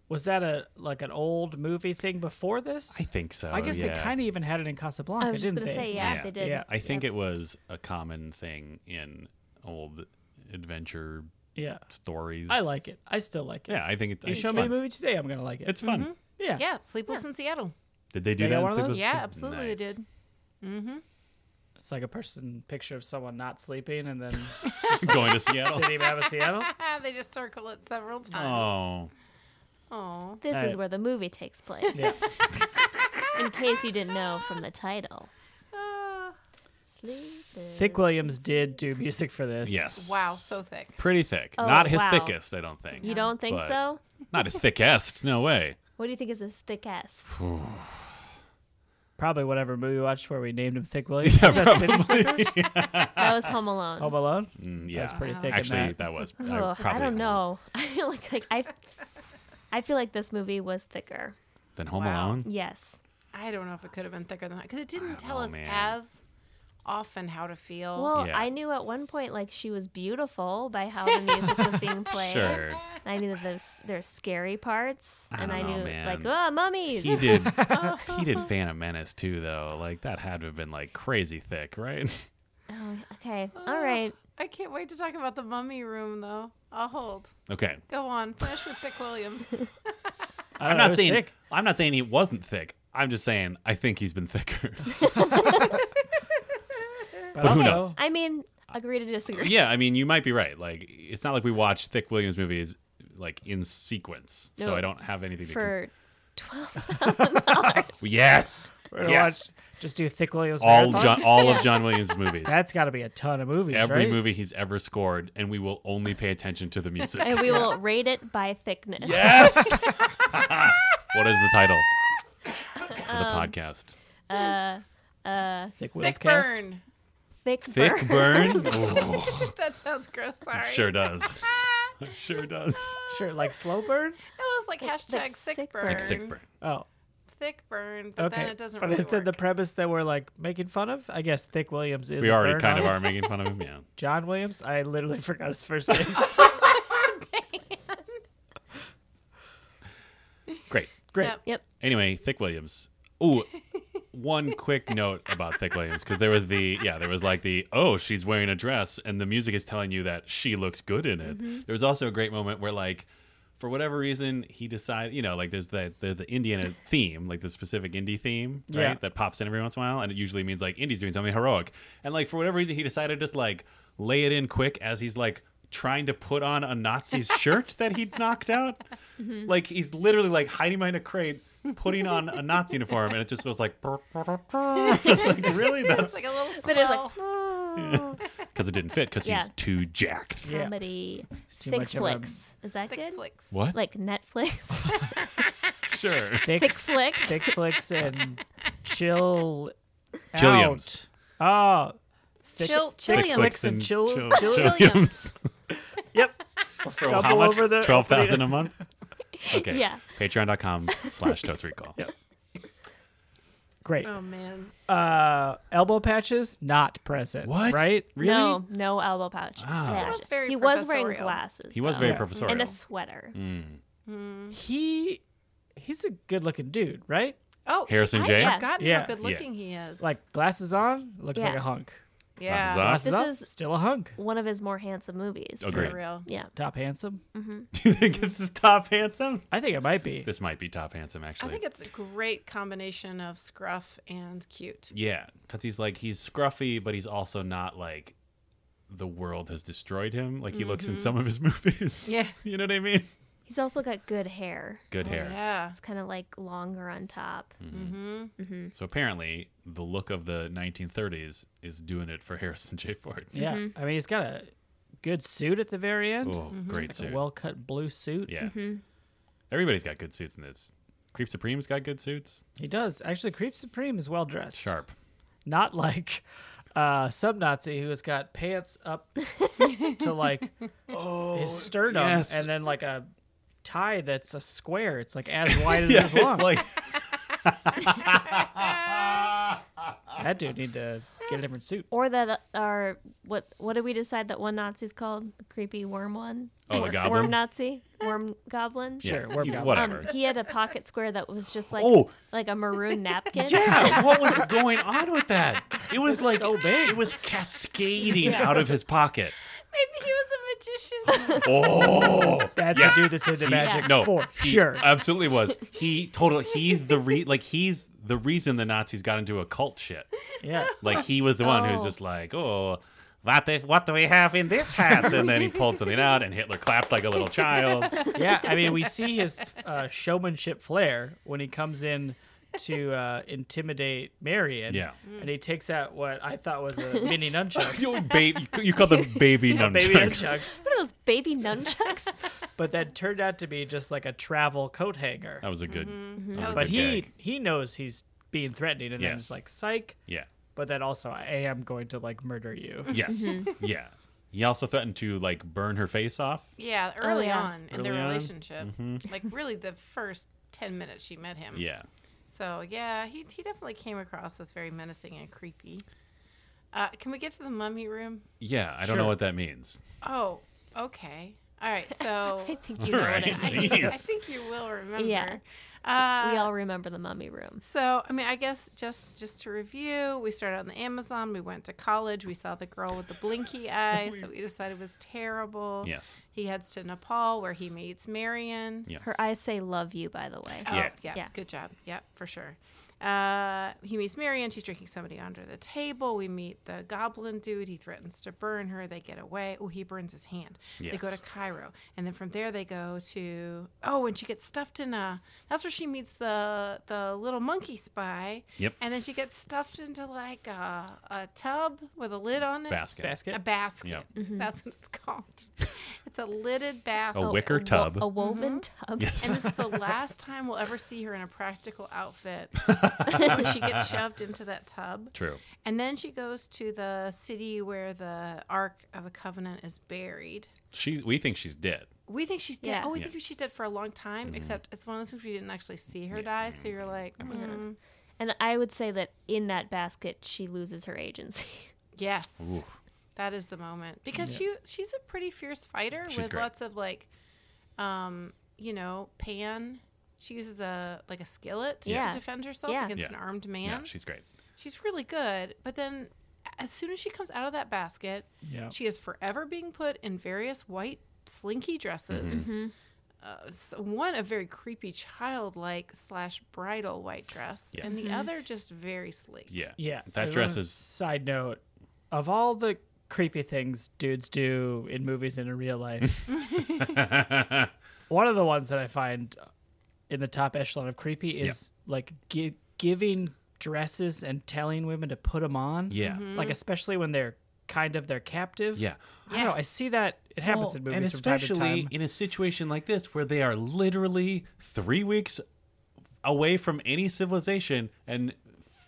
Speaker 1: Was that a like an old movie thing before this?
Speaker 2: I think so.
Speaker 1: I oh, guess they
Speaker 2: yeah.
Speaker 1: kind of even had it in Casablanca,
Speaker 3: I was just
Speaker 1: didn't
Speaker 3: gonna
Speaker 1: they?
Speaker 3: say, yeah,
Speaker 2: Yeah.
Speaker 3: they did.
Speaker 1: Yeah.
Speaker 2: I think it was a common thing in old adventure
Speaker 1: yeah.
Speaker 2: stories.
Speaker 1: I like it. I still like it.
Speaker 2: Yeah, I think it,
Speaker 1: You
Speaker 2: it's
Speaker 1: show
Speaker 2: fun.
Speaker 1: me a movie today, I'm gonna like it.
Speaker 2: It's fun.
Speaker 1: yeah.
Speaker 4: Yeah. Sleepless in Seattle.
Speaker 2: Did they do
Speaker 1: They got
Speaker 2: that? in
Speaker 1: one of
Speaker 2: Sleepless
Speaker 1: those?
Speaker 4: Yeah,
Speaker 2: Children?
Speaker 4: absolutely they
Speaker 2: Nice.
Speaker 4: did. [LAUGHS]
Speaker 1: It's like a person picture of someone not sleeping and [LAUGHS] then
Speaker 2: [LAUGHS] Going
Speaker 1: [LAUGHS]
Speaker 2: to Seattle.
Speaker 1: City Map of Seattle.
Speaker 4: they just circle it several times.
Speaker 2: Oh,
Speaker 4: Oh.
Speaker 3: This is
Speaker 1: Alright.
Speaker 3: where the movie takes place.
Speaker 1: Yeah.
Speaker 3: [LAUGHS] In case you didn't know from the title.
Speaker 1: Thick Williams did do music for this.
Speaker 2: yes.
Speaker 4: wow, so thick.
Speaker 2: Pretty thick.
Speaker 3: Oh,
Speaker 2: Not his
Speaker 3: wow.
Speaker 2: thickest, I don't think.
Speaker 3: You don't think
Speaker 2: But-
Speaker 3: so?
Speaker 2: Not his thickest. No way.
Speaker 3: What do you think is his
Speaker 2: [LAUGHS]
Speaker 3: thick ass?
Speaker 1: Probably whatever movie we watched where we named him Thick Williams. Is that City Slickers?
Speaker 3: That was Home Alone.
Speaker 1: Home Alone?
Speaker 2: Mm, yeah.
Speaker 1: That's pretty thick in
Speaker 2: Actually,
Speaker 1: that.
Speaker 2: was. I,
Speaker 3: Ugh, I,
Speaker 2: probably
Speaker 3: don't know. [LAUGHS] I feel like, like I, I feel like this movie was thicker.
Speaker 2: Then Home
Speaker 4: Wow.
Speaker 2: Alone.
Speaker 3: Yes.
Speaker 4: I don't know if it could have been thicker than that because it didn't tell
Speaker 2: Oh,
Speaker 4: us
Speaker 2: man.
Speaker 4: as often how to feel.
Speaker 3: Well,
Speaker 2: Yeah.
Speaker 3: I knew at one point like she was beautiful by how the music was
Speaker 2: [LAUGHS]
Speaker 3: being played.
Speaker 2: Sure.
Speaker 3: I knew that there's there's scary parts,
Speaker 2: I
Speaker 3: and
Speaker 2: don't
Speaker 3: I
Speaker 2: know,
Speaker 3: knew
Speaker 2: man.
Speaker 3: like oh mummies.
Speaker 2: He did. he did Phantom Menace too, though. Like that had to have been like crazy thick, right? [LAUGHS]
Speaker 3: Oh, okay,
Speaker 2: Ah.
Speaker 3: all right.
Speaker 4: I can't wait to talk about the mummy room though. I'll hold.
Speaker 2: Okay.
Speaker 4: Go on. Finish with Dick Williams.
Speaker 1: I don't
Speaker 2: I'm
Speaker 1: know, it
Speaker 2: not
Speaker 1: was
Speaker 2: saying
Speaker 1: thick.
Speaker 2: I'm not saying he wasn't thick. I'm just saying I think he's been [LAUGHS]
Speaker 3: [LAUGHS]
Speaker 2: thicker.
Speaker 1: But,
Speaker 2: But
Speaker 1: also,
Speaker 2: who knows?
Speaker 3: I mean, agree
Speaker 2: [LAUGHS]
Speaker 3: to disagree.
Speaker 2: yeah, I mean you might be right. Like it's not like we watch Thick Williams movies like in sequence, so
Speaker 3: No.
Speaker 2: I don't have anything to. com-
Speaker 3: For twelve thousand dollars.
Speaker 2: yes,
Speaker 1: we're gonna
Speaker 2: yes,
Speaker 1: watch- just do Thick Williams
Speaker 2: all
Speaker 1: marathon?
Speaker 2: John, all
Speaker 3: [LAUGHS] Yeah.
Speaker 2: of John Williams movies,
Speaker 1: That's got to be a ton of movies,
Speaker 2: every
Speaker 1: right?
Speaker 2: movie he's ever scored, and we will only pay attention
Speaker 3: [LAUGHS]
Speaker 2: to the music.
Speaker 3: And we will rate it by thickness.
Speaker 2: yes. [LAUGHS] what is the title for the
Speaker 3: Um,
Speaker 2: podcast?
Speaker 1: Thick Williams
Speaker 4: Dick
Speaker 1: cast.
Speaker 4: Burn.
Speaker 3: [LAUGHS] Thick,
Speaker 2: Thick
Speaker 3: burn.
Speaker 2: burn. Oh,
Speaker 4: [LAUGHS] That sounds gross. Sorry.
Speaker 2: it sure does.
Speaker 3: [LAUGHS]
Speaker 2: It sure does.
Speaker 1: Sure, like slow burn.
Speaker 4: It was like hashtag
Speaker 3: like
Speaker 4: sick,
Speaker 3: sick
Speaker 4: burn.
Speaker 2: Like sick burn.
Speaker 1: Oh,
Speaker 4: Thick burn, but
Speaker 1: okay.
Speaker 4: then it doesn't
Speaker 1: but
Speaker 4: really
Speaker 1: is that the
Speaker 4: work.
Speaker 1: premise that we're like making fun of? I guess Thick Williams is.
Speaker 2: We
Speaker 1: a
Speaker 2: already
Speaker 1: burn
Speaker 2: kind of
Speaker 1: on
Speaker 2: are making fun of him. Yeah.
Speaker 1: John Williams. I literally [LAUGHS] forgot his first name.
Speaker 2: Great.
Speaker 1: Great.
Speaker 4: Yep.
Speaker 3: [LAUGHS] Yep.
Speaker 2: Anyway, Thick Williams. Ooh, one quick note about Thick Williams because there was the yeah there was like the oh she's wearing a dress and the music is telling you that she looks good in it. There was also a great moment where like for whatever reason he decided you know like there's the the, the Indiana theme like the specific indie theme right
Speaker 1: Yeah.
Speaker 2: that pops in every once in a while and it usually means like Indy's doing something heroic and like for whatever reason he decided to just like lay it in quick as he's like trying to put on a Nazi's shirt that he'd knocked out. Mm-hmm. Like he's literally like hiding behind a crate, putting on a Nazi uniform, and it just goes like, [LAUGHS] "Brr, brr, brr, brr." like really that's
Speaker 4: It's like a little
Speaker 3: But it's
Speaker 4: swell.
Speaker 3: like
Speaker 2: because it didn't fit because
Speaker 3: Yeah.
Speaker 2: he's too jacked.
Speaker 1: Yeah.
Speaker 3: comedy.
Speaker 1: too
Speaker 3: Thick
Speaker 1: much of a-
Speaker 3: flicks. Is that
Speaker 4: Thick
Speaker 3: good?
Speaker 4: flicks.
Speaker 2: What?
Speaker 3: Like Netflix. [LAUGHS]
Speaker 4: [LAUGHS]
Speaker 2: Sure.
Speaker 3: Thick
Speaker 1: Thick,
Speaker 2: [LAUGHS]
Speaker 3: flicks.
Speaker 1: thick flicks and chill.
Speaker 2: Chilliams.
Speaker 1: Out. Oh, thick,
Speaker 4: Chill,
Speaker 1: thick
Speaker 4: Chilliams.
Speaker 1: flicks and chill.
Speaker 2: Chill-
Speaker 1: chill-
Speaker 4: Chilliams.
Speaker 1: [LAUGHS] Yep. We'll
Speaker 2: So
Speaker 1: stumble
Speaker 2: how much?
Speaker 1: over the
Speaker 2: Twelve thousand a [LAUGHS] month. Okay.
Speaker 3: Yeah.
Speaker 2: Patreon.com slash totes recall.
Speaker 1: [LAUGHS] Great.
Speaker 4: Oh man.
Speaker 1: Uh, elbow patches not present.
Speaker 2: What?
Speaker 1: Right.
Speaker 2: Really?
Speaker 3: No, Mm-hmm. no elbow pouch.
Speaker 2: Wow. He
Speaker 4: was very
Speaker 3: he was wearing
Speaker 4: professorial.
Speaker 3: glasses.
Speaker 2: He was Mm.
Speaker 3: though.
Speaker 2: very
Speaker 1: Yeah.
Speaker 2: professorial.
Speaker 3: and a sweater.
Speaker 1: He he's a good looking dude, right?
Speaker 4: Oh,
Speaker 2: Harrison
Speaker 4: I
Speaker 2: J?
Speaker 4: I've forgotten
Speaker 1: Yeah.
Speaker 4: how good looking he is.
Speaker 1: Like glasses on, looks like
Speaker 3: Yeah.
Speaker 1: a hunk.
Speaker 4: yeah,
Speaker 2: Zah.
Speaker 1: Glasses
Speaker 3: This
Speaker 1: off,
Speaker 3: is-
Speaker 1: still a hunk.
Speaker 3: One of his more handsome movies.
Speaker 2: Agreed.
Speaker 4: for real.
Speaker 3: Yeah.
Speaker 1: Top handsome.
Speaker 2: [LAUGHS] Do you think this is top handsome?
Speaker 1: I think it might be.
Speaker 2: This might be top handsome,
Speaker 4: I
Speaker 2: actually.
Speaker 4: think it's a great combination of scruff and cute.
Speaker 2: yeah, because he's like he's scruffy, but he's also not like the world has destroyed him. Like he looks in some of his [LAUGHS] movies.
Speaker 4: Mm-hmm. Yeah.
Speaker 2: you know what I mean.
Speaker 3: He's also got good hair.
Speaker 2: Good
Speaker 4: Oh,
Speaker 2: hair.
Speaker 4: yeah.
Speaker 3: It's kind of like longer on top.
Speaker 2: Hmm.
Speaker 4: Mm-hmm.
Speaker 2: So apparently, the look of the 1930s is doing it for [LAUGHS] Harrison J. Ford.
Speaker 1: Yeah, I mean, he's got a good suit at the very
Speaker 2: Oh,
Speaker 1: end.
Speaker 2: great
Speaker 1: It's Mm-hmm. like
Speaker 2: suit.
Speaker 1: a well Mm-hmm. cut blue suit.
Speaker 2: yeah, everybody's got good suits in this. Creep Supreme's got good suits.
Speaker 1: He does. Actually, Creep Supreme is well dressed. [LAUGHS]
Speaker 2: Sharp.
Speaker 1: Not like uh, some Nazi who's got pants up to like his sternum
Speaker 2: yes.
Speaker 1: and then like a tie that's a square. It's like as wide as his long.
Speaker 2: like
Speaker 1: that dude need to get a different suit.
Speaker 3: Or that uh, are what? What did we decide that one Nazi's called? The creepy worm one.
Speaker 2: oh the
Speaker 3: Worm
Speaker 2: goblin.
Speaker 3: Nazi. Worm goblin.
Speaker 2: Yeah,
Speaker 1: Sure, worm
Speaker 2: you-
Speaker 1: goblin.
Speaker 2: Whatever.
Speaker 3: Um, he had a pocket square that was just like
Speaker 2: Oh.
Speaker 3: like
Speaker 2: [LAUGHS]
Speaker 3: a maroon napkin.
Speaker 2: Yeah, what was going on with that? It was like
Speaker 1: so big.
Speaker 2: it was cascading out of
Speaker 1: [LAUGHS]
Speaker 2: his pocket.
Speaker 4: [LAUGHS] Maybe he was a magician. [LAUGHS]
Speaker 2: Oh,
Speaker 1: That's a dude that's into magic
Speaker 2: no,
Speaker 1: for
Speaker 2: he
Speaker 1: sure.
Speaker 2: [LAUGHS] absolutely was. He totally. He's the re like he's the reason the Nazis got into occult shit.
Speaker 1: yeah.
Speaker 2: Like he was the one who's
Speaker 3: Oh.
Speaker 2: just like, oh. What, the, what do we have in this hat? And then he pulled something out, and Hitler clapped like a little child.
Speaker 1: yeah, I mean, we see his uh, showmanship flair when he comes in to uh, intimidate Marion.
Speaker 2: Yeah.
Speaker 1: and he takes out what I thought was a mini
Speaker 2: [LAUGHS]
Speaker 1: nunchucks,
Speaker 2: You, baby, you call them [LAUGHS] baby nunchucks.
Speaker 1: baby nunchucks,
Speaker 3: What are those
Speaker 2: [LAUGHS]
Speaker 3: baby nunchucks?
Speaker 1: but that turned out to be just like a travel coat hanger.
Speaker 2: That was a good.
Speaker 4: Mm-hmm.
Speaker 2: that was Oh, a
Speaker 1: but
Speaker 2: good
Speaker 1: he
Speaker 2: gag.
Speaker 1: he knows he's being threatening, and then
Speaker 2: Yes.
Speaker 1: it's like psych.
Speaker 2: yeah,
Speaker 1: But then also, I am going to like murder you.
Speaker 2: yes, yeah. He also threatened to like burn her face off.
Speaker 4: Oh, yeah, early
Speaker 3: yeah.
Speaker 4: on in their
Speaker 2: Early on. Mm-hmm.
Speaker 4: relationship, like really the first ten minutes she met him.
Speaker 2: Yeah.
Speaker 4: So yeah, he he definitely came across as very menacing and creepy. Uh, can we get to the mummy room?
Speaker 2: Yeah, I don't know
Speaker 1: Sure.
Speaker 2: what that means.
Speaker 4: Oh, okay. All right.
Speaker 2: [LAUGHS]
Speaker 4: So
Speaker 3: I think you know
Speaker 2: Right.
Speaker 3: what I mean.
Speaker 4: I
Speaker 2: Jeez.
Speaker 4: think you will remember.
Speaker 3: Yeah.
Speaker 4: Uh,
Speaker 3: We all remember the mummy room.
Speaker 4: So, I mean, I guess just just to review, we started on the Amazon. We went to college. We saw the girl with the blinky eyes that we decided was terrible.
Speaker 2: Yes.
Speaker 4: He heads to Nepal where he meets Marion.
Speaker 2: Yeah.
Speaker 3: Her eyes say "love you." By the way.
Speaker 4: Oh,
Speaker 2: Yeah.
Speaker 4: yeah.
Speaker 3: Yeah.
Speaker 4: Good job. Yeah, for sure. Uh, he meets Marion. She's drinking somebody under the table. We meet the goblin dude. He threatens to burn her. They get away. Oh, he burns his hand. They go
Speaker 2: Yes.
Speaker 4: to Cairo. And then from there, they go to. Oh, and she gets stuffed in a. That's where she meets the the little monkey spy.
Speaker 2: Yep.
Speaker 4: And then she gets stuffed into like a, a tub with a lid on it.
Speaker 2: Basket.
Speaker 1: Basket.
Speaker 4: A basket.
Speaker 2: Yeah.
Speaker 4: That's what it's called. [LAUGHS] it's a lidded basket.
Speaker 2: A wicker
Speaker 3: wo-
Speaker 2: tub.
Speaker 3: A woven tub.
Speaker 2: Yes.
Speaker 3: [LAUGHS]
Speaker 4: And this is the last time we'll ever see her in a practical outfit when
Speaker 3: [LAUGHS]
Speaker 4: she gets shoved into that tub.
Speaker 2: [LAUGHS] True.
Speaker 4: And then she goes to the city where the Ark of the Covenant is buried.
Speaker 2: She. We think she's dead.
Speaker 4: We think she's dead.
Speaker 3: Yeah.
Speaker 4: Oh, we
Speaker 2: Yeah. Mm-hmm.
Speaker 4: think she's dead for a long time, except it's one of those things we didn't actually see her die. So you're like, mm,
Speaker 3: And I would say that in that basket, she loses her agency.
Speaker 4: yes, that is the moment because she she's a pretty fierce fighter
Speaker 2: She's
Speaker 4: with
Speaker 2: great.
Speaker 4: lots of like, um, you know, pan. She uses a like a skillet
Speaker 3: Yeah.
Speaker 4: to defend herself
Speaker 3: Yeah.
Speaker 4: against
Speaker 2: Yeah.
Speaker 4: an armed man.
Speaker 2: Yeah, she's great.
Speaker 4: She's really good, but then as soon as she comes out of that basket,
Speaker 1: Yeah.
Speaker 4: she is forever being put in various white slinky dresses.
Speaker 3: Mm-hmm.
Speaker 2: Hmm.
Speaker 4: Uh, so one a very creepy childlike slash bridal white dress,
Speaker 2: Yeah.
Speaker 4: and the other just very sleek.
Speaker 2: Yeah.
Speaker 1: Yeah.
Speaker 2: That
Speaker 1: as
Speaker 2: dress
Speaker 1: a
Speaker 2: is.
Speaker 1: Side note of all the creepy things dudes do in movies and in real
Speaker 2: [LAUGHS]
Speaker 1: life, one of the ones that I find in the top echelon of creepy is like gi- giving dresses and telling women to put them on.
Speaker 2: Yeah.
Speaker 1: Like, especially when they're kind of their captive.
Speaker 2: Yeah.
Speaker 1: I don't know. I see that. It happens
Speaker 2: Well,
Speaker 1: in movies
Speaker 2: Oh, and
Speaker 1: from time
Speaker 2: especially
Speaker 1: to time.
Speaker 2: in a situation like this where they are literally three weeks away from any civilization and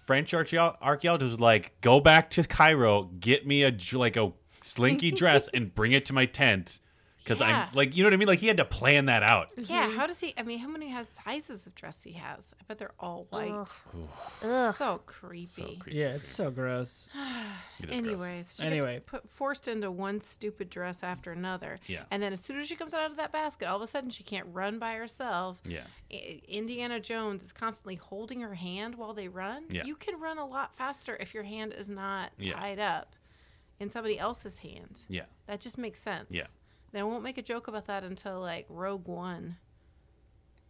Speaker 2: french archeo- archaeologists are like go back to cairo get me a dr- like a slinky dress and bring it to my tent because
Speaker 4: Yeah.
Speaker 2: I'm like, you know what I mean? Like he had to plan that out.
Speaker 4: Yeah, how does he? I mean, how many has sizes of dress he has? I bet they're all white. So creepy.
Speaker 2: So creepy.
Speaker 1: Yeah, it's so gross.
Speaker 2: It is gross.
Speaker 4: Anyways, she
Speaker 1: Anyway.
Speaker 4: gets put, forced into one stupid dress after another.
Speaker 2: Yeah.
Speaker 4: And then as soon as she comes out of that basket, all of a sudden she can't run by herself.
Speaker 2: Yeah.
Speaker 4: I- Indiana Jones is constantly holding her hand while they run.
Speaker 2: Yeah.
Speaker 4: You can run a lot faster if your hand is not
Speaker 2: Yeah.
Speaker 4: tied up in somebody else's hand.
Speaker 2: Yeah.
Speaker 4: That just makes sense.
Speaker 2: Yeah.
Speaker 4: They won't make a joke about that until like Rogue One.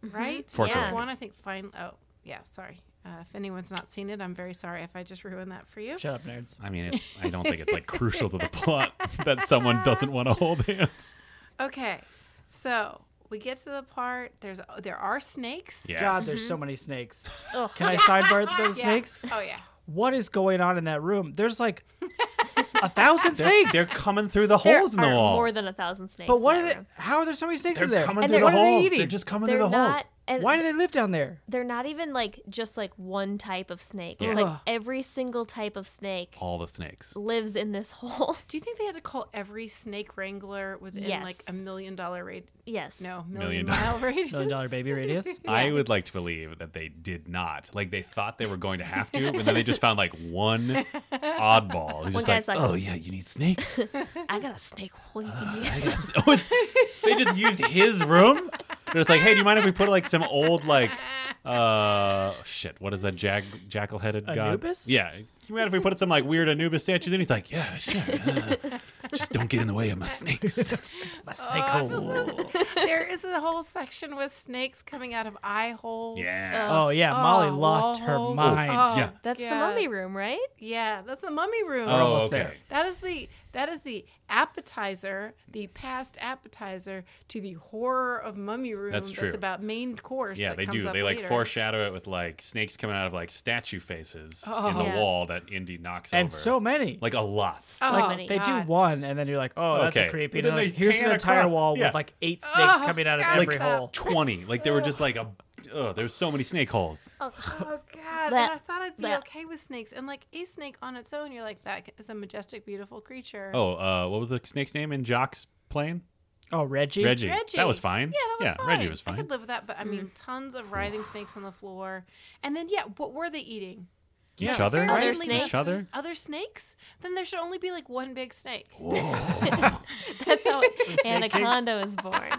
Speaker 4: Right?
Speaker 2: Force
Speaker 4: Rogue
Speaker 2: Awakens.
Speaker 4: One, I think, fine. Oh, yeah, sorry. Uh, if anyone's not seen it, I'm very sorry if I just ruined that for you.
Speaker 1: Shut up, nerds.
Speaker 2: I mean, it's, I don't think it's like crucial to the plot that someone doesn't want to hold hands.
Speaker 4: Okay, so we get to the part. There's there are snakes.
Speaker 2: Yes.
Speaker 1: God, there's so many snakes. Can I sidebar the
Speaker 4: Yeah.
Speaker 1: snakes?
Speaker 4: Oh yeah.
Speaker 1: What is going on in that room? There's
Speaker 4: [LAUGHS]
Speaker 1: like a thousand snakes.
Speaker 2: They're coming through the
Speaker 3: There
Speaker 2: holes in the
Speaker 3: are
Speaker 2: wall.
Speaker 3: more than a thousand snakes.
Speaker 1: but what
Speaker 3: in
Speaker 1: are
Speaker 3: that
Speaker 1: they?
Speaker 3: room.
Speaker 1: How are there so many snakes
Speaker 2: they're
Speaker 1: in there?
Speaker 2: coming
Speaker 3: And
Speaker 2: through
Speaker 3: they're-
Speaker 2: the
Speaker 1: what are they
Speaker 2: holes.
Speaker 1: eating?
Speaker 2: They're just coming
Speaker 3: They're
Speaker 2: through the holes.
Speaker 3: not. and
Speaker 1: Why do they live down there?
Speaker 3: They're not even like just like one type of snake.
Speaker 2: Yeah.
Speaker 3: It's like every single type of snake
Speaker 2: All the snakes.
Speaker 3: lives in this [LAUGHS] hole.
Speaker 4: Do you think they had to call every snake wrangler within
Speaker 3: Yes.
Speaker 4: like a million dollar rate?
Speaker 3: yes.
Speaker 4: No,
Speaker 2: Million [LAUGHS]
Speaker 4: million, mile radius.
Speaker 1: Million dollar baby radius.
Speaker 2: I would like to believe that they did not. Like they thought they were going to have to, and then they just found like
Speaker 3: [LAUGHS]
Speaker 2: one oddball. He's
Speaker 3: One
Speaker 2: just like,
Speaker 3: guy's like-
Speaker 2: oh yeah, you need
Speaker 3: [LAUGHS]
Speaker 2: snakes.
Speaker 3: [LAUGHS] I got a snake hole
Speaker 2: [LAUGHS]
Speaker 3: you can
Speaker 2: I
Speaker 3: use.
Speaker 2: guess- oh, it's, they just used his room. They're just like, hey, do you mind if we put like some old like, uh, shit, what is that jag jackal headed god?
Speaker 1: Anubis?
Speaker 2: Yeah. Do you mind if we put some like weird Anubis statues? And he's like, yeah, sure. uh, just don't get in the way of my
Speaker 3: [LAUGHS]
Speaker 2: snakes.
Speaker 1: My
Speaker 4: Oh,
Speaker 1: snake
Speaker 4: I feel
Speaker 1: hole.
Speaker 4: so s- there is a whole section with snakes coming out of eye holes.
Speaker 2: yeah.
Speaker 1: Oh yeah, Molly
Speaker 4: Oh,
Speaker 1: lost her
Speaker 4: holes.
Speaker 1: mind.
Speaker 4: Oh,
Speaker 2: Yeah.
Speaker 3: That's the
Speaker 4: God.
Speaker 3: mummy room, right?
Speaker 4: Yeah, that's the mummy room.
Speaker 2: Oh,
Speaker 1: almost
Speaker 2: okay.
Speaker 1: there.
Speaker 4: That is the that is the appetizer, the past appetizer to the horror of mummy room.
Speaker 2: That's true.
Speaker 4: about main course.
Speaker 2: Yeah,
Speaker 4: that
Speaker 2: they
Speaker 4: comes
Speaker 2: do.
Speaker 4: Up
Speaker 2: They like
Speaker 4: later.
Speaker 2: foreshadow it with like snakes coming out of like statue faces
Speaker 4: Oh,
Speaker 2: in the
Speaker 3: Yeah.
Speaker 2: wall that Indy knocks
Speaker 1: And
Speaker 2: over.
Speaker 1: so many.
Speaker 2: like a lot.
Speaker 4: Oh, [LAUGHS]
Speaker 1: Like,
Speaker 3: many.
Speaker 1: they
Speaker 4: God.
Speaker 1: do one, and then you're like, oh, that's
Speaker 2: Okay.
Speaker 1: creepy. And
Speaker 2: But then
Speaker 1: then,
Speaker 2: they
Speaker 1: like, here's an
Speaker 2: pan
Speaker 1: entire
Speaker 2: across-
Speaker 1: wall
Speaker 2: yeah.
Speaker 1: with like eight snakes
Speaker 4: Oh,
Speaker 1: coming out of
Speaker 4: God,
Speaker 1: every
Speaker 4: stop.
Speaker 1: hole.
Speaker 2: Twenty. Like they were just like a. Oh, there's so many snake holes.
Speaker 4: Oh God!
Speaker 3: Blech,
Speaker 4: and I thought I'd be
Speaker 3: blech.
Speaker 4: okay with snakes, and like a snake on its own, you're like, that is a majestic, beautiful creature.
Speaker 2: Oh, uh, what was the snake's name in Jock's plane?
Speaker 1: Oh, Reggie.
Speaker 2: Reggie.
Speaker 4: Reggie,
Speaker 2: That was fine.
Speaker 4: Yeah, that was
Speaker 2: yeah,
Speaker 4: fine.
Speaker 2: Reggie was
Speaker 4: I
Speaker 2: fine.
Speaker 4: could live with that, but I mean,
Speaker 3: Mm.
Speaker 4: tons of writhing snakes on the floor, and then yeah, what were they eating?
Speaker 2: Each
Speaker 4: Yeah,
Speaker 2: other?
Speaker 4: fair
Speaker 3: Other
Speaker 4: game, like,
Speaker 3: snakes?
Speaker 2: Each other?
Speaker 4: Other snakes? Then there should only be like one big snake.
Speaker 3: [LAUGHS]
Speaker 1: [LAUGHS]
Speaker 3: That's how Anaconda was born.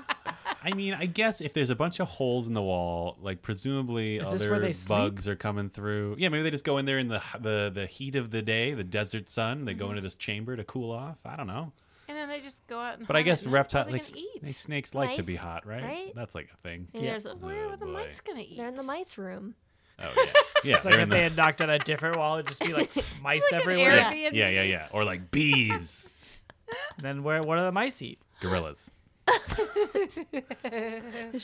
Speaker 2: I mean, I guess if there's a bunch of holes in the wall, like presumably
Speaker 1: Is this where
Speaker 2: other
Speaker 1: they sleep?
Speaker 2: bugs are coming through. Yeah, maybe they just go in there in the h- the, the heat of the day, the desert sun. They go
Speaker 4: Mm.
Speaker 2: into this chamber to cool off. I don't know.
Speaker 4: And then they just go out and.
Speaker 2: But I
Speaker 4: hunt
Speaker 2: guess
Speaker 4: and that's all
Speaker 2: reptiles,
Speaker 4: they
Speaker 2: like,
Speaker 4: can
Speaker 2: s-
Speaker 4: eat.
Speaker 2: like snakes like to be
Speaker 3: Mice,
Speaker 2: hot, right?
Speaker 3: right?
Speaker 2: That's like a
Speaker 3: [LAUGHS]
Speaker 2: thing.
Speaker 3: And
Speaker 1: Yeah.
Speaker 3: there's
Speaker 4: Where
Speaker 2: Oh,
Speaker 4: are the
Speaker 2: boy.
Speaker 4: mice gonna eat?
Speaker 3: they're in the mice room.
Speaker 2: Oh yeah, yeah.
Speaker 1: It's like
Speaker 2: they're
Speaker 1: if
Speaker 2: in
Speaker 1: they
Speaker 2: the-
Speaker 1: had knocked on a different wall, it'd just be
Speaker 4: [LAUGHS]
Speaker 1: like mice
Speaker 4: Like an
Speaker 1: everywhere.
Speaker 4: Airbnb.
Speaker 2: yeah, yeah, yeah, yeah. Or like bees,
Speaker 1: And then where? What do the mice eat?
Speaker 2: gorillas.
Speaker 3: It's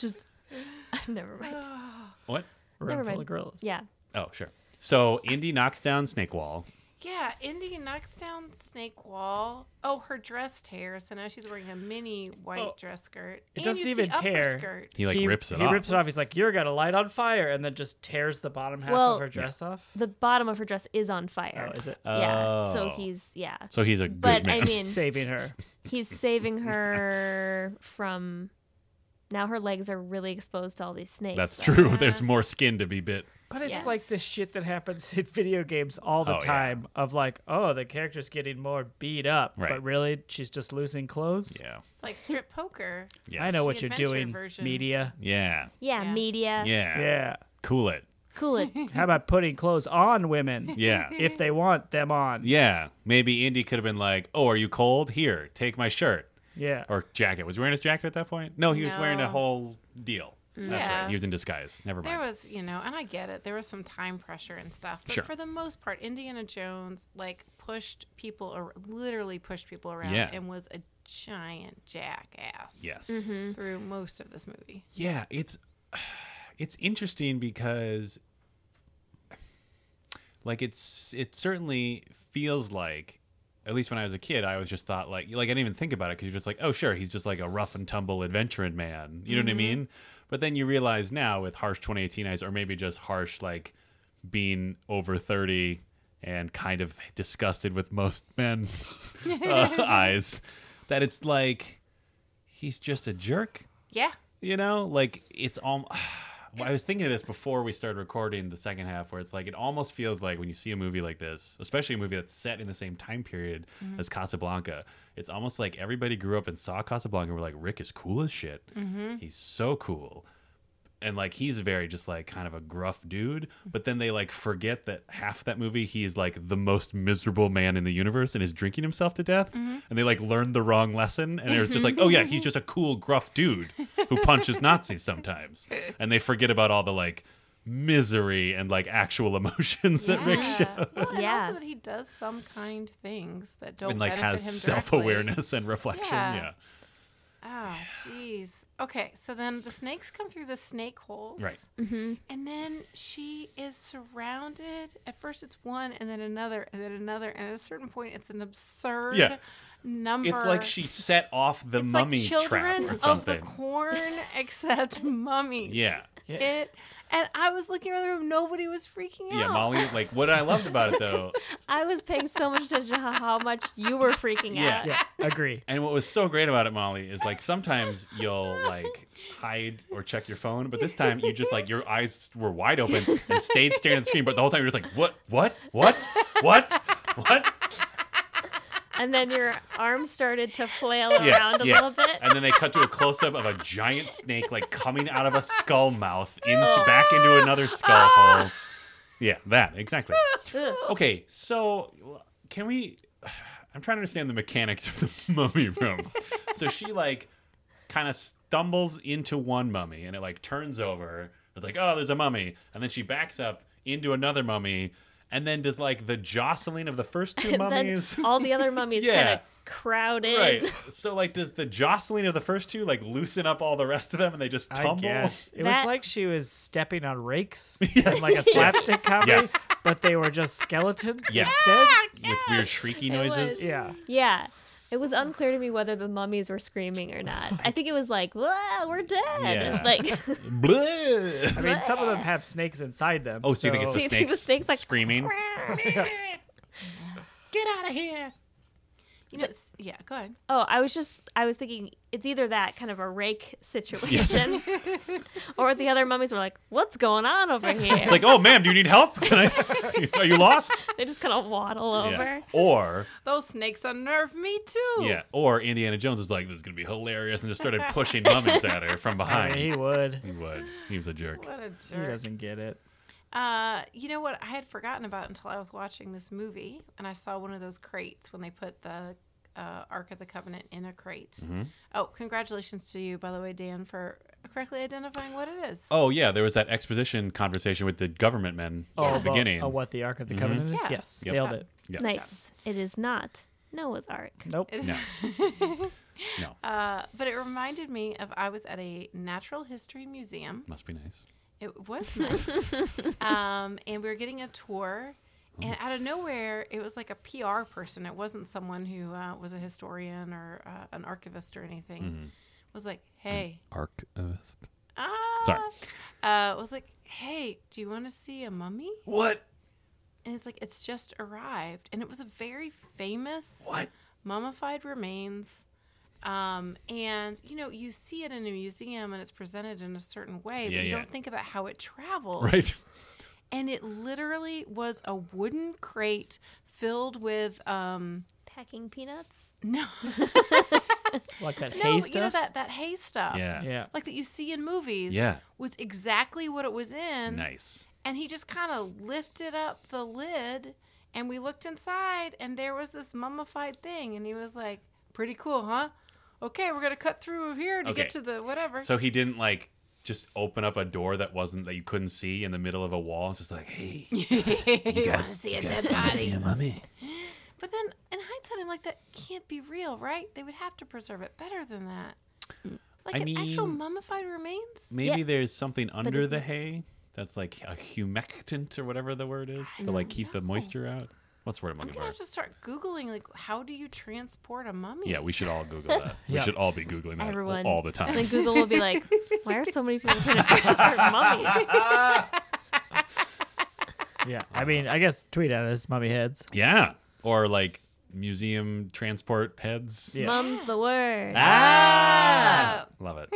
Speaker 1: [LAUGHS]
Speaker 3: just [LAUGHS] never mind.
Speaker 2: What?
Speaker 1: Room full
Speaker 3: mind.
Speaker 1: of gorillas.
Speaker 3: Yeah.
Speaker 2: Oh sure. So Indy knocks down Snake Wall.
Speaker 4: Yeah, Indy knocks down Snake Wall. Oh, her dress tears, so now she's wearing a mini white
Speaker 1: Oh,
Speaker 4: dress skirt.
Speaker 1: it
Speaker 4: and
Speaker 1: doesn't
Speaker 4: you
Speaker 1: even
Speaker 4: see upper
Speaker 1: tear.
Speaker 4: Skirt.
Speaker 2: He like rips it
Speaker 1: he
Speaker 2: off.
Speaker 1: rips it off. He's like, "You're gonna light on fire," and then just tears the bottom half
Speaker 3: Well-
Speaker 1: of her dress off.
Speaker 2: [LAUGHS]
Speaker 3: The bottom of her dress is on fire.
Speaker 1: Oh, is it?
Speaker 2: Oh.
Speaker 3: Yeah. So he's yeah.
Speaker 2: So he's a good
Speaker 3: But
Speaker 2: man.
Speaker 3: I
Speaker 1: [LAUGHS]
Speaker 3: mean,
Speaker 1: Saving her.
Speaker 3: he's saving her from. Now her legs are really exposed to all these
Speaker 2: [LAUGHS]
Speaker 3: snakes.
Speaker 2: That's
Speaker 3: right?
Speaker 2: true. There's more skin to be bit.
Speaker 1: But it's
Speaker 3: Yes.
Speaker 1: like the shit that happens in video games all the
Speaker 2: Oh, yeah.
Speaker 1: time of like, oh, the character's getting more beat up,
Speaker 2: Right.
Speaker 1: but really she's just losing clothes.
Speaker 2: Yeah.
Speaker 4: It's
Speaker 2: [LAUGHS]
Speaker 4: like strip poker.
Speaker 2: Yes.
Speaker 1: I know what
Speaker 4: The
Speaker 1: you're
Speaker 4: adventure
Speaker 1: doing,
Speaker 4: version.
Speaker 1: media.
Speaker 2: Yeah.
Speaker 3: Yeah,
Speaker 4: Yeah.
Speaker 3: media.
Speaker 2: Yeah.
Speaker 1: Yeah.
Speaker 2: Cool it.
Speaker 3: Cool it.
Speaker 1: How about putting clothes on women
Speaker 3: [LAUGHS]
Speaker 2: Yeah.
Speaker 1: [LAUGHS] if they want them on?
Speaker 2: yeah. Maybe Indy could have been like, "Oh, are you cold? Here, take my shirt
Speaker 1: Yeah.
Speaker 2: or jacket." Was he wearing his jacket at that point? No, he was wearing a
Speaker 4: No.
Speaker 2: whole deal. That's right.
Speaker 4: Yeah.
Speaker 2: He was in disguise. Never mind.
Speaker 4: There was, you know, and I get it. There was some time pressure and stuff, but
Speaker 2: Sure.
Speaker 4: for the most part, Indiana Jones like pushed people, or literally pushed people around,
Speaker 2: Yeah.
Speaker 4: and was a giant jackass. Mm-hmm.
Speaker 2: yes.
Speaker 4: Through most of this movie.
Speaker 2: Yeah, it's [SIGHS] it's interesting because like it's it certainly feels like at least when I was a kid, I always just thought like like I didn't even think about it because you're just like, oh sure, he's just like a rough and tumble adventuring man. You know what I mean? But then you realize now with harsh 2018 eyes, or maybe just harsh like being over 30 and kind of [LAUGHS] disgusted with most men uh, eyes, that it's like he's just a jerk.
Speaker 4: Yeah.
Speaker 2: You know, like it's all. [SIGHS] I was thinking of this before we started recording the second half, where it's like it almost feels like when you see a movie like this, especially a movie that's set in the same time period as Casablanca, it's almost like everybody grew up and saw Casablanca and were like, Rick is cool as shit. He's so cool. And like he's very just like kind of a gruff dude, but then they like forget that half that movie he is like the most miserable man in the universe and is drinking himself to death,
Speaker 4: Mm-hmm.
Speaker 2: and they like learned the wrong lesson, and it was just like, oh yeah, he's just a cool gruff dude who
Speaker 4: [LAUGHS]
Speaker 2: punches Nazis sometimes, and they forget about all the like misery and like actual emotions [LAUGHS] that Rick shows.
Speaker 4: Well, and
Speaker 3: Yeah.
Speaker 4: also that he does some kind things that don't
Speaker 2: and like
Speaker 4: benefit
Speaker 2: has
Speaker 4: him
Speaker 2: self awareness and reflection.
Speaker 4: Yeah.
Speaker 2: Yeah.
Speaker 4: Oh, jeez. Okay, so then the snakes come through the snake holes.
Speaker 2: Right.
Speaker 3: Mm-hmm.
Speaker 4: And then she is surrounded. At first, it's one, and then another, and then another. And at a certain point, it's an absurd
Speaker 2: Yeah.
Speaker 4: number.
Speaker 2: It's like she set off the
Speaker 4: It's
Speaker 2: mummy
Speaker 4: like children
Speaker 2: trap or
Speaker 4: of the
Speaker 2: something.
Speaker 4: corn,
Speaker 2: [LAUGHS]
Speaker 4: except mummy.
Speaker 2: yeah.
Speaker 4: It. And I was looking around the room. Nobody was freaking out.
Speaker 2: Yeah, Molly. Like, what I loved about it though,
Speaker 3: I was paying so much attention to how much you were freaking
Speaker 2: Yeah.
Speaker 3: out.
Speaker 5: Yeah,
Speaker 2: [LAUGHS]
Speaker 5: agree.
Speaker 2: and what was so great about it, Molly, is like sometimes you'll like hide or check your phone, but this time you just like your eyes were wide open and stayed staring at the screen, but the whole time you're just like, what, what, what, what, what?
Speaker 3: And then your arms started to flail
Speaker 2: Yeah,
Speaker 3: around a
Speaker 2: yeah.
Speaker 3: little bit.
Speaker 2: [LAUGHS] And then they cut to a close up of a giant snake like coming out of a skull mouth into back into another skull hole. Yeah, that exactly. Okay, so can we? I'm trying to understand the mechanics of the [LAUGHS] mummy room. so she like kind of stumbles into one mummy and it like turns over. It's like, oh, there's a mummy. And then she backs up into another mummy. And then does like the jostling of the first two
Speaker 3: [LAUGHS] And then
Speaker 2: mummies.
Speaker 3: all the other mummies
Speaker 2: Yeah.
Speaker 3: kind of crowd in.
Speaker 2: Right. [LAUGHS] So like does the jostling of the first two like loosen up all the rest of them and they just
Speaker 1: I
Speaker 2: tumble? [LAUGHS]
Speaker 1: guess it
Speaker 3: That-
Speaker 1: was like she was stepping on rakes in like a [LAUGHS]
Speaker 2: [LAUGHS]
Speaker 1: slapstick comedy,
Speaker 2: Yes.
Speaker 1: but they were just skeletons
Speaker 2: Yes.
Speaker 1: instead.
Speaker 2: With weird shrieky noises.
Speaker 3: was.
Speaker 1: Yeah,
Speaker 3: Yeah. It was unclear to me whether the mummies were screaming or not. I think it was like, "Whoa, we're dead!"
Speaker 2: Yeah. [LAUGHS]
Speaker 3: Like,
Speaker 2: Bleh.
Speaker 1: I mean some of them have snakes inside them.
Speaker 2: Oh, so you think it's
Speaker 3: So
Speaker 2: the
Speaker 3: you
Speaker 2: snakes,
Speaker 3: think the snake's like,
Speaker 2: screaming?
Speaker 4: [LAUGHS] Get out of here. You know, s- yeah, go ahead.
Speaker 3: oh, I was just, I was thinking it's either that kind of a rake
Speaker 2: [LAUGHS]
Speaker 3: situation, or the other mummies were like, "What's going on over here?"
Speaker 2: It's like, oh ma'am, do you need help? [LAUGHS] Can I? Are you lost?
Speaker 3: they just kind of waddle
Speaker 2: Yeah.
Speaker 3: over.
Speaker 2: Or
Speaker 4: Those snakes unnerve me too.
Speaker 2: yeah, or Indiana Jones is like, this is gonna be hilarious, and just started pushing mummies at her
Speaker 1: [LAUGHS]
Speaker 2: from
Speaker 1: I mean, he
Speaker 2: behind.
Speaker 1: would.
Speaker 2: He was. He was a jerk.
Speaker 4: What a
Speaker 1: He
Speaker 4: jerk.
Speaker 1: doesn't get it.
Speaker 4: Uh, you know what I had forgotten about until I was watching this movie, and I saw one of those crates when they put the uh, Ark of the Covenant in a crate.
Speaker 2: Mm-hmm.
Speaker 4: Oh, congratulations to you, by the way, Dan, for correctly identifying what it is.
Speaker 2: Oh yeah, there was that exposition conversation with the government men at the
Speaker 1: about-
Speaker 2: beginning. Mm-hmm.
Speaker 1: Oh, what the Ark of the Covenant is?
Speaker 4: Yeah.
Speaker 1: Yes,
Speaker 2: Yep.
Speaker 1: nailed it.
Speaker 2: Yes.
Speaker 3: Nice. It is not Noah's Ark.
Speaker 1: Nope.
Speaker 4: It-
Speaker 2: No. No.
Speaker 4: [LAUGHS] Uh, but it reminded me of I was at a natural history museum.
Speaker 2: Must be nice. [LAUGHS]
Speaker 4: It was nice. um, and we were getting a tour. And out of nowhere, it was like a PR person. It wasn't someone who uh, was a historian or uh, an archivist or anything.
Speaker 2: Mm-hmm.
Speaker 4: Was like, hey,
Speaker 2: Archivist.
Speaker 4: ah,
Speaker 2: Mm-hmm. Sorry.
Speaker 4: Uh, was like, hey, do you want to see a mummy?
Speaker 2: What?
Speaker 4: And it's like, it's just arrived, and it was a very famous
Speaker 2: What?
Speaker 4: mummified remains. Um, and you know, you see it in a museum, and it's presented in a certain way,
Speaker 2: Yeah,
Speaker 4: but you
Speaker 2: yeah.
Speaker 4: don't think about how it
Speaker 2: [LAUGHS]
Speaker 4: travels.
Speaker 2: Right.
Speaker 4: and it literally was a wooden crate filled with um [LAUGHS]
Speaker 2: [LAUGHS]
Speaker 3: Packing peanuts.
Speaker 4: no
Speaker 1: Like that
Speaker 4: no
Speaker 1: hay
Speaker 4: you
Speaker 1: stuff.
Speaker 4: know that that hay stuff
Speaker 2: Yeah.
Speaker 4: [LAUGHS]
Speaker 1: Yeah.
Speaker 4: like that you see in movies
Speaker 2: Yeah.
Speaker 4: was exactly what it was in
Speaker 2: Nice.
Speaker 4: and he just kind of lifted up the lid and we looked inside and there was this mummified thing and he was like pretty cool huh okay we're gonna cut through here to
Speaker 2: Okay.
Speaker 4: get to the whatever [LAUGHS]
Speaker 2: So he didn't like just open up a door that wasn't that you couldn't see in the middle of a wall. It's just like, hey, you
Speaker 4: [LAUGHS] you
Speaker 2: guys,
Speaker 4: wanna see
Speaker 2: you
Speaker 4: a
Speaker 2: guys
Speaker 4: dead
Speaker 2: wanna
Speaker 4: body
Speaker 2: see a mummy.
Speaker 4: But then, in hindsight, I'm like, that can't be real, right? They would have to preserve it better than that. Like
Speaker 2: Mm. I
Speaker 4: an actual
Speaker 2: mean-
Speaker 4: mummified remains.
Speaker 2: [LAUGHS] Maybe
Speaker 3: Yeah.
Speaker 2: there's something under
Speaker 3: isn't-
Speaker 2: the hay that's like a humectant or whatever the word is to like keep the moisture out. What's the word I'm
Speaker 4: I'm
Speaker 2: looking
Speaker 4: gonna
Speaker 2: for?
Speaker 4: have to start googling like, how do you transport a mummy?
Speaker 2: Yeah, we should all Google
Speaker 4: [LAUGHS]
Speaker 2: that. We
Speaker 1: Yeah.
Speaker 2: should all be Googling that
Speaker 3: Everyone.
Speaker 2: all the
Speaker 3: And then
Speaker 2: time.
Speaker 3: Google will be like, "Why are so many people trying
Speaker 2: [LAUGHS]
Speaker 3: to transfer mummies?"
Speaker 1: Yeah. I mean, I guess tweet at us, mummy heads.
Speaker 2: Yeah. Or like museum transport heads.
Speaker 1: Yeah.
Speaker 3: Mum's the word.
Speaker 2: Ah! Love it.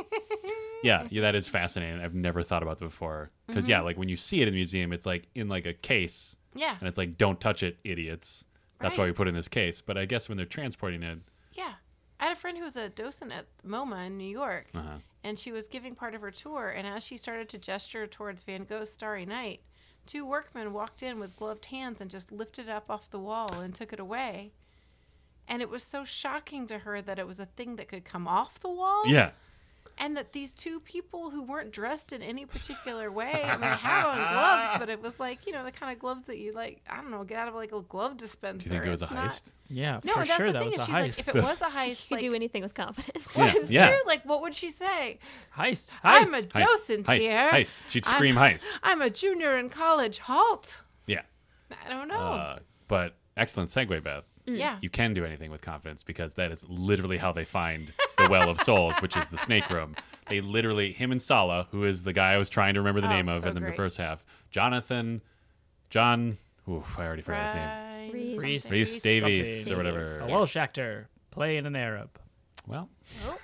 Speaker 2: Yeah, yeah, that is fascinating. I've never thought about that before. Because
Speaker 4: Mm-hmm.
Speaker 2: yeah, like when you see it in a museum, it's like in like a case,
Speaker 4: Yeah.
Speaker 2: and it's like, "Don't touch it, idiots." That's why
Speaker 4: Right.
Speaker 2: we put it in this case. But I guess when they're transporting it,
Speaker 4: Yeah. I had a friend who was a docent at MoMA in New York,
Speaker 2: uh-huh.
Speaker 4: and she was giving part of her tour. And as she started to gesture towards Van Gogh's Starry Night, two workmen walked in with gloved hands and just lifted it up off the wall and took it away. And it was so shocking to her that it was a thing that could come off the wall.
Speaker 2: yeah,
Speaker 4: And that these two people who weren't dressed in any particular way, I mean, they had on gloves, but it was like, you know, the kind of gloves that you like, I don't know, get out of like a glove dispenser.
Speaker 2: do you think it was a
Speaker 4: It's not-
Speaker 2: heist?
Speaker 1: Yeah,
Speaker 4: No,
Speaker 1: for
Speaker 4: that's
Speaker 1: sure
Speaker 4: the
Speaker 1: that
Speaker 4: thing
Speaker 1: was
Speaker 4: is
Speaker 1: a
Speaker 4: she's like,
Speaker 1: heist.
Speaker 4: if it
Speaker 3: [LAUGHS]
Speaker 4: was a heist,
Speaker 3: You
Speaker 4: like,
Speaker 3: could do anything
Speaker 2: [LAUGHS]
Speaker 3: with confidence.
Speaker 4: well,
Speaker 2: Yeah.
Speaker 4: it's
Speaker 2: Yeah.
Speaker 4: true. Like, what would she say?
Speaker 1: heist, heist.
Speaker 4: I'm a
Speaker 2: Heist,
Speaker 4: docent
Speaker 2: heist,
Speaker 4: here.
Speaker 2: heist. She'd scream
Speaker 4: I'm, [LAUGHS]
Speaker 2: heist.
Speaker 4: I'm a junior in college. Halt.
Speaker 2: Yeah.
Speaker 4: I don't know.
Speaker 2: Uh, but excellent segue, Beth.
Speaker 3: Hmm.
Speaker 4: yeah.
Speaker 2: You can do anything with confidence because that is literally how they find the Well of Souls, which is the snake room. They literally, him and Sala, who is the guy I was trying to remember the
Speaker 4: Oh,
Speaker 2: name of
Speaker 4: so
Speaker 2: in the
Speaker 4: great.
Speaker 2: first half, Jonathan, John, oof, I already forgot his name.
Speaker 4: Brian
Speaker 3: Reese.
Speaker 1: Reese.
Speaker 4: something.
Speaker 2: Reese Davies
Speaker 1: something.
Speaker 2: or whatever.
Speaker 1: a Welsh actor playing an Arab.
Speaker 2: Well,
Speaker 4: Oh,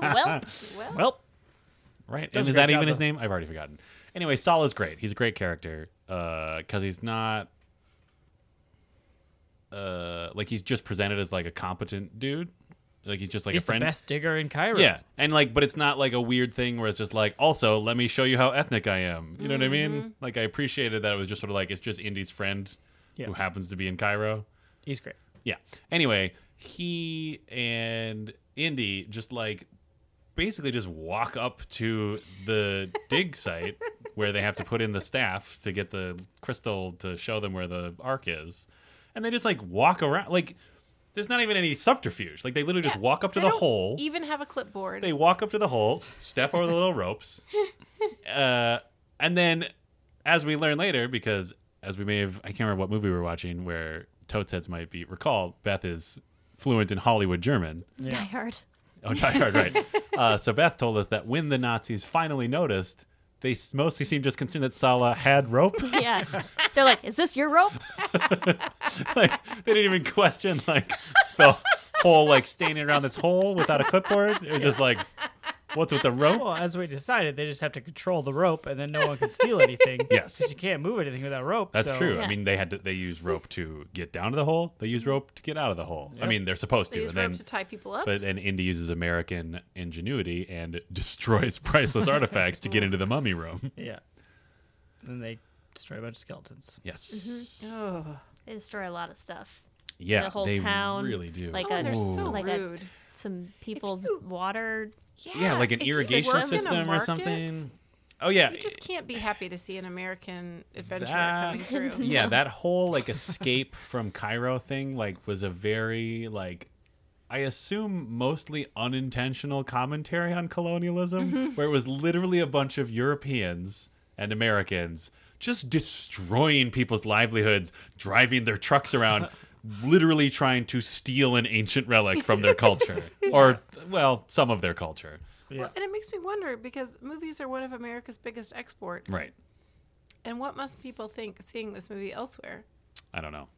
Speaker 3: well,
Speaker 4: well,
Speaker 1: Well,
Speaker 2: right.
Speaker 1: Does a
Speaker 2: and is
Speaker 1: great
Speaker 2: that
Speaker 1: job,
Speaker 2: even his
Speaker 1: though.
Speaker 2: name? I've already forgotten. Anyway, Sala's great. He's a great character because he's not. Uh, like he's just presented as like a competent dude, like he's just like
Speaker 1: he's
Speaker 2: a friend.
Speaker 1: the best digger in Cairo.
Speaker 2: Yeah, and like, but it's not like a weird thing where it's just like, also, let me show you how ethnic I am. You know what I
Speaker 4: Mm-hmm.
Speaker 2: mean? Like, I appreciated that it was just sort of like it's just Indy's friend
Speaker 1: Yeah.
Speaker 2: who happens to be in Cairo.
Speaker 1: he's great.
Speaker 2: Yeah. Anyway, he and Indy just like basically just walk up to the
Speaker 4: [LAUGHS]
Speaker 2: dig site where they have to put in the staff to get the crystal to show them where the ark is. And they just like walk around like there's not even any subterfuge. Like they literally just
Speaker 4: Yeah,
Speaker 2: walk up to
Speaker 4: they
Speaker 2: the
Speaker 4: don't
Speaker 2: hole
Speaker 4: Even have a clipboard.
Speaker 2: they walk up to the hole, step over the little ropes, uh, and then, as we learn later, because as we may have, I can't remember what movie we were watching where Toad's heads might be recalled, Beth is fluent in Hollywood German.
Speaker 3: die hard.
Speaker 2: Oh, Die Hard, right. Uh, so Beth told us that when the Nazis finally noticed, they s- mostly seemed just concerned that Sala had rope. [LAUGHS]
Speaker 3: Yeah. They're like, is this your rope?
Speaker 2: like, they didn't even question like the whole like standing around this hole without a clipboard. It was just like, what's with the rope?
Speaker 1: Well, as we decided, they just have to control the rope, and then no one can steal anything.
Speaker 2: [LAUGHS] Yes.
Speaker 1: because you can't move anything without rope.
Speaker 2: That's
Speaker 1: so-
Speaker 2: true.
Speaker 3: Yeah.
Speaker 2: I mean, they had to, they use rope to get down to the hole. They use rope to get out of the hole. I mean, they're supposed
Speaker 4: They
Speaker 2: to.
Speaker 4: use
Speaker 2: And then,
Speaker 4: rope to tie people up.
Speaker 2: but and Indy uses American ingenuity and [LAUGHS] destroys priceless
Speaker 3: [LAUGHS]
Speaker 2: artifacts to get into the mummy room.
Speaker 3: Mm-hmm.
Speaker 1: Yeah, and they destroy a bunch of skeletons.
Speaker 2: Yes.
Speaker 4: Ugh.
Speaker 3: They destroy a lot of stuff.
Speaker 2: Yeah,
Speaker 3: The whole
Speaker 2: they
Speaker 3: town,
Speaker 2: really do.
Speaker 3: like
Speaker 4: oh, and they're so
Speaker 3: Like a-
Speaker 4: rude.
Speaker 3: Some people's
Speaker 4: you-
Speaker 3: water.
Speaker 2: yeah, like an
Speaker 4: if you
Speaker 2: irrigation
Speaker 4: work in a
Speaker 2: system or
Speaker 4: market,
Speaker 2: something. Oh yeah,
Speaker 4: You just can't be happy to see an American adventurer
Speaker 2: That-
Speaker 4: coming through.
Speaker 2: [LAUGHS] yeah. That whole like escape from Cairo thing like was a very like. I assume mostly unintentional commentary on colonialism, where it was literally a bunch of Europeans and Americans just destroying people's livelihoods, driving their trucks around, literally trying to steal an ancient relic from their culture. Or, well, some of their culture.
Speaker 4: Well, and it makes me wonder because movies are one of America's biggest exports.
Speaker 2: Right.
Speaker 4: And what must people think seeing this movie elsewhere?
Speaker 2: I don't know.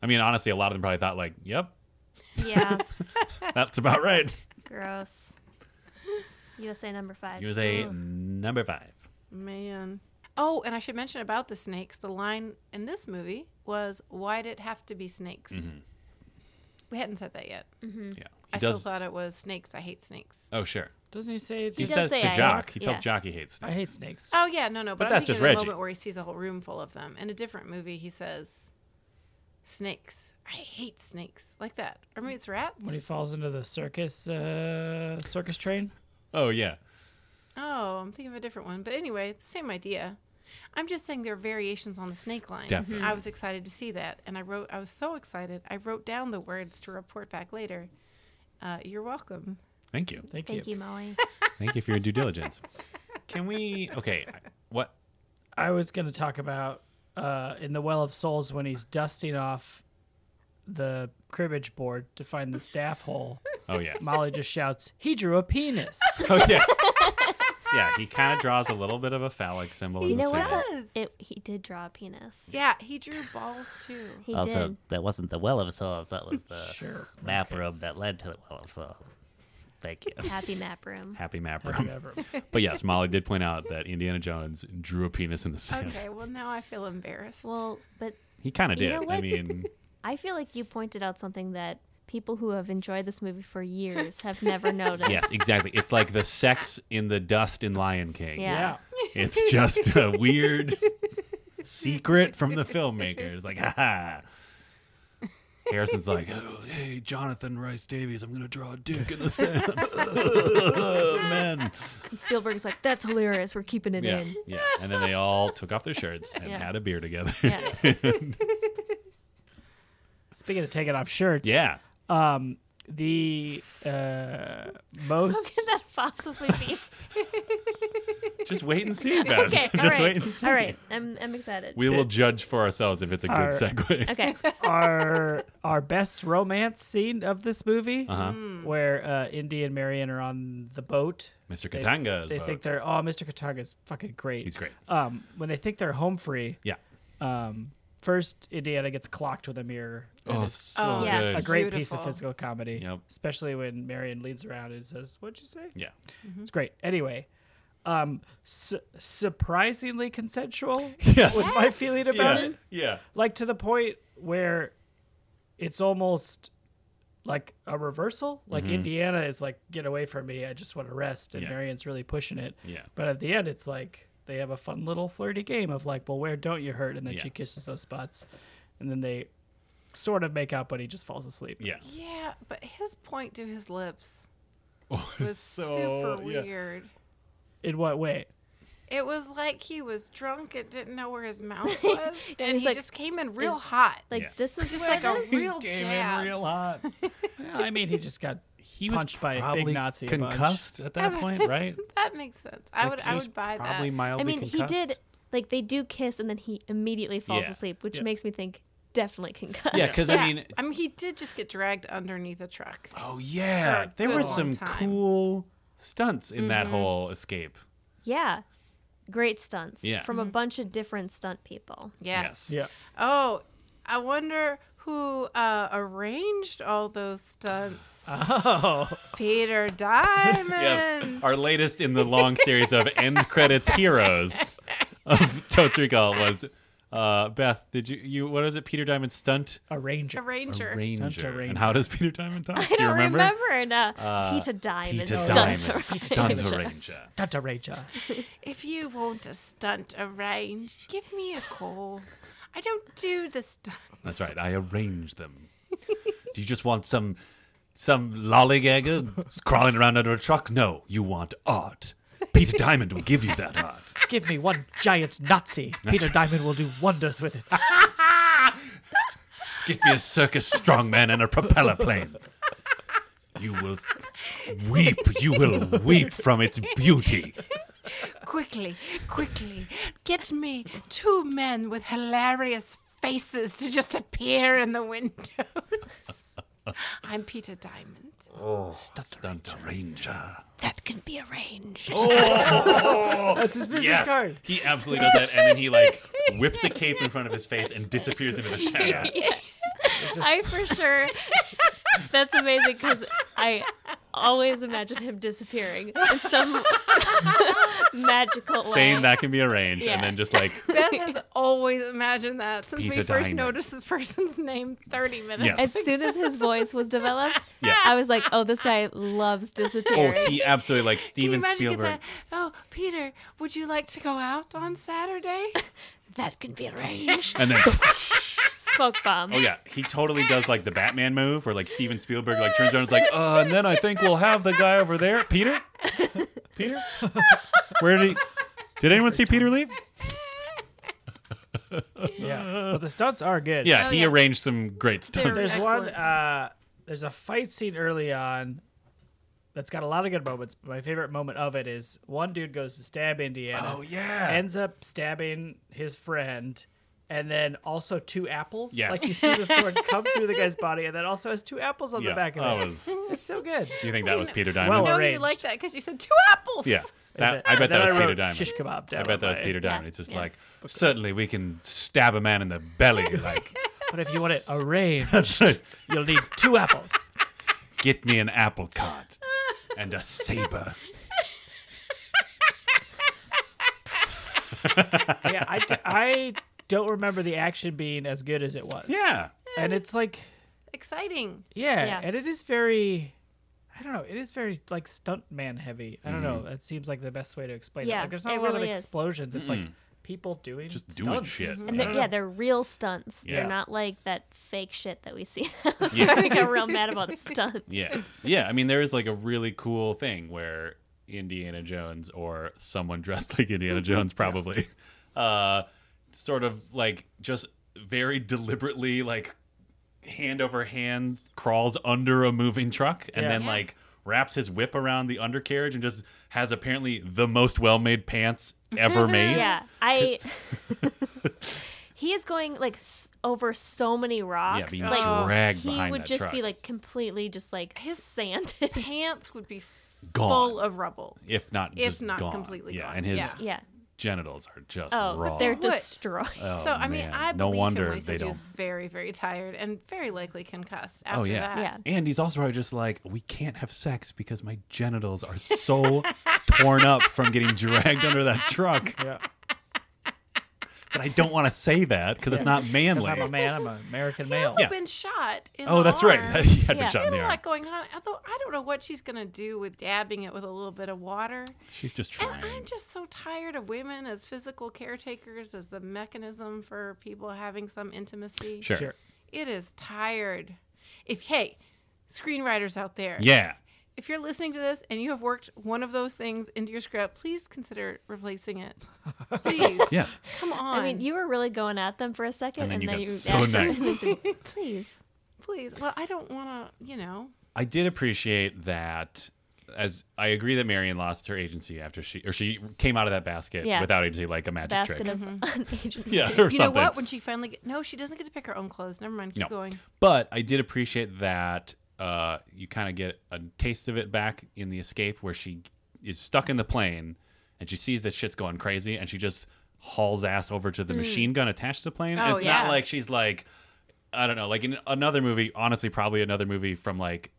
Speaker 2: I mean, honestly, a lot of them probably thought, like, yep,
Speaker 3: Yeah.
Speaker 2: that's about right.
Speaker 3: Gross. USA number five. Oh,
Speaker 2: He was a number five.
Speaker 4: Man. Oh, and I should mention about the snakes. The line in this movie was, "Why did it have to be snakes?"
Speaker 2: Mm-hmm.
Speaker 4: We hadn't said that yet.
Speaker 3: Hmm.
Speaker 2: Yeah. He
Speaker 4: I still thought it was snakes. I hate snakes.
Speaker 2: oh, sure.
Speaker 1: Doesn't he say? It
Speaker 2: He,
Speaker 1: just,
Speaker 3: does
Speaker 2: says
Speaker 3: say
Speaker 2: to
Speaker 3: I
Speaker 2: Jock.
Speaker 3: hate-
Speaker 2: He tells
Speaker 3: yeah.
Speaker 2: Jock he hates
Speaker 1: I
Speaker 2: snakes.
Speaker 1: hate snakes.
Speaker 4: Oh yeah, no, no. But,
Speaker 2: But
Speaker 4: I'm
Speaker 2: that's
Speaker 4: thinking
Speaker 2: just
Speaker 4: of the
Speaker 2: Reggie.
Speaker 4: moment where he sees a whole room full of them. In a different movie, he says, "Snakes. I hate snakes." Like that. Or maybe it's rats.
Speaker 1: When he falls into the circus, uh, circus train.
Speaker 2: Oh, yeah.
Speaker 4: Oh, I'm thinking of a different one. But anyway, it's the same idea. I'm just saying there are variations on the snake line.
Speaker 2: Definitely.
Speaker 4: I was excited to see that. And I wrote, I was so excited. I wrote down the words to report back later. Uh, you're welcome.
Speaker 2: Thank you.
Speaker 1: Thank,
Speaker 3: Thank you, Molly.
Speaker 2: Thank you for your due
Speaker 3: [LAUGHS]
Speaker 2: diligence. Can we? Okay. What?
Speaker 1: I was going to talk about uh, in the Well of Souls when he's dusting off the cribbage board to find the staff hole.
Speaker 2: Oh, yeah.
Speaker 3: [LAUGHS]
Speaker 1: Molly just shouts, "He drew a penis!"
Speaker 2: Oh, yeah. yeah, he kind of draws a little bit of a phallic symbol.
Speaker 4: He
Speaker 2: in the
Speaker 3: know what?
Speaker 2: sand.
Speaker 4: does.
Speaker 3: It, he did draw a penis.
Speaker 4: yeah, he drew balls too.
Speaker 3: He
Speaker 6: also,
Speaker 3: did.
Speaker 6: that wasn't the well of souls. That
Speaker 3: [LAUGHS]
Speaker 6: was the
Speaker 1: Sure.
Speaker 6: map room that led to the well of souls. Thank you.
Speaker 3: Happy map room.
Speaker 2: Happy map room. But yes, Molly did point out that Indiana Jones drew a penis in the sand.
Speaker 4: Okay, well now I feel embarrassed.
Speaker 3: Well, but
Speaker 2: He kind of
Speaker 3: You
Speaker 2: did.
Speaker 3: know
Speaker 2: I
Speaker 3: what?
Speaker 2: mean,
Speaker 3: I feel like you pointed out something that people who have enjoyed this movie for years have
Speaker 2: [LAUGHS]
Speaker 3: never noticed.
Speaker 2: yes, exactly. It's like the sex in the dust in Lion King.
Speaker 3: Yeah.
Speaker 2: It's just a weird secret from the filmmakers. Like, ha ha. Harrison's like, oh, hey, Jonathan Rice Davies, I'm going to draw a dick in the sand. [LAUGHS] Oh, Man.
Speaker 3: And Spielberg's like, that's hilarious. We're keeping it
Speaker 2: Yeah. [LAUGHS]
Speaker 3: in.
Speaker 2: Yeah. And then they all took off their shirts and
Speaker 3: Yeah.
Speaker 2: had a beer together.
Speaker 3: Yeah. [LAUGHS]
Speaker 1: Speaking of taking off shirts,
Speaker 2: [LAUGHS] yeah.
Speaker 1: Um, the uh,
Speaker 3: How
Speaker 1: most
Speaker 3: can that possibly
Speaker 2: [LAUGHS]
Speaker 3: be?
Speaker 2: Just wait and see, Ben.
Speaker 3: [LAUGHS] Okay.
Speaker 2: Just
Speaker 3: all right.
Speaker 2: wait and see.
Speaker 3: All right. I'm, I'm excited.
Speaker 2: We will judge for ourselves if it's a good
Speaker 1: Our-
Speaker 2: segue. [LAUGHS]
Speaker 3: okay.
Speaker 1: our our best romance scene of this movie,
Speaker 2: Uh-huh.
Speaker 1: where uh, Indy and Marion are on the boat.
Speaker 2: Mr.
Speaker 1: They-
Speaker 2: Katanga is
Speaker 1: They,
Speaker 2: votes.
Speaker 1: think they're oh, Mr. Katanga is fucking great.
Speaker 2: He's great.
Speaker 1: Um, when they think they're home free,
Speaker 2: Yeah.
Speaker 1: um, first Indiana gets clocked with a mirror. and
Speaker 2: Oh,
Speaker 1: it's
Speaker 2: so
Speaker 4: Oh,
Speaker 3: yeah.
Speaker 2: good.
Speaker 1: a great piece of
Speaker 4: Beautiful.
Speaker 1: physical comedy,
Speaker 2: Yep.
Speaker 1: especially when Marion leans around and says, "What'd you say?"
Speaker 2: Yeah.
Speaker 1: It's great. Anyway, um, su- surprisingly consensual
Speaker 2: [LAUGHS] Yeah.
Speaker 1: was my feeling about
Speaker 2: yeah.
Speaker 1: it.
Speaker 2: Yeah.
Speaker 1: Like to the point where it's almost like a reversal. Like Indiana is like, get away from me. I just want to rest. And
Speaker 2: Mm-hmm. Yeah.
Speaker 1: Marion's really pushing it.
Speaker 2: Yeah.
Speaker 1: But at the end, it's like they have a fun little flirty game of like, well, where don't you hurt? And then
Speaker 2: Yeah.
Speaker 1: she kisses those spots. And then they sort of make out, but he just falls asleep.
Speaker 2: Yeah.
Speaker 4: yeah, but his point to his lips
Speaker 2: Oh,
Speaker 4: was super
Speaker 2: yeah.
Speaker 4: weird.
Speaker 1: In what way?
Speaker 4: It was like he was drunk and didn't know where his
Speaker 3: [LAUGHS]
Speaker 4: mouth was, and
Speaker 3: he's
Speaker 4: he
Speaker 3: like,
Speaker 4: just came in real
Speaker 3: is-
Speaker 4: hot,
Speaker 3: Like,
Speaker 2: Yeah.
Speaker 3: this is
Speaker 4: just
Speaker 3: where
Speaker 4: like a
Speaker 3: this-
Speaker 4: real jab.
Speaker 2: [LAUGHS] hot.
Speaker 1: Well, I mean, [LAUGHS] he just got punched by a big
Speaker 2: probably
Speaker 1: Nazi. bunch.
Speaker 2: concussed at that point, right?
Speaker 4: That makes sense. I would, I would buy
Speaker 2: probably
Speaker 4: that.
Speaker 2: mildly
Speaker 3: I mean, he
Speaker 2: concussed.
Speaker 3: did, like, they do kiss and then he immediately falls
Speaker 2: Yeah.
Speaker 3: asleep, which
Speaker 1: Yeah.
Speaker 3: makes me think definitely concussed.
Speaker 2: Yeah, because
Speaker 4: Yeah.
Speaker 2: I mean,
Speaker 4: I mean, he did just get dragged underneath a truck.
Speaker 2: oh yeah,
Speaker 4: For a
Speaker 2: there
Speaker 4: good
Speaker 2: were
Speaker 4: long
Speaker 2: some
Speaker 4: time.
Speaker 2: cool stunts in that whole escape.
Speaker 3: Yeah. Great stunts
Speaker 2: Yeah.
Speaker 3: from a bunch of different stunt people.
Speaker 4: Yes.
Speaker 1: Yeah.
Speaker 4: Oh, I wonder who uh, arranged all
Speaker 2: [LAUGHS]
Speaker 4: those stunts.
Speaker 1: Oh.
Speaker 4: Peter Diamond.
Speaker 2: Yes, our latest in the long series of end credits heroes of Totes Recall was uh, Beth. Did you you what is it? Peter Diamond stunt
Speaker 1: a ranger.
Speaker 4: Arranger.
Speaker 2: ranger.
Speaker 1: Stunt
Speaker 2: And how does Peter Diamond talk?
Speaker 3: I
Speaker 2: Do you
Speaker 3: don't
Speaker 2: remember?
Speaker 3: No.
Speaker 2: Uh,
Speaker 3: Peter Diamond.
Speaker 2: Peter
Speaker 3: stunt
Speaker 2: Diamond
Speaker 3: arranger. [LAUGHS]
Speaker 2: stunt arranger.
Speaker 1: Stunt a ranger.
Speaker 4: If you want a stunt arranged, give me a call. I don't do the stunts.
Speaker 2: That's right. I arrange them. Do you just want some some lollygagger crawling around under a truck? No, you want art. Peter Diamond will give you that art.
Speaker 1: Give me one giant
Speaker 2: [LAUGHS]
Speaker 1: Nazi. Peter Diamond will do wonders with it.
Speaker 2: Get me a circus strongman and a propeller plane. You will weep. You will weep from its beauty.
Speaker 4: [LAUGHS] Quickly, quickly, get me two men with hilarious faces to just appear in the windows. [LAUGHS] I'm Peter Diamond.
Speaker 2: Stunt arranger.
Speaker 3: That can be arranged.
Speaker 2: Oh.
Speaker 1: That's his business
Speaker 2: Yes,
Speaker 1: card.
Speaker 2: he absolutely does that, and then he like whips a cape in front of his face and disappears into the shadows.
Speaker 4: [LAUGHS]
Speaker 3: I for sure. [LAUGHS] That's amazing because I always imagine him disappearing in some [LAUGHS] magical way.
Speaker 2: Saying that can be arranged, and then just like
Speaker 4: Beth has always imagined that since we
Speaker 2: Peter
Speaker 4: first
Speaker 2: Diamond.
Speaker 4: noticed this person's name 30 minutes
Speaker 2: Yes.
Speaker 3: As
Speaker 4: ago.
Speaker 3: soon as his voice was developed,
Speaker 2: Yeah.
Speaker 3: I was like, "Oh, this guy loves
Speaker 2: Oh,
Speaker 3: disappearing."
Speaker 2: he absolutely like
Speaker 4: Can you
Speaker 2: Steven
Speaker 4: imagine it's
Speaker 2: Spielberg.
Speaker 4: a, oh, Peter, would you like to go out
Speaker 2: [LAUGHS]
Speaker 4: on Saturday?
Speaker 2: Oh.
Speaker 3: That can be arranged.
Speaker 2: And then,
Speaker 3: Smoke bomb.
Speaker 2: oh yeah, he totally does like the Batman move, where like Steven Spielberg like turns around and is like, uh, and then I think we'll have the guy over there, Peter. Peter, [LAUGHS] where did he? Did anyone see Peter leave?
Speaker 1: Yeah. But the stunts are good.
Speaker 2: Yeah,
Speaker 4: Oh,
Speaker 2: he
Speaker 4: yeah.
Speaker 2: arranged some great stunts.
Speaker 1: There's one
Speaker 4: Excellent.
Speaker 1: uh there's a fight scene early on that's got a lot of good moments. but My favorite moment of it Oh, is one dude goes to stab Indiana.
Speaker 2: Oh, yeah,
Speaker 1: Ends up stabbing his friend and then also two apples.
Speaker 2: Yes.
Speaker 1: Like you see the sword come through the guy's body, and then also has two apples on
Speaker 2: Yeah,
Speaker 1: the back of
Speaker 2: that
Speaker 1: it.
Speaker 2: was-
Speaker 1: [LAUGHS] It's so good.
Speaker 2: Do you think that was Peter
Speaker 1: Well,
Speaker 2: Diamond?
Speaker 4: no, you
Speaker 1: arranged.
Speaker 4: like that because you said two apples.
Speaker 2: yeah, that, I bet
Speaker 1: Then
Speaker 2: that was
Speaker 1: I
Speaker 2: Peter
Speaker 1: wrote
Speaker 2: Diamond.
Speaker 1: Shish kebab
Speaker 2: I
Speaker 1: down
Speaker 2: bet that was
Speaker 1: my-
Speaker 2: Peter Diamond.
Speaker 3: Yeah.
Speaker 2: It's just
Speaker 3: Yeah.
Speaker 2: like certainly we can stab a man in the belly. Like [LAUGHS]
Speaker 1: But if you want it [LAUGHS] arranged, you'll need two apples.
Speaker 2: get me an apple cart and a saber.
Speaker 1: Yeah, I, d- I don't remember the action being as good as it was.
Speaker 2: Yeah,
Speaker 1: And it's like,
Speaker 4: [LAUGHS] Exciting.
Speaker 1: yeah,
Speaker 3: Yeah.
Speaker 1: and it is very, I don't know, it is very like stuntman heavy. I don't know.
Speaker 2: Mm-hmm.
Speaker 1: That seems like the best way to explain it.
Speaker 3: Yeah,
Speaker 1: Like, there's not
Speaker 3: it
Speaker 1: a lot
Speaker 3: really
Speaker 1: of
Speaker 3: is.
Speaker 1: explosions. It's like people doing
Speaker 2: Just doing
Speaker 1: stunts.
Speaker 2: shit.
Speaker 3: And
Speaker 2: Yeah.
Speaker 3: they- yeah, they're real stunts.
Speaker 2: Yeah.
Speaker 3: They're not like that fake shit that we see now. [LAUGHS] so
Speaker 2: Yeah.
Speaker 3: I got real mad about stunts.
Speaker 4: [LAUGHS]
Speaker 2: yeah, yeah. I mean, there is like a really cool thing where Indiana Jones or someone [LAUGHS] dressed like Indiana
Speaker 4: Mm-hmm.
Speaker 2: Jones, probably, uh, sort of like just very deliberately like hand over hand crawls under a moving truck and
Speaker 1: Yeah.
Speaker 2: then
Speaker 1: Yeah.
Speaker 2: like wraps his whip around the undercarriage and just has apparently the most well-made pants
Speaker 4: [LAUGHS]
Speaker 2: ever made.
Speaker 3: Yeah, I. [LAUGHS] he is going like s- over so many rocks.
Speaker 2: being
Speaker 3: like,
Speaker 2: dragged
Speaker 3: he
Speaker 2: behind
Speaker 3: would
Speaker 2: that
Speaker 3: just
Speaker 2: truck.
Speaker 3: be like completely just like his sanded. [LAUGHS]
Speaker 4: Pants would be
Speaker 2: Gone.
Speaker 4: full of rubble.
Speaker 2: if not
Speaker 4: If
Speaker 2: just
Speaker 4: not
Speaker 2: gone.
Speaker 4: completely
Speaker 2: yeah,
Speaker 4: gone.
Speaker 2: and his
Speaker 4: Yeah.
Speaker 3: yeah.
Speaker 2: genitals are just
Speaker 3: Oh,
Speaker 2: raw.
Speaker 3: but they're
Speaker 4: What?
Speaker 3: destroyed.
Speaker 2: Oh,
Speaker 4: so I mean,
Speaker 2: man.
Speaker 4: I
Speaker 2: no
Speaker 4: believe
Speaker 2: wonder
Speaker 4: him when he
Speaker 2: they
Speaker 4: said he
Speaker 2: don't
Speaker 4: was very, very tired and very likely concussed after
Speaker 2: Oh yeah.
Speaker 4: that.
Speaker 3: Yeah.
Speaker 2: And he's also probably just like, we can't have sex because my genitals are so torn up from getting dragged under that truck. [LAUGHS]
Speaker 1: Yeah.
Speaker 2: But I don't want to say that because it's not manly.
Speaker 1: Because I'm a man, I'm an American
Speaker 4: He's
Speaker 1: male.
Speaker 4: also
Speaker 2: Yeah.
Speaker 4: been shot. In
Speaker 2: oh,
Speaker 4: the
Speaker 2: that's [LAUGHS] right.
Speaker 4: arm.
Speaker 2: he had been
Speaker 3: Yeah.
Speaker 2: shot in the
Speaker 4: They had a
Speaker 2: arm.
Speaker 4: lot going on. Although I don't know what she's gonna do with dabbing it with a little bit of water.
Speaker 2: She's just
Speaker 4: And
Speaker 2: trying.
Speaker 4: I'm just so tired of women as physical caretakers as the mechanism for people having some intimacy.
Speaker 2: sure.
Speaker 1: Sure.
Speaker 4: It is tired. If hey, screenwriters out there,
Speaker 2: Yeah.
Speaker 4: if you're listening to this and you have worked one of those things into your script, please consider replacing it. Please.
Speaker 2: [LAUGHS] Yeah.
Speaker 4: Come on.
Speaker 3: I mean, you were really going at them for a second,
Speaker 2: And then
Speaker 3: and
Speaker 2: you
Speaker 3: then
Speaker 2: got
Speaker 3: you,
Speaker 2: so
Speaker 3: asked them, [LAUGHS]
Speaker 2: [LAUGHS] nice.
Speaker 3: and they said, please.
Speaker 4: please. Well, I don't want to, you know.
Speaker 2: I did appreciate that. As I agree that Marion lost her agency after she or she came out of that basket
Speaker 3: Yeah.
Speaker 2: without agency like a magic
Speaker 3: Basket
Speaker 2: trick.
Speaker 3: of [LAUGHS] unagency.
Speaker 2: yeah, or
Speaker 4: you know
Speaker 2: something.
Speaker 4: what? When she finally get, no, she doesn't get to pick her own clothes. Never mind. Keep
Speaker 2: No.
Speaker 4: going.
Speaker 2: But I did appreciate that uh, you kind of get a taste of it back in the escape where she is stuck in the plane and she sees that shit's going crazy and she just hauls ass over to the machine gun attached to the plane. and
Speaker 4: Mm. Oh,
Speaker 2: it's
Speaker 4: yeah.
Speaker 2: not like she's like, I don't know, like in another movie, honestly, probably another movie from like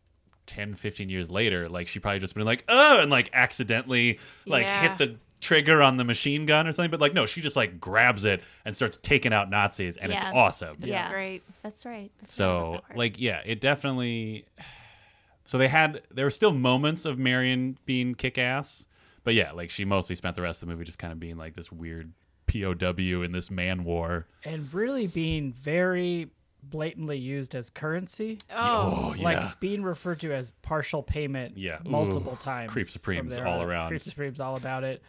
Speaker 2: 10, 15 years later, like she probably just been like, oh, and like accidentally like
Speaker 4: Yeah.
Speaker 2: hit the trigger on the machine gun or something. But like, no, she just like grabs it and starts taking out Nazis and
Speaker 3: Yeah.
Speaker 2: it's awesome.
Speaker 4: It's
Speaker 3: Yeah.
Speaker 4: great.
Speaker 3: That's right. I forgot
Speaker 2: So
Speaker 3: about that part.
Speaker 2: like yeah, it definitely so they had there were still moments of Marion being kick ass, but yeah, like she mostly spent the rest of the movie just kind of being like this weird POW in this man war.
Speaker 1: And really being very blatantly used as currency.
Speaker 4: Oh,
Speaker 2: Oh yeah.
Speaker 1: like being referred to as partial payment
Speaker 2: Yeah.
Speaker 1: multiple
Speaker 2: Ooh.
Speaker 1: times.
Speaker 2: Creep
Speaker 1: from
Speaker 2: Supremes
Speaker 1: there
Speaker 2: all
Speaker 1: on.
Speaker 2: around.
Speaker 1: Creep Supremes all about it.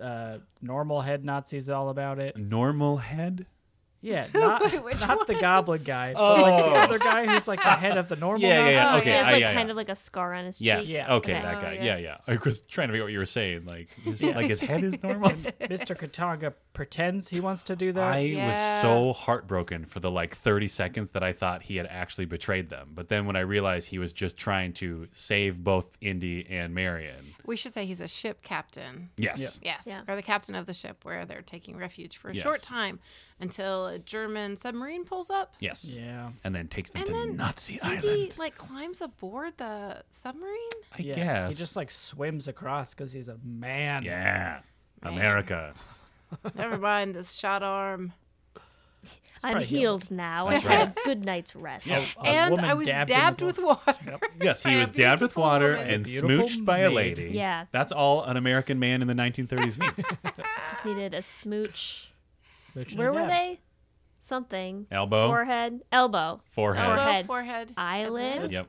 Speaker 1: Uh, normal head Nazis all about it.
Speaker 2: normal head?
Speaker 4: [LAUGHS]
Speaker 1: Yeah, not,
Speaker 4: which
Speaker 1: not the goblin guy, but like the other guy who's like the head
Speaker 2: [LAUGHS]
Speaker 1: of the normal
Speaker 2: Oh. Yeah,
Speaker 1: Nazis.
Speaker 2: yeah, yeah.
Speaker 4: Oh,
Speaker 2: okay.
Speaker 3: he has
Speaker 2: I-
Speaker 3: like
Speaker 2: yeah, yeah.
Speaker 3: kind of like a scar on his
Speaker 2: Yes.
Speaker 3: cheek.
Speaker 1: Yeah.
Speaker 2: Okay,
Speaker 3: Okay.
Speaker 2: that guy.
Speaker 4: Oh,
Speaker 2: Yeah.
Speaker 4: yeah.
Speaker 2: yeah, I was trying to figure out what you were saying. Like, his, like his head is normal.
Speaker 1: Mr. Katanga pretends he wants to do that.
Speaker 2: I
Speaker 4: Yeah.
Speaker 2: was so heartbroken for the like 30 seconds that I thought he had actually betrayed them. But then when I realized he was just trying to save both Indy and Marion.
Speaker 4: We should say he's a ship captain.
Speaker 2: Yes.
Speaker 4: Yes,
Speaker 3: Yeah.
Speaker 4: or the captain of the ship where they're taking refuge for a short
Speaker 2: Yes.
Speaker 4: time until a German submarine pulls up.
Speaker 2: Yes.
Speaker 1: yeah.
Speaker 2: And then takes them
Speaker 4: And
Speaker 2: to
Speaker 4: then
Speaker 2: Nazi
Speaker 4: Indy
Speaker 2: Island.
Speaker 4: like climbs aboard the submarine.
Speaker 2: I
Speaker 1: yeah.
Speaker 2: guess.
Speaker 1: He just like swims across because he's a man.
Speaker 2: yeah. [LAUGHS] America. [LAUGHS]
Speaker 4: Never mind this shot arm.
Speaker 3: I'm
Speaker 1: probably
Speaker 3: healed now.
Speaker 2: That's
Speaker 3: I've had a good night's rest.
Speaker 1: A
Speaker 4: And
Speaker 1: woman
Speaker 4: I was
Speaker 1: dabbed
Speaker 4: dabbed,
Speaker 1: him
Speaker 4: with water.
Speaker 2: Yes,
Speaker 4: By
Speaker 2: he
Speaker 4: a
Speaker 2: was dabbed with
Speaker 4: beautiful
Speaker 2: water
Speaker 4: woman.
Speaker 2: and
Speaker 1: Beautiful
Speaker 2: smooched by a
Speaker 1: maid.
Speaker 2: lady.
Speaker 3: Yeah.
Speaker 2: That's all an American man in the [LAUGHS] 1930s needs.
Speaker 3: Just needed a smooch.
Speaker 1: Smooching
Speaker 3: Where
Speaker 1: and
Speaker 3: were
Speaker 1: dab.
Speaker 3: they? Something.
Speaker 2: Elbow.
Speaker 3: Forehead. Elbow.
Speaker 2: Forehead.
Speaker 4: Elbow,
Speaker 3: Forehead.
Speaker 4: forehead,
Speaker 3: Eyelid.
Speaker 2: Yep.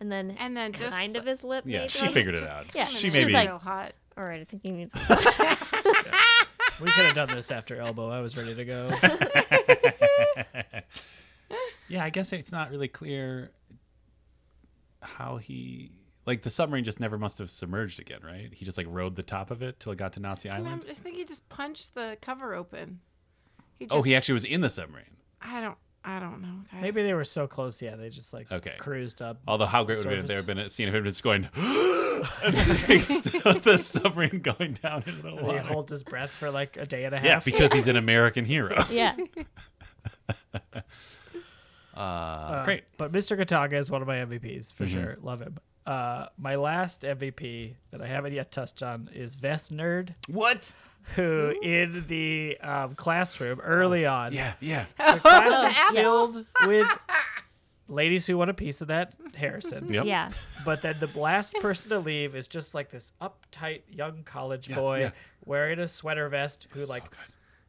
Speaker 3: And then
Speaker 4: and then just
Speaker 3: kind of his lip.
Speaker 2: Yeah,
Speaker 3: maybe?
Speaker 2: she figured it
Speaker 4: Just
Speaker 2: out.
Speaker 3: Yeah.
Speaker 2: She
Speaker 3: She
Speaker 2: maybe
Speaker 3: was
Speaker 4: real
Speaker 3: like,
Speaker 4: hot.
Speaker 3: all right, I think you need.
Speaker 1: We could have done this after elbow. I was ready to
Speaker 4: [LAUGHS]
Speaker 1: go.
Speaker 2: Yeah, I guess it's not really clear how he like the submarine just never must have submerged again, right? He just like rode the top of it till it got to Nazi
Speaker 4: I
Speaker 2: Island.
Speaker 4: just think he just punched the cover open. He
Speaker 2: oh, he actually was in the submarine.
Speaker 4: I don't. I don't know. Guys.
Speaker 1: Maybe they were so close, yeah, they just like
Speaker 2: Okay.
Speaker 1: cruised up.
Speaker 2: Although how great would it have been if
Speaker 1: Surface.
Speaker 2: there had been a scene of him just going [GASPS] and [LAUGHS] then the submarine going down into [LAUGHS] the
Speaker 1: He
Speaker 2: water.
Speaker 1: holds his breath for like a day and a half.
Speaker 2: yeah, because he's an American hero.
Speaker 3: [LAUGHS] [LAUGHS] Yeah.
Speaker 1: Uh,
Speaker 2: [LAUGHS] Great. Mm-hmm.
Speaker 1: But Mr. Kataga is one of my MVPs for sure. Love him. Uh, my last MVP that I haven't yet touched on is Vest Nerd,
Speaker 2: What?
Speaker 1: who in the um, classroom early on,
Speaker 2: Oh, Yeah, yeah.
Speaker 1: the class is filled with ladies who want a piece of that Harrison.
Speaker 2: Yep.
Speaker 3: Yeah.
Speaker 1: But then the last person to leave is just like this uptight young college boy
Speaker 2: yeah.
Speaker 1: wearing a sweater vest who like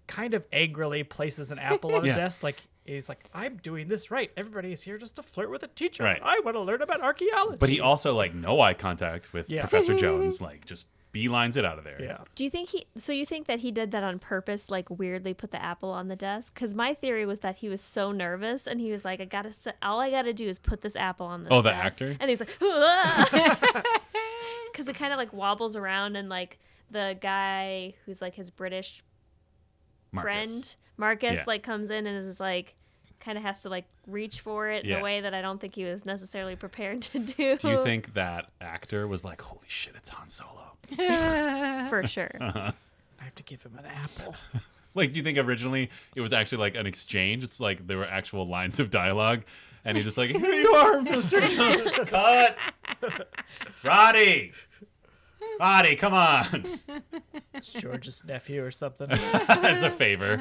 Speaker 1: kind of angrily
Speaker 2: [LAUGHS]
Speaker 1: places an apple on
Speaker 2: Yeah.
Speaker 1: a desk like he's like i'm doing this right everybody is here just to flirt with a teacher
Speaker 2: Right.
Speaker 1: i want to learn about archaeology
Speaker 2: But he also like no eye contact with
Speaker 1: Yeah. [LAUGHS]
Speaker 2: Professor Jones, like just beelines it out of there.
Speaker 1: yeah
Speaker 3: Do you think he? So you think that he did that on purpose, like weirdly put the apple on the desk? Because my theory was that he was so nervous and he was like, "I gotta, se- all I gotta do is put this apple on this."
Speaker 2: Oh, the
Speaker 3: desk."
Speaker 2: actor?
Speaker 3: And he was like, [LAUGHS] because it kind of like wobbles around and like the guy who's like his British
Speaker 2: Marcus.
Speaker 3: friend Marcus
Speaker 2: Yeah.
Speaker 3: like comes in and is like, kind of has to like reach for it in
Speaker 2: Yeah.
Speaker 3: a way that I don't think he was necessarily prepared to do.
Speaker 2: Do you think that actor was like, "Holy shit, it's Han Solo"?
Speaker 3: [LAUGHS]
Speaker 2: [LAUGHS]
Speaker 3: for sure?
Speaker 1: i have to give him an apple
Speaker 2: Like, do you think originally it was actually like an exchange? It's like there were actual lines of dialogue, and he's just like, "Here you are, [LAUGHS] Mister Cut, [LAUGHS] Roddy, Roddy, come on, [LAUGHS]
Speaker 1: it's george's nephew or something Oh,
Speaker 2: it's a favor.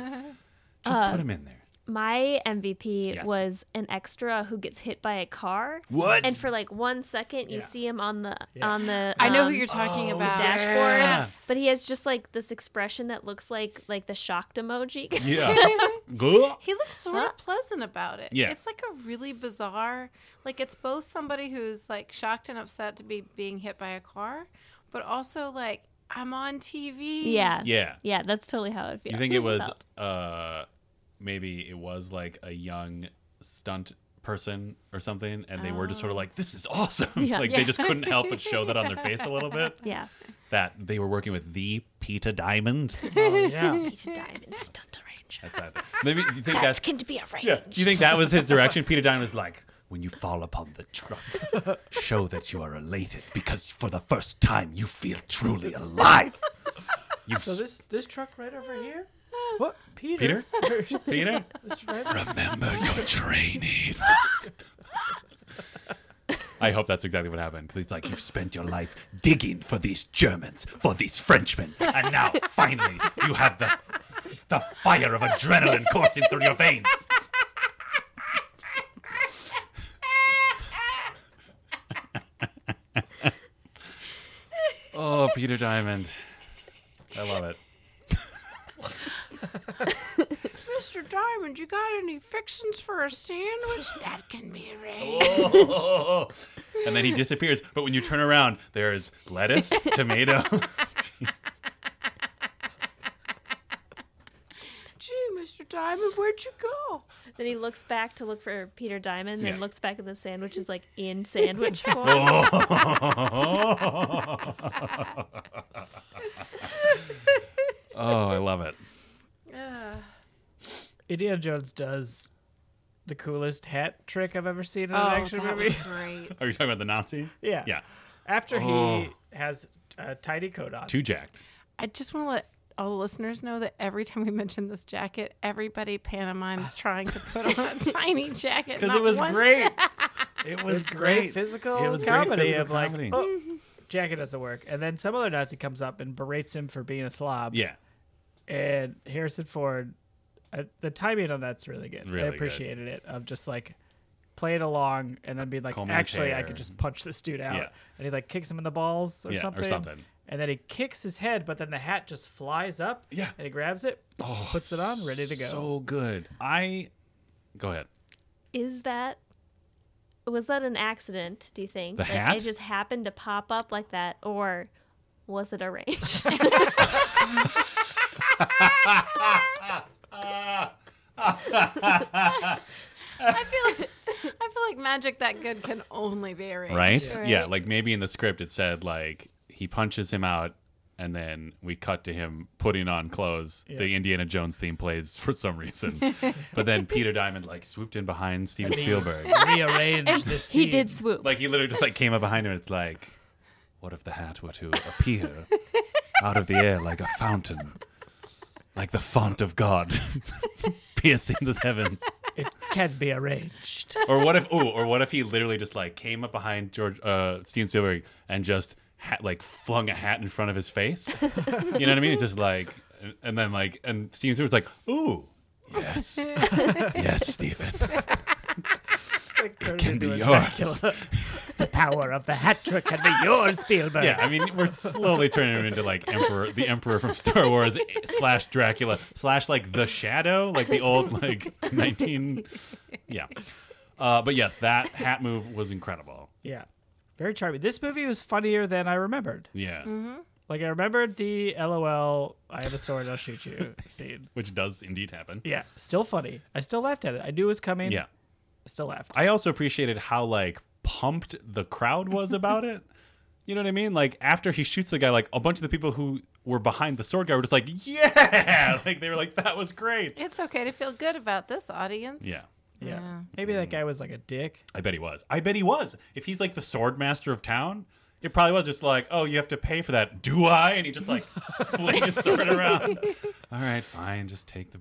Speaker 2: Just
Speaker 3: Uh,
Speaker 2: put him in there."
Speaker 3: My MVP
Speaker 2: Yes.
Speaker 3: was an extra who gets hit by a car.
Speaker 2: What?
Speaker 3: And for like one second, you
Speaker 1: Yeah.
Speaker 3: see him on the
Speaker 1: Yeah.
Speaker 3: on the.
Speaker 4: I know
Speaker 3: um,
Speaker 4: who you're talking
Speaker 2: Oh,
Speaker 4: about.
Speaker 3: dashboard.
Speaker 2: Yeah.
Speaker 3: But he has just like this expression that looks like like the shocked
Speaker 4: [LAUGHS]
Speaker 3: emoji.
Speaker 2: [LAUGHS]
Speaker 3: [LAUGHS]
Speaker 2: Yeah.
Speaker 4: He looked sort
Speaker 3: Huh?
Speaker 4: of pleasant about it.
Speaker 2: Yeah.
Speaker 4: It's like a really bizarre, like it's both somebody who's like shocked and upset to be being hit by a car, but also like I'm on TV. [LAUGHS]
Speaker 3: yeah.
Speaker 2: yeah.
Speaker 3: Yeah, that's totally how it feels.
Speaker 2: You think it
Speaker 3: [LAUGHS]
Speaker 2: was uh maybe it was like a young stunt person or something and they were just sort of like this is awesome.
Speaker 3: Oh. Yeah.
Speaker 2: [LAUGHS] like
Speaker 4: Yeah.
Speaker 2: they just couldn't help but show that on their face a little bit [LAUGHS]
Speaker 3: Yeah.
Speaker 2: that they were working with the Peter Diamond.
Speaker 1: oh yeah
Speaker 3: Peter Diamond stunt arranger.
Speaker 2: That's how I- Maybe you think that's
Speaker 3: That can be arranged.
Speaker 2: Yeah. You think that was his direction? Peter Diamond was like when you fall upon the truck, show that you are elated because for the first time you feel truly alive. You've
Speaker 1: so this this truck right over here what peter
Speaker 2: Peter? Peter?
Speaker 1: [LAUGHS] This right-
Speaker 2: Remember your training. I hope that's exactly what happened. Because it's like you've spent your life digging for these Germans, for these Frenchmen, and now finally you have the the fire of adrenaline coursing through your veins. oh, Peter Diamond. I love it.
Speaker 4: Mr. Diamond, you got any fixings for a sandwich? That can be arranged.
Speaker 2: and then he disappears. But when you turn around, there is lettuce, tomato.
Speaker 4: Gee, Mr. Diamond, where'd you go?
Speaker 3: Then he looks back to look for Peter Diamond, then
Speaker 2: Yeah.
Speaker 3: looks back at the sandwich is like
Speaker 4: [LAUGHS]
Speaker 3: in sandwich form.
Speaker 2: oh, Oh, I love it.
Speaker 1: indiana jones does the coolest hat trick i've ever seen in
Speaker 4: oh,
Speaker 1: an action
Speaker 4: that
Speaker 1: movie
Speaker 4: was
Speaker 1: [LAUGHS]
Speaker 4: great.
Speaker 2: Are you talking about the Nazi?
Speaker 1: yeah
Speaker 2: Yeah.
Speaker 1: after
Speaker 2: Oh.
Speaker 1: he has a tidy coat on
Speaker 2: Too jacked.
Speaker 4: I just want to let all the listeners know that every time we mention this jacket, everybody pantomimes trying to put on a tiny jacket. Because
Speaker 1: [LAUGHS]
Speaker 2: great. It was
Speaker 1: it's great physical
Speaker 2: It was great
Speaker 1: Oh, comedy
Speaker 2: physical
Speaker 1: of like
Speaker 2: comedy.
Speaker 1: "Oh, jacket doesn't work and then some other nazi comes up and berates him for being a slob
Speaker 2: Yeah.
Speaker 1: and harrison ford uh, the timing on that's really good
Speaker 2: Really
Speaker 1: i
Speaker 2: good.
Speaker 1: appreciated it of just like play it along and then be like
Speaker 2: Comb his
Speaker 1: actually i
Speaker 2: hair.
Speaker 1: could just punch this dude out
Speaker 2: Yeah.
Speaker 1: and he like kicks him in the balls or
Speaker 2: Yeah, or
Speaker 1: something
Speaker 2: something.
Speaker 1: and then he kicks his head but then the hat just flies up
Speaker 2: Yeah. Oh,
Speaker 1: and he grabs it puts it on ready to go
Speaker 2: So good. I go ahead.
Speaker 3: is that was that an accident do you think
Speaker 2: The
Speaker 3: like
Speaker 2: hat?
Speaker 3: it just happened to pop up like that or was
Speaker 2: [LAUGHS]
Speaker 3: it arranged
Speaker 4: I feel like magic that good can only be arranged.
Speaker 2: Right?
Speaker 3: Right.
Speaker 2: Yeah. Like maybe in the script it said like he punches him out and then we cut to him putting on clothes. The Indiana Jones theme plays [LAUGHS] for some reason, but then Peter Diamond like swooped in behind Steven Spielberg.
Speaker 1: [LAUGHS] Rearrange this scene.
Speaker 3: He did swoop.
Speaker 2: Like he literally just like came up behind him. and It's like, what if the hat were to appear out of the air like a fountain, like the font of God, [LAUGHS] piercing the heavens?
Speaker 1: It can be arranged.
Speaker 2: Or what if? Oh, or what if he literally just like came up behind George uh, Steven Spielberg and just hat, like flung a hat in front of his face? you know what I mean? It's just like, and- and then like, and Steven Spielberg's like, ooh. Yes. yes, Stephen. it can be yours.
Speaker 1: [LAUGHS] The power of the hat trick can be yours, Spielberg.
Speaker 2: Yeah, I mean, we're slowly turning him into like Emperor, the Emperor from Star Wars slash Dracula slash like the Shadow, like the old like nineteen. Yeah, uh, but yes, that hat move was incredible.
Speaker 1: Yeah. Very charming. This movie was funnier than I remembered.
Speaker 2: Yeah,
Speaker 1: Like I remembered the LOL I have a sword, I'll shoot
Speaker 2: [LAUGHS]
Speaker 1: you scene.
Speaker 2: which does indeed happen.
Speaker 1: Yeah. Still funny. I still laughed at it. I knew it was coming.
Speaker 2: Yeah,
Speaker 1: I still laughed.
Speaker 2: I also appreciated how like pumped the crowd [LAUGHS] was about it. You know what I mean? Like after he shoots the guy, like a bunch of the people who were behind the sword guy were just like, "Yeah!" [LAUGHS] Like they were like, "That was great."
Speaker 4: It's okay to feel good about this audience.
Speaker 2: Yeah.
Speaker 1: yeah.
Speaker 4: Yeah.
Speaker 1: Maybe
Speaker 2: Mm.
Speaker 1: that guy was like a dick.
Speaker 2: I bet he was. I bet he was. If he's like the sword master of town, it probably was just like, oh, you have to pay for that. Do I? And he just like [LAUGHS] fling his sword around. [LAUGHS] All right, fine. Just take the.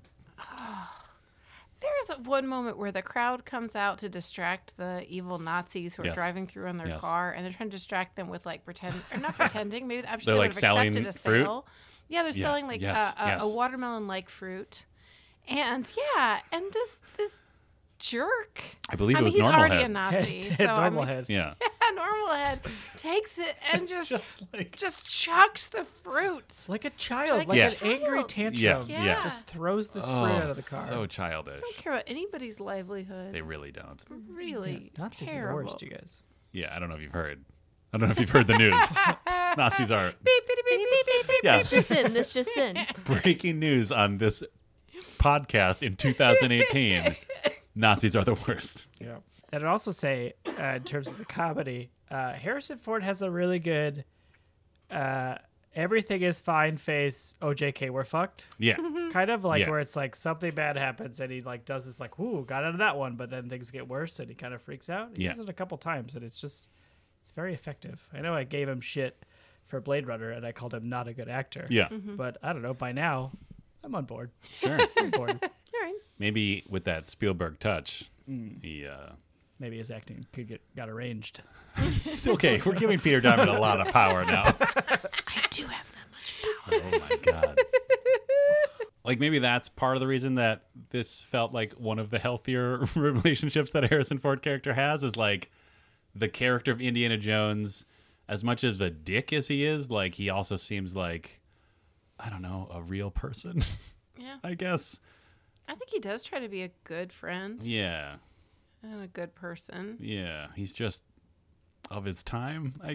Speaker 4: There is one moment where the crowd comes out to distract the evil Nazis who are
Speaker 2: Yes.
Speaker 4: driving through on their
Speaker 2: Yes.
Speaker 4: car, and they're trying to distract them with like pretend or
Speaker 2: [LAUGHS]
Speaker 4: not pretending. Maybe I'm
Speaker 2: They're,
Speaker 4: sure they
Speaker 2: like,
Speaker 4: would have accepted
Speaker 2: selling
Speaker 4: a
Speaker 2: fruit?
Speaker 4: sale. Yeah, they're
Speaker 2: Yeah.
Speaker 4: selling like
Speaker 2: Yes,
Speaker 4: a, a,
Speaker 2: yes.
Speaker 4: a watermelon-like fruit, and yeah, and this this jerk.
Speaker 2: I believe
Speaker 4: I
Speaker 2: it
Speaker 4: mean,
Speaker 2: was
Speaker 4: he's
Speaker 2: normal
Speaker 4: already
Speaker 2: head.
Speaker 1: [LAUGHS]
Speaker 4: a Nazi, Ah, so I'm
Speaker 1: Normal [LAUGHS]
Speaker 4: like,
Speaker 1: head.
Speaker 2: Yeah.
Speaker 4: a normal head takes it
Speaker 1: [LAUGHS]
Speaker 4: and just just,
Speaker 2: just like
Speaker 4: chucks the fruit.
Speaker 1: Like a child,
Speaker 4: Like
Speaker 1: like
Speaker 2: a
Speaker 1: an angry
Speaker 4: child.
Speaker 1: tantrum.
Speaker 2: Yeah. Oh,
Speaker 4: Yeah.
Speaker 1: Just throws this fruit out of the car.
Speaker 2: So childish.
Speaker 4: I don't care about anybody's livelihood.
Speaker 2: They really don't.
Speaker 4: really
Speaker 1: Nazis
Speaker 4: terrible.
Speaker 1: are the worst, you guys.
Speaker 2: Yeah, I don't know if you've heard. I don't know if you've heard the news. Nazis are
Speaker 4: Beep, beep, beep, beep, beep, beep.
Speaker 3: This
Speaker 2: yes,
Speaker 3: just in. This just
Speaker 4: [LAUGHS]
Speaker 3: in.
Speaker 2: breaking news on this podcast in 2018. Nazis are the worst.
Speaker 1: Yeah. And I'd also say, uh, in terms of the comedy, uh, Harrison Ford has a really good uh, everything is fine face, OJK, we're fucked.
Speaker 2: Yeah.
Speaker 1: Kind of like
Speaker 2: Yeah.
Speaker 1: where it's like something bad happens and he like does this like, ooh, got out of that one, but then things get worse and he kind of freaks out. He
Speaker 2: Yeah.
Speaker 1: does it a couple times and it's just, it's very effective. I know I gave him shit for Blade Runner and I called him not a good actor.
Speaker 2: Yeah.
Speaker 1: But I don't know, by now, I'm on board.
Speaker 2: Sure.
Speaker 1: [LAUGHS] I'm bored.
Speaker 4: All right.
Speaker 2: Maybe with that Spielberg touch, he uh, [LAUGHS]
Speaker 1: Maybe his acting could get got arranged.
Speaker 2: It's okay, we're giving Peter Diamond a lot of power now.
Speaker 3: I do have that much.
Speaker 2: oh my god. Like maybe that's part of the reason that this felt like one of the healthier [LAUGHS] relationships that a Harrison Ford character has is like the character of Indiana Jones, as much as a dick as he is, like he also seems like I don't know, a real person, [LAUGHS]
Speaker 4: Yeah.
Speaker 2: I guess.
Speaker 4: I think he does try to be a good friend
Speaker 2: Yeah.
Speaker 4: and a good person.
Speaker 2: Yeah. He's just of his time, I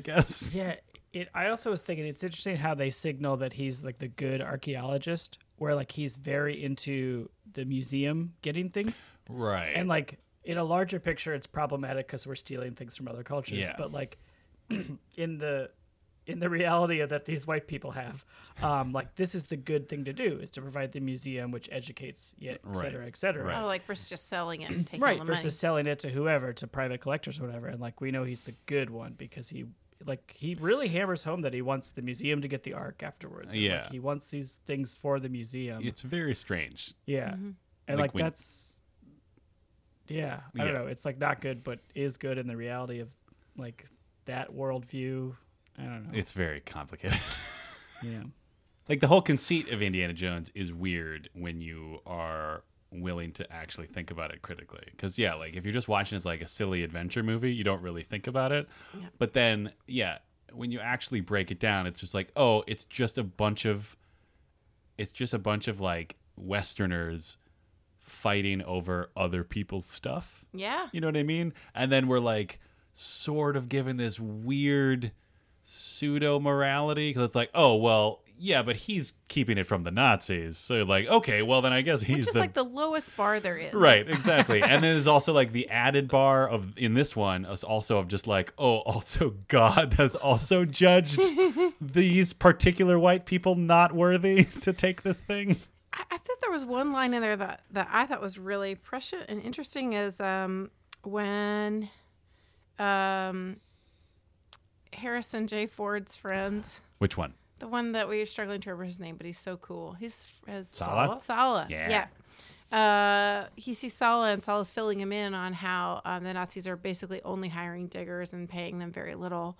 Speaker 1: [LAUGHS]
Speaker 2: guess.
Speaker 1: Yeah, it. I also was thinking it's interesting how they signal that he's like the good archaeologist, where like he's very into the museum getting things,
Speaker 2: Right.
Speaker 1: and like in a larger picture, it's problematic because we're stealing things from other cultures.
Speaker 2: Yeah.
Speaker 1: But like [CLEARS THROAT] in the in the reality of that these white people have, um, like this is the good thing to do is to provide the museum, which educates, yet et
Speaker 2: Right.
Speaker 1: cetera, et cetera.
Speaker 2: Right.
Speaker 4: Oh, like versus just selling
Speaker 2: [CLEARS THROAT]
Speaker 4: it and taking all
Speaker 1: Right,
Speaker 4: the
Speaker 1: versus
Speaker 4: money.
Speaker 1: selling it to whoever, to private collectors or whatever. And like we know he's the good one because he like he really hammers home that he wants the museum to get the ark afterwards. And,
Speaker 2: Yeah.
Speaker 1: Like, he wants these things for the museum.
Speaker 2: it's very strange.
Speaker 1: yeah. And
Speaker 2: Like
Speaker 1: like,
Speaker 2: when-
Speaker 1: that's Yeah. I
Speaker 2: Yeah.
Speaker 1: don't know. It's like not good but is good in the reality of like that worldview. I don't know.
Speaker 2: It's very complicated.
Speaker 1: yeah.
Speaker 2: like the whole conceit of Indiana Jones is weird when you are willing to actually think about it critically. Because yeah, like if you're just watching it as like a silly adventure movie, you don't really think about it. But then yeah, when you actually break it down, it's just like oh, it's just a bunch of, it's just a bunch of like Westerners fighting over other people's stuff.
Speaker 4: Yeah.
Speaker 2: You know what I mean? And then we're like sort of given this weird pseudo morality because it's like, oh well, yeah, but he's keeping it from the Nazis. So like, okay, well then I guess he's
Speaker 4: Which is
Speaker 2: the,
Speaker 4: like the lowest bar there
Speaker 2: [LAUGHS]
Speaker 4: is.
Speaker 2: right, exactly.
Speaker 4: [LAUGHS]
Speaker 2: and then there's also like the added bar of in this one is also of just like, oh, also God has also
Speaker 4: [LAUGHS]
Speaker 2: judged these particular white people not worthy [LAUGHS] to take this thing.
Speaker 4: I, I thought there was one line in there that, that I thought was really prescient and interesting is um, when um, Harrison J. Ford's friend,
Speaker 2: Which one?
Speaker 4: the one that we are struggling to remember his name, but he's so cool. He's his
Speaker 2: Sala?
Speaker 4: Sala.
Speaker 2: Yeah.
Speaker 4: yeah. Uh, he sees Sala and Sala's filling him in on how um, the Nazis are basically only hiring diggers and paying them very little.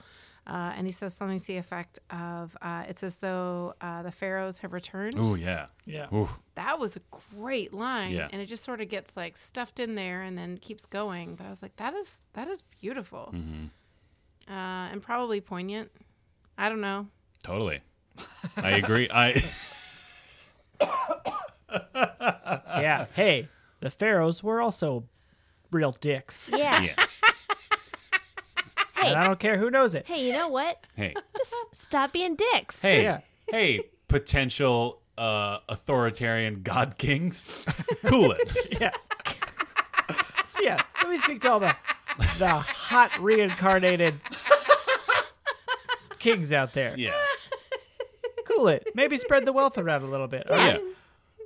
Speaker 4: Uh, and he says something to the effect of, uh, "It's as though uh, the pharaohs have returned."
Speaker 2: Oh yeah.
Speaker 1: Yeah.
Speaker 2: Ooh.
Speaker 4: that was a great line
Speaker 2: Yeah.
Speaker 4: and it just sort of gets like stuffed in there and then keeps going but i was like that is that is beautiful
Speaker 2: Mm-hmm.
Speaker 4: uh, and probably poignant i don't know
Speaker 2: Totally. I agree. I
Speaker 1: yeah. Hey, the pharaohs were also real dicks,
Speaker 3: Yeah.
Speaker 2: [LAUGHS] yeah.
Speaker 1: and I don't care who knows it.
Speaker 3: Hey, you know what?
Speaker 2: Hey.
Speaker 4: [LAUGHS]
Speaker 3: Just stop being dicks. [LAUGHS]
Speaker 2: Hey.
Speaker 1: Yeah.
Speaker 2: Hey, potential uh authoritarian god kings. Cool
Speaker 1: [LAUGHS]
Speaker 2: it.
Speaker 1: Yeah. yeah. Let me speak to all the the hot reincarnated kings out there.
Speaker 2: yeah.
Speaker 1: Cool it. Maybe spread the wealth around a little bit.
Speaker 2: Yeah.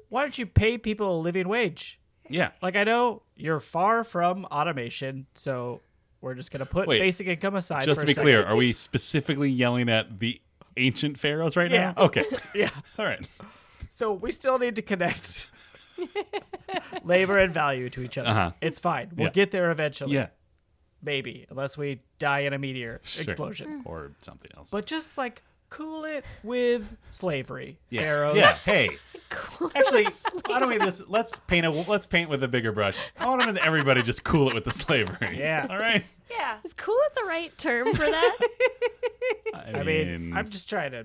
Speaker 1: Why don't you pay people a living wage?
Speaker 2: Yeah.
Speaker 1: Like I know you're far from automation, so we're just gonna put
Speaker 2: Wait.
Speaker 1: basic income aside.
Speaker 2: Just
Speaker 1: for
Speaker 2: to
Speaker 1: a
Speaker 2: be
Speaker 1: second.
Speaker 2: clear, are we specifically yelling at the ancient pharaohs right
Speaker 1: Yeah.
Speaker 2: now?
Speaker 1: [LAUGHS]
Speaker 2: Okay.
Speaker 1: Yeah.
Speaker 2: All right.
Speaker 1: So we still need to
Speaker 2: [LAUGHS]
Speaker 1: connect labor and value to each other.
Speaker 2: Uh-huh.
Speaker 1: It's fine. We'll
Speaker 2: Yeah.
Speaker 1: get there eventually.
Speaker 2: Yeah.
Speaker 1: Maybe, unless we die in a meteor
Speaker 2: Sure.
Speaker 1: explosion.
Speaker 2: Or something else.
Speaker 1: But just like cool it with slavery.
Speaker 2: yeah.
Speaker 1: Pharaohs.
Speaker 2: Yeah.
Speaker 1: [LAUGHS]
Speaker 2: Hey. Actually, why don't we just let's paint a let's paint with a bigger brush. I want them to- everybody just cool it with the slavery.
Speaker 1: Yeah.
Speaker 2: All right.
Speaker 4: yeah
Speaker 3: Is cool at the right term for that?
Speaker 2: [LAUGHS]
Speaker 1: I mean, I'm just trying to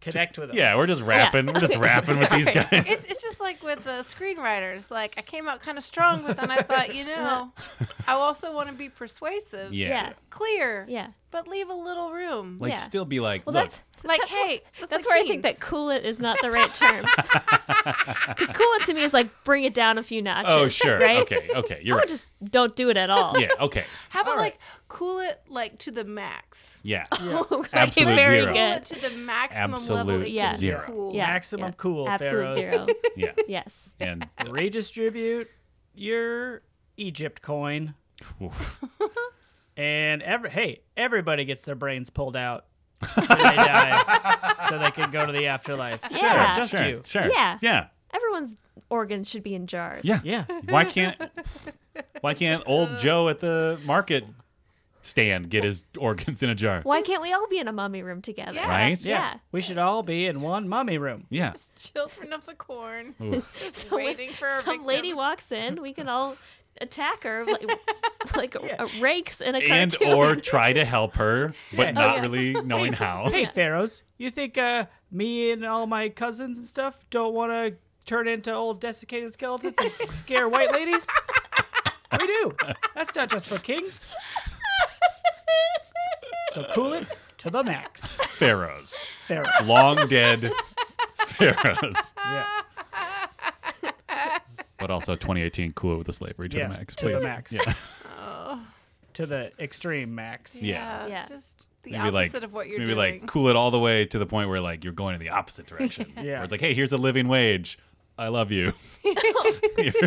Speaker 1: connect with them.
Speaker 2: yeah, we're just rapping. We're just rapping
Speaker 1: [LAUGHS]
Speaker 2: with these guys.
Speaker 4: it's, it's just like with the screenwriters like i came out kind of strong but then i
Speaker 3: [LAUGHS]
Speaker 4: thought you know i also want to be persuasive
Speaker 3: yeah.
Speaker 4: clear
Speaker 3: Yeah.
Speaker 4: but leave a little room
Speaker 2: Like
Speaker 3: Yeah.
Speaker 2: still be like,
Speaker 3: Well,
Speaker 2: look,
Speaker 3: that's
Speaker 4: like hey that's,
Speaker 3: That's
Speaker 4: like
Speaker 3: where I think that
Speaker 4: teens.
Speaker 3: cool it is not the right
Speaker 2: [LAUGHS]
Speaker 3: term. Because cool it to me is like bring it down a few notches. [LAUGHS]
Speaker 2: oh sure,
Speaker 3: Right?
Speaker 2: okay, okay, you're
Speaker 3: Or [LAUGHS]
Speaker 2: right.
Speaker 3: just don't do it at [LAUGHS] all.
Speaker 2: Yeah, okay,
Speaker 4: how about
Speaker 1: All right.
Speaker 4: like cool it like to the max
Speaker 2: yeah,
Speaker 3: Okay,
Speaker 2: Absolute
Speaker 3: very
Speaker 2: zero.
Speaker 4: cool it
Speaker 3: good.
Speaker 4: to the maximum level
Speaker 2: Absolute
Speaker 4: it
Speaker 3: Yeah.
Speaker 4: can
Speaker 2: zero.
Speaker 4: be cool
Speaker 3: Yeah.
Speaker 1: Maximum cool,
Speaker 3: Absolute
Speaker 1: Pharaohs.
Speaker 2: [LAUGHS]
Speaker 3: zero.
Speaker 2: yeah,
Speaker 3: Yes.
Speaker 2: and
Speaker 1: Redistribute your Egypt coin. And every hey, everybody gets their brains pulled out when they
Speaker 2: [LAUGHS]
Speaker 1: die, so they can go to the afterlife.
Speaker 3: Yeah.
Speaker 1: just
Speaker 2: sure,
Speaker 1: you.
Speaker 2: sure,
Speaker 3: Yeah.
Speaker 2: yeah,
Speaker 3: Everyone's organs should be in jars.
Speaker 2: yeah,
Speaker 3: [LAUGHS]
Speaker 1: Yeah,
Speaker 2: Why can't Why can't old Joe at the market stand get his organs in a jar?
Speaker 3: Why can't we all be in a mummy room together?
Speaker 4: Yeah.
Speaker 2: Right?
Speaker 3: Yeah.
Speaker 1: We should all be in one mummy room.
Speaker 2: Yeah.
Speaker 4: children of
Speaker 3: [LAUGHS]
Speaker 4: the corn
Speaker 2: Ooh.
Speaker 4: just
Speaker 3: So if
Speaker 4: waiting for a
Speaker 3: some
Speaker 4: victim.
Speaker 3: lady walks in, we can all attack her
Speaker 4: [LAUGHS]
Speaker 3: like, like a- rakes in a
Speaker 2: And
Speaker 3: cartoon.
Speaker 2: or try to help her, but
Speaker 1: Yeah.
Speaker 2: not
Speaker 3: yeah.
Speaker 2: really knowing how.
Speaker 1: Hey, pharaohs, you think uh, me and all my cousins and stuff don't want to turn into old desiccated skeletons
Speaker 2: [LAUGHS]
Speaker 1: and scare white ladies? We do. That's not just for kings. So cool it to the max,
Speaker 2: Pharaohs,
Speaker 1: pharaoh.
Speaker 2: long dead [LAUGHS] pharaohs.
Speaker 1: Yeah,
Speaker 2: But also 2018, cool with the slavery to
Speaker 1: yeah,
Speaker 2: the max,
Speaker 1: to
Speaker 2: please.
Speaker 1: the max,
Speaker 2: Yeah.
Speaker 1: to the extreme max.
Speaker 2: Yeah.
Speaker 4: Yeah,
Speaker 3: Yeah.
Speaker 4: just the
Speaker 2: maybe
Speaker 4: opposite
Speaker 2: like
Speaker 4: of what you're
Speaker 2: maybe
Speaker 4: doing.
Speaker 2: like cool it all the way to the point where like you're going in the opposite
Speaker 4: [LAUGHS]
Speaker 2: direction.
Speaker 1: Yeah.
Speaker 2: Where it's like, hey, here's a living wage. I love you.
Speaker 3: [LAUGHS]
Speaker 2: [LAUGHS]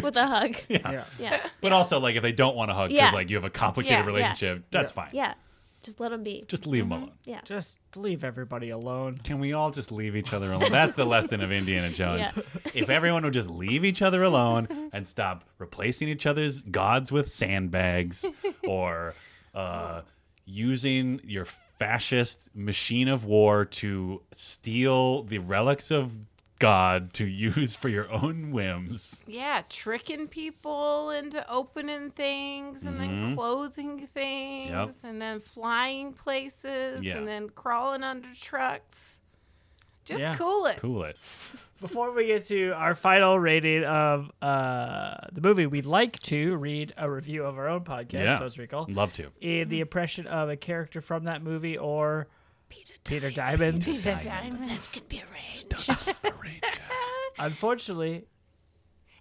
Speaker 3: with a hug. Yeah.
Speaker 1: Yeah.
Speaker 3: Yeah.
Speaker 2: But also like if they don't want to hug because
Speaker 3: Yeah.
Speaker 2: like you have a complicated
Speaker 4: Yeah, Mm-hmm. yeah.
Speaker 2: relationship, that's fine.
Speaker 3: Just let them be.
Speaker 2: Just leave them alone.
Speaker 3: Yeah.
Speaker 1: Just leave everybody alone.
Speaker 2: Can we all just leave each other alone? That's the lesson of Indiana Jones.
Speaker 3: Yeah.
Speaker 2: If everyone would just leave each other alone and stop replacing each other's gods with sandbags or uh, using your fascist machine of war to steal the relics of God to use for your own whims.
Speaker 4: yeah, tricking people into opening things and then closing things and then flying places
Speaker 2: Yeah.
Speaker 4: and then crawling under trucks. Just
Speaker 1: Yeah.
Speaker 4: cool it.
Speaker 2: Cool it.
Speaker 1: Before we get to our final rating of uh, the movie, we'd like to read a review of our own podcast,
Speaker 2: Yeah.
Speaker 1: Toast Recall.
Speaker 2: Love to.
Speaker 1: in the impression of a character from that movie or Peter Diamond. [LAUGHS]
Speaker 4: Diamond.
Speaker 3: Could be arranged.
Speaker 1: Unfortunately,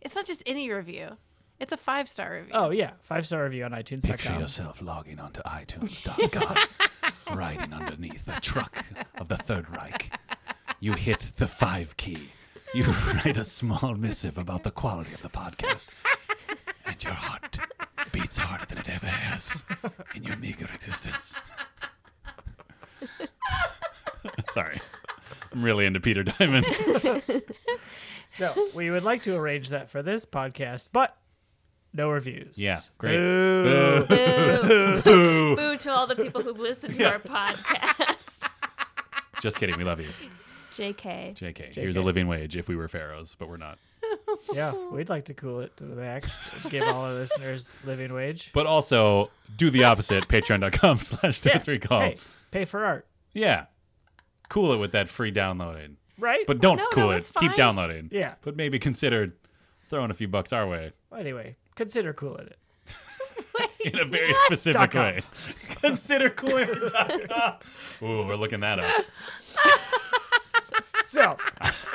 Speaker 4: It's not just any review. It's a five star review. [LAUGHS]
Speaker 1: oh yeah, five star review on iTunes.com.
Speaker 2: yourself logging onto iTunes.com, riding underneath the truck of the Third Reich. You hit the five key. You [LAUGHS] write a small missive about the quality of the podcast, and your heart beats harder than it ever has in your meager existence. [LAUGHS] Sorry, I'm really into Peter Diamond.
Speaker 1: So we would like to arrange that for this podcast, but no reviews.
Speaker 2: Yeah, great.
Speaker 1: Boo.
Speaker 3: Boo. Boo to all the people who've listened to our podcast. [LAUGHS]
Speaker 2: Just kidding, we love you.
Speaker 3: JK.
Speaker 2: JK, here's a living wage if we were pharaohs, but we're not.
Speaker 1: Yeah, we'd like to cool it to the max. and Give all our listeners living wage.
Speaker 2: But also do the opposite, patreon.com [LAUGHS] slash
Speaker 1: Yeah,
Speaker 2: Totes recall.
Speaker 1: Hey, pay for art,
Speaker 2: Yeah. Cool it with that free downloading.
Speaker 1: right?
Speaker 2: But don't
Speaker 4: No,
Speaker 2: cool
Speaker 4: no,
Speaker 2: it.
Speaker 4: it's
Speaker 2: Keep
Speaker 4: fine.
Speaker 2: downloading.
Speaker 1: Yeah.
Speaker 2: But maybe consider throwing a few bucks our way
Speaker 1: anyway, consider cooling it.
Speaker 2: [LAUGHS] in a very specific
Speaker 1: Dot com.
Speaker 2: way. consider cooler.com. [LAUGHS] Ooh, we're looking that up.
Speaker 1: So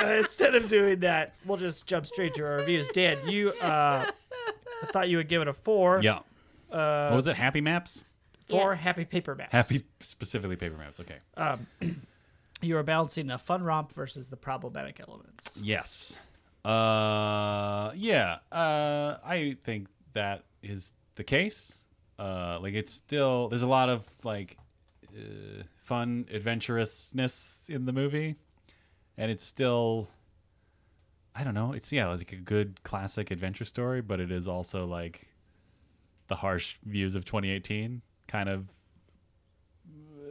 Speaker 1: uh, instead of doing that, we'll just jump straight to our reviews. Dan, you uh, I thought you would give it a four.
Speaker 2: Yeah. Uh, what was it? Happy Maps?
Speaker 1: Four
Speaker 3: Yes.
Speaker 1: happy paper maps.
Speaker 2: Happy, specifically paper maps. Okay.
Speaker 1: You are balancing a fun romp versus the problematic elements.
Speaker 2: Yes. Uh, yeah. Uh, I think that is the case. Uh, like it's still there's a lot of like uh, fun adventurousness in the movie, and it's still I don't know. It's yeah, like a good classic adventure story, but it is also like the harsh views of 2018 kind of uh,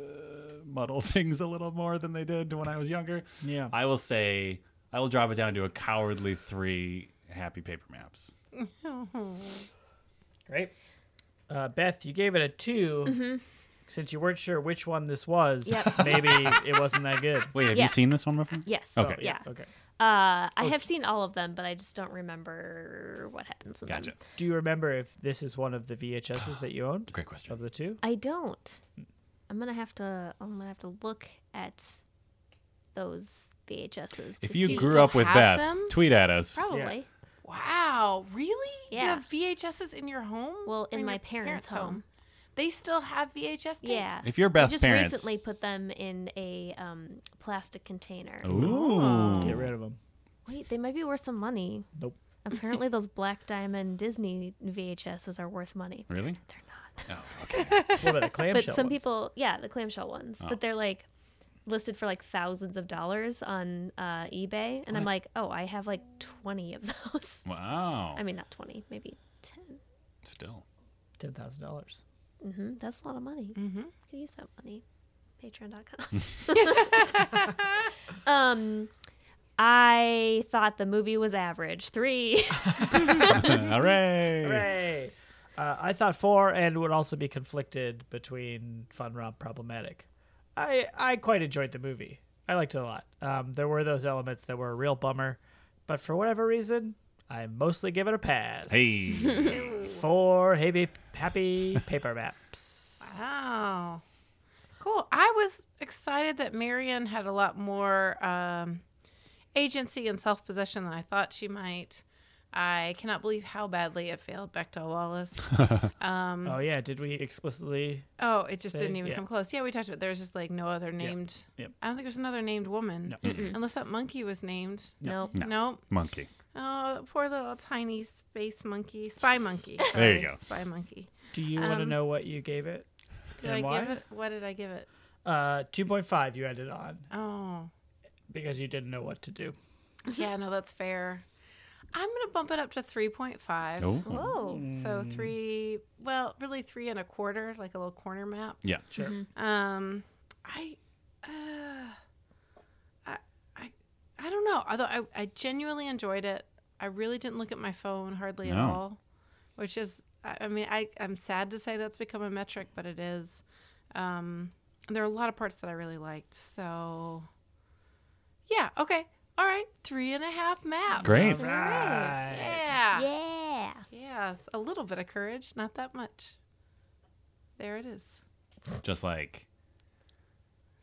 Speaker 2: muddle [LAUGHS] things a little more than they did when I was younger.
Speaker 1: Yeah.
Speaker 2: I will say I will drop it down to a cowardly three happy paper maps.
Speaker 1: Great. Uh, Beth, you gave it a 2 Since you weren't sure which one this was,
Speaker 3: Mm-hmm. Yep.
Speaker 1: [LAUGHS] maybe it wasn't that good.
Speaker 2: Wait, have
Speaker 3: Yeah.
Speaker 2: you seen this one before?
Speaker 3: Yes.
Speaker 2: Okay. Oh.
Speaker 3: [LAUGHS] Yeah.
Speaker 1: Okay.
Speaker 3: Uh, I have seen all of them, but I just don't remember what happens in
Speaker 2: Gotcha.
Speaker 3: them.
Speaker 1: Do you remember if this is one of the VHSs that you owned
Speaker 2: Great
Speaker 1: of
Speaker 2: question.
Speaker 1: the two?
Speaker 3: I don't. I'm gonna have to. I'm gonna have to look at those VHSs. To
Speaker 2: If
Speaker 3: see
Speaker 2: you grew
Speaker 4: still
Speaker 2: up with Beth,
Speaker 4: have them?
Speaker 2: tweet at us.
Speaker 3: probably.
Speaker 4: Wow, really?
Speaker 3: Yeah.
Speaker 4: You have VHSs in your home?
Speaker 3: Well,
Speaker 4: Or
Speaker 3: in my
Speaker 4: your
Speaker 3: parents' home.
Speaker 4: They still have VHS tapes.
Speaker 3: Yeah.
Speaker 2: If you're
Speaker 3: I
Speaker 2: Beth's
Speaker 3: just
Speaker 2: parents,
Speaker 3: recently put them in a um, plastic container.
Speaker 1: Oh. Get
Speaker 2: ooh,
Speaker 1: rid of them.
Speaker 3: Wait, they might be worth some money.
Speaker 1: Nope. [LAUGHS]
Speaker 3: Apparently, those Black Diamond Disney VHSs are worth money.
Speaker 2: really?
Speaker 3: They're not.
Speaker 2: Oh, okay.
Speaker 1: What
Speaker 3: [LAUGHS]
Speaker 1: about the
Speaker 3: but
Speaker 1: clamshell
Speaker 3: some
Speaker 1: ones? Oh.
Speaker 3: people yeah the clamshell ones but they're like listed for like thousands of dollars on uh, ebay and i'm like oh i have like 20 of [LAUGHS] those
Speaker 2: Wow.
Speaker 3: i mean not 20 maybe 10
Speaker 2: Still,
Speaker 1: $10,000.
Speaker 3: hmm that's a lot of money mm-hmm. could use that money patreon.com
Speaker 2: [LAUGHS]
Speaker 3: [LAUGHS] um i thought the movie was average three
Speaker 2: hooray!
Speaker 1: [LAUGHS] Hooray! Uh, I thought four and would also be conflicted between fun romp problematic. I I quite enjoyed the movie. I liked it a lot. Um, there were those elements that were a real bummer, but for whatever reason, I mostly give it a pass.
Speaker 2: Hey,
Speaker 1: four happy happy paper [LAUGHS] maps.
Speaker 4: Wow. Cool. I was excited that Marion had a lot more um, agency and self possession than I thought she might. I cannot believe how badly it failed Bechdel Wallace. um,
Speaker 1: Oh yeah, did we explicitly?
Speaker 4: oh, it just didn't even
Speaker 1: yeah.
Speaker 4: come close. Yeah, we talked about there was just like no other named.
Speaker 1: Yep.
Speaker 4: I don't think there's another named woman, unless that monkey was named.
Speaker 3: [LAUGHS] no
Speaker 2: [LAUGHS] No.
Speaker 4: Nope.
Speaker 2: monkey.
Speaker 4: Oh, poor little tiny space monkey, spy monkey.
Speaker 2: There you
Speaker 4: Sorry,
Speaker 2: go.
Speaker 4: spy monkey.
Speaker 1: Do you want to
Speaker 4: Um,
Speaker 1: know what you gave it?
Speaker 4: Did
Speaker 1: And
Speaker 4: I
Speaker 1: why?
Speaker 4: give it? What did I give it?
Speaker 1: Uh, two point five. You ended on
Speaker 4: Oh,
Speaker 1: because you didn't know what to do.
Speaker 4: [LAUGHS] yeah, no, that's fair. I'm gonna bump it up to 3.5.
Speaker 2: Oh,
Speaker 3: whoa
Speaker 4: So
Speaker 1: Mm,
Speaker 4: three, well, really three and a quarter, like a little corner map.
Speaker 2: yeah.
Speaker 1: Sure.
Speaker 4: Um, I, uh, I, I, I don't know. Although I, I genuinely enjoyed it. I really didn't look at my phone hardly at
Speaker 2: No.
Speaker 4: all, which is, I, I mean, I, I'm sad to say that's become a metric, but it is. Um, and there are a lot of parts that I really liked. So, yeah, okay, all right, three and a half maps.
Speaker 2: Great.
Speaker 1: Right.
Speaker 4: Yeah.
Speaker 3: yeah
Speaker 4: Yes, a little bit of courage, not that much. There it is.
Speaker 2: Just like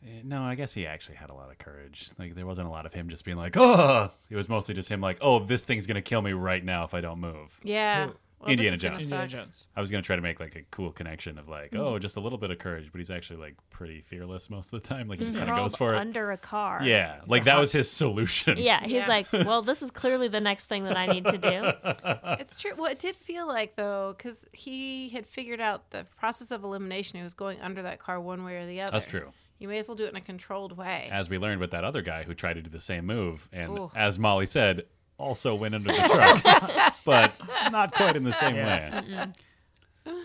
Speaker 2: Eh, No, I guess he actually had a lot of courage. Like there wasn't a lot of him just being like, "Oh!" It was mostly just him like, "Oh, this thing's gonna kill me right now if I don't move."
Speaker 4: Yeah. Well, this
Speaker 2: Indiana
Speaker 4: is gonna
Speaker 2: Jones.
Speaker 1: Indiana
Speaker 4: suck.
Speaker 1: Jones.
Speaker 2: I was gonna try to make like a cool connection of like, "Oh, just a little bit of courage," but he's actually like pretty fearless most of the time. Like he just kind of
Speaker 3: Crawled
Speaker 2: goes for it.
Speaker 3: Mm. under a car.
Speaker 2: Yeah, like that was his solution.
Speaker 3: Yeah, he's
Speaker 4: Yeah.
Speaker 3: like, well, this is clearly the next thing that I need to do.
Speaker 4: It's true. Well, it did feel like though, because he had figured out the process of elimination. He was going under that car one way or the other.
Speaker 2: [LAUGHS] That's true.
Speaker 4: You may as well do it in a controlled way.
Speaker 2: As we learned with that other guy who tried to do the same move, and
Speaker 4: Ooh.
Speaker 2: as Molly said, also went under the truck, but not quite in the same way.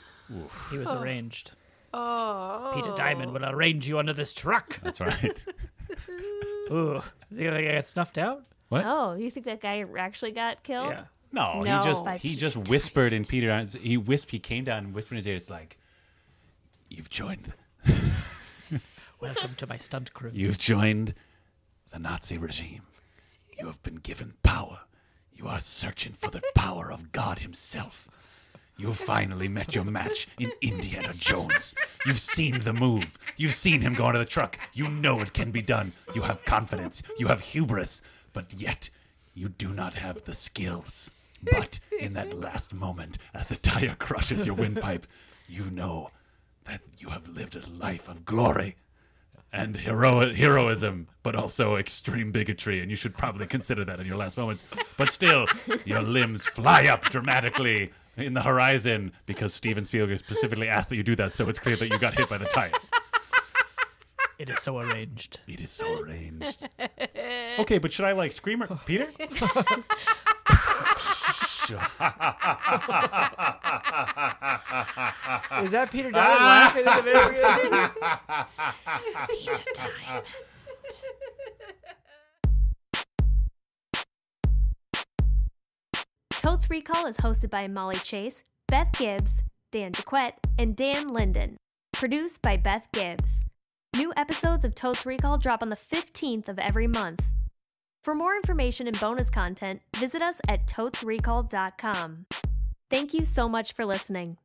Speaker 1: He was arranged.
Speaker 4: oh,
Speaker 1: Peter Diamond would arrange you under this truck.
Speaker 2: That's right.
Speaker 1: Ooh, you think I got snuffed out?
Speaker 3: Oh, you think that guy actually got killed?
Speaker 1: Yeah.
Speaker 2: No,
Speaker 4: No.
Speaker 2: he just
Speaker 4: By
Speaker 2: he
Speaker 3: Peter
Speaker 2: just whispered in Peter. Diamond's- He wisp. He came down and whispered in his ear. It's like, you've joined,
Speaker 1: Welcome to my stunt crew.
Speaker 2: you've joined the Nazi regime. You have been given power. You are searching for the power of God Himself. You finally met your match in Indiana Jones. You've seen the move. You've seen him go into the truck. You know it can be done. You have confidence. You have hubris. But yet, you do not have the skills. But in that last moment, as the tire crushes your windpipe, you know that you have lived a life of glory and hero- heroism, but also extreme bigotry, and you should probably consider that in your last moments. But still, your limbs fly up dramatically in the horizon because Steven Spielberg specifically asked that you do that, so it's clear that you got hit by the tire.
Speaker 1: It is so arranged.
Speaker 2: It is so arranged. Okay, but should I like scream or Peter?
Speaker 1: Is that Peter Diamond laughing at the very beginning?
Speaker 3: Peter Diamond. Totes Recall is hosted by Molly Chase, Beth Gibbs, Dan DeQuette, and Dan Linden. Produced by Beth Gibbs. New episodes of Totes Recall drop on the 15th of every month. For more information and bonus content, visit us at totesrecall.com. Thank you so much for listening.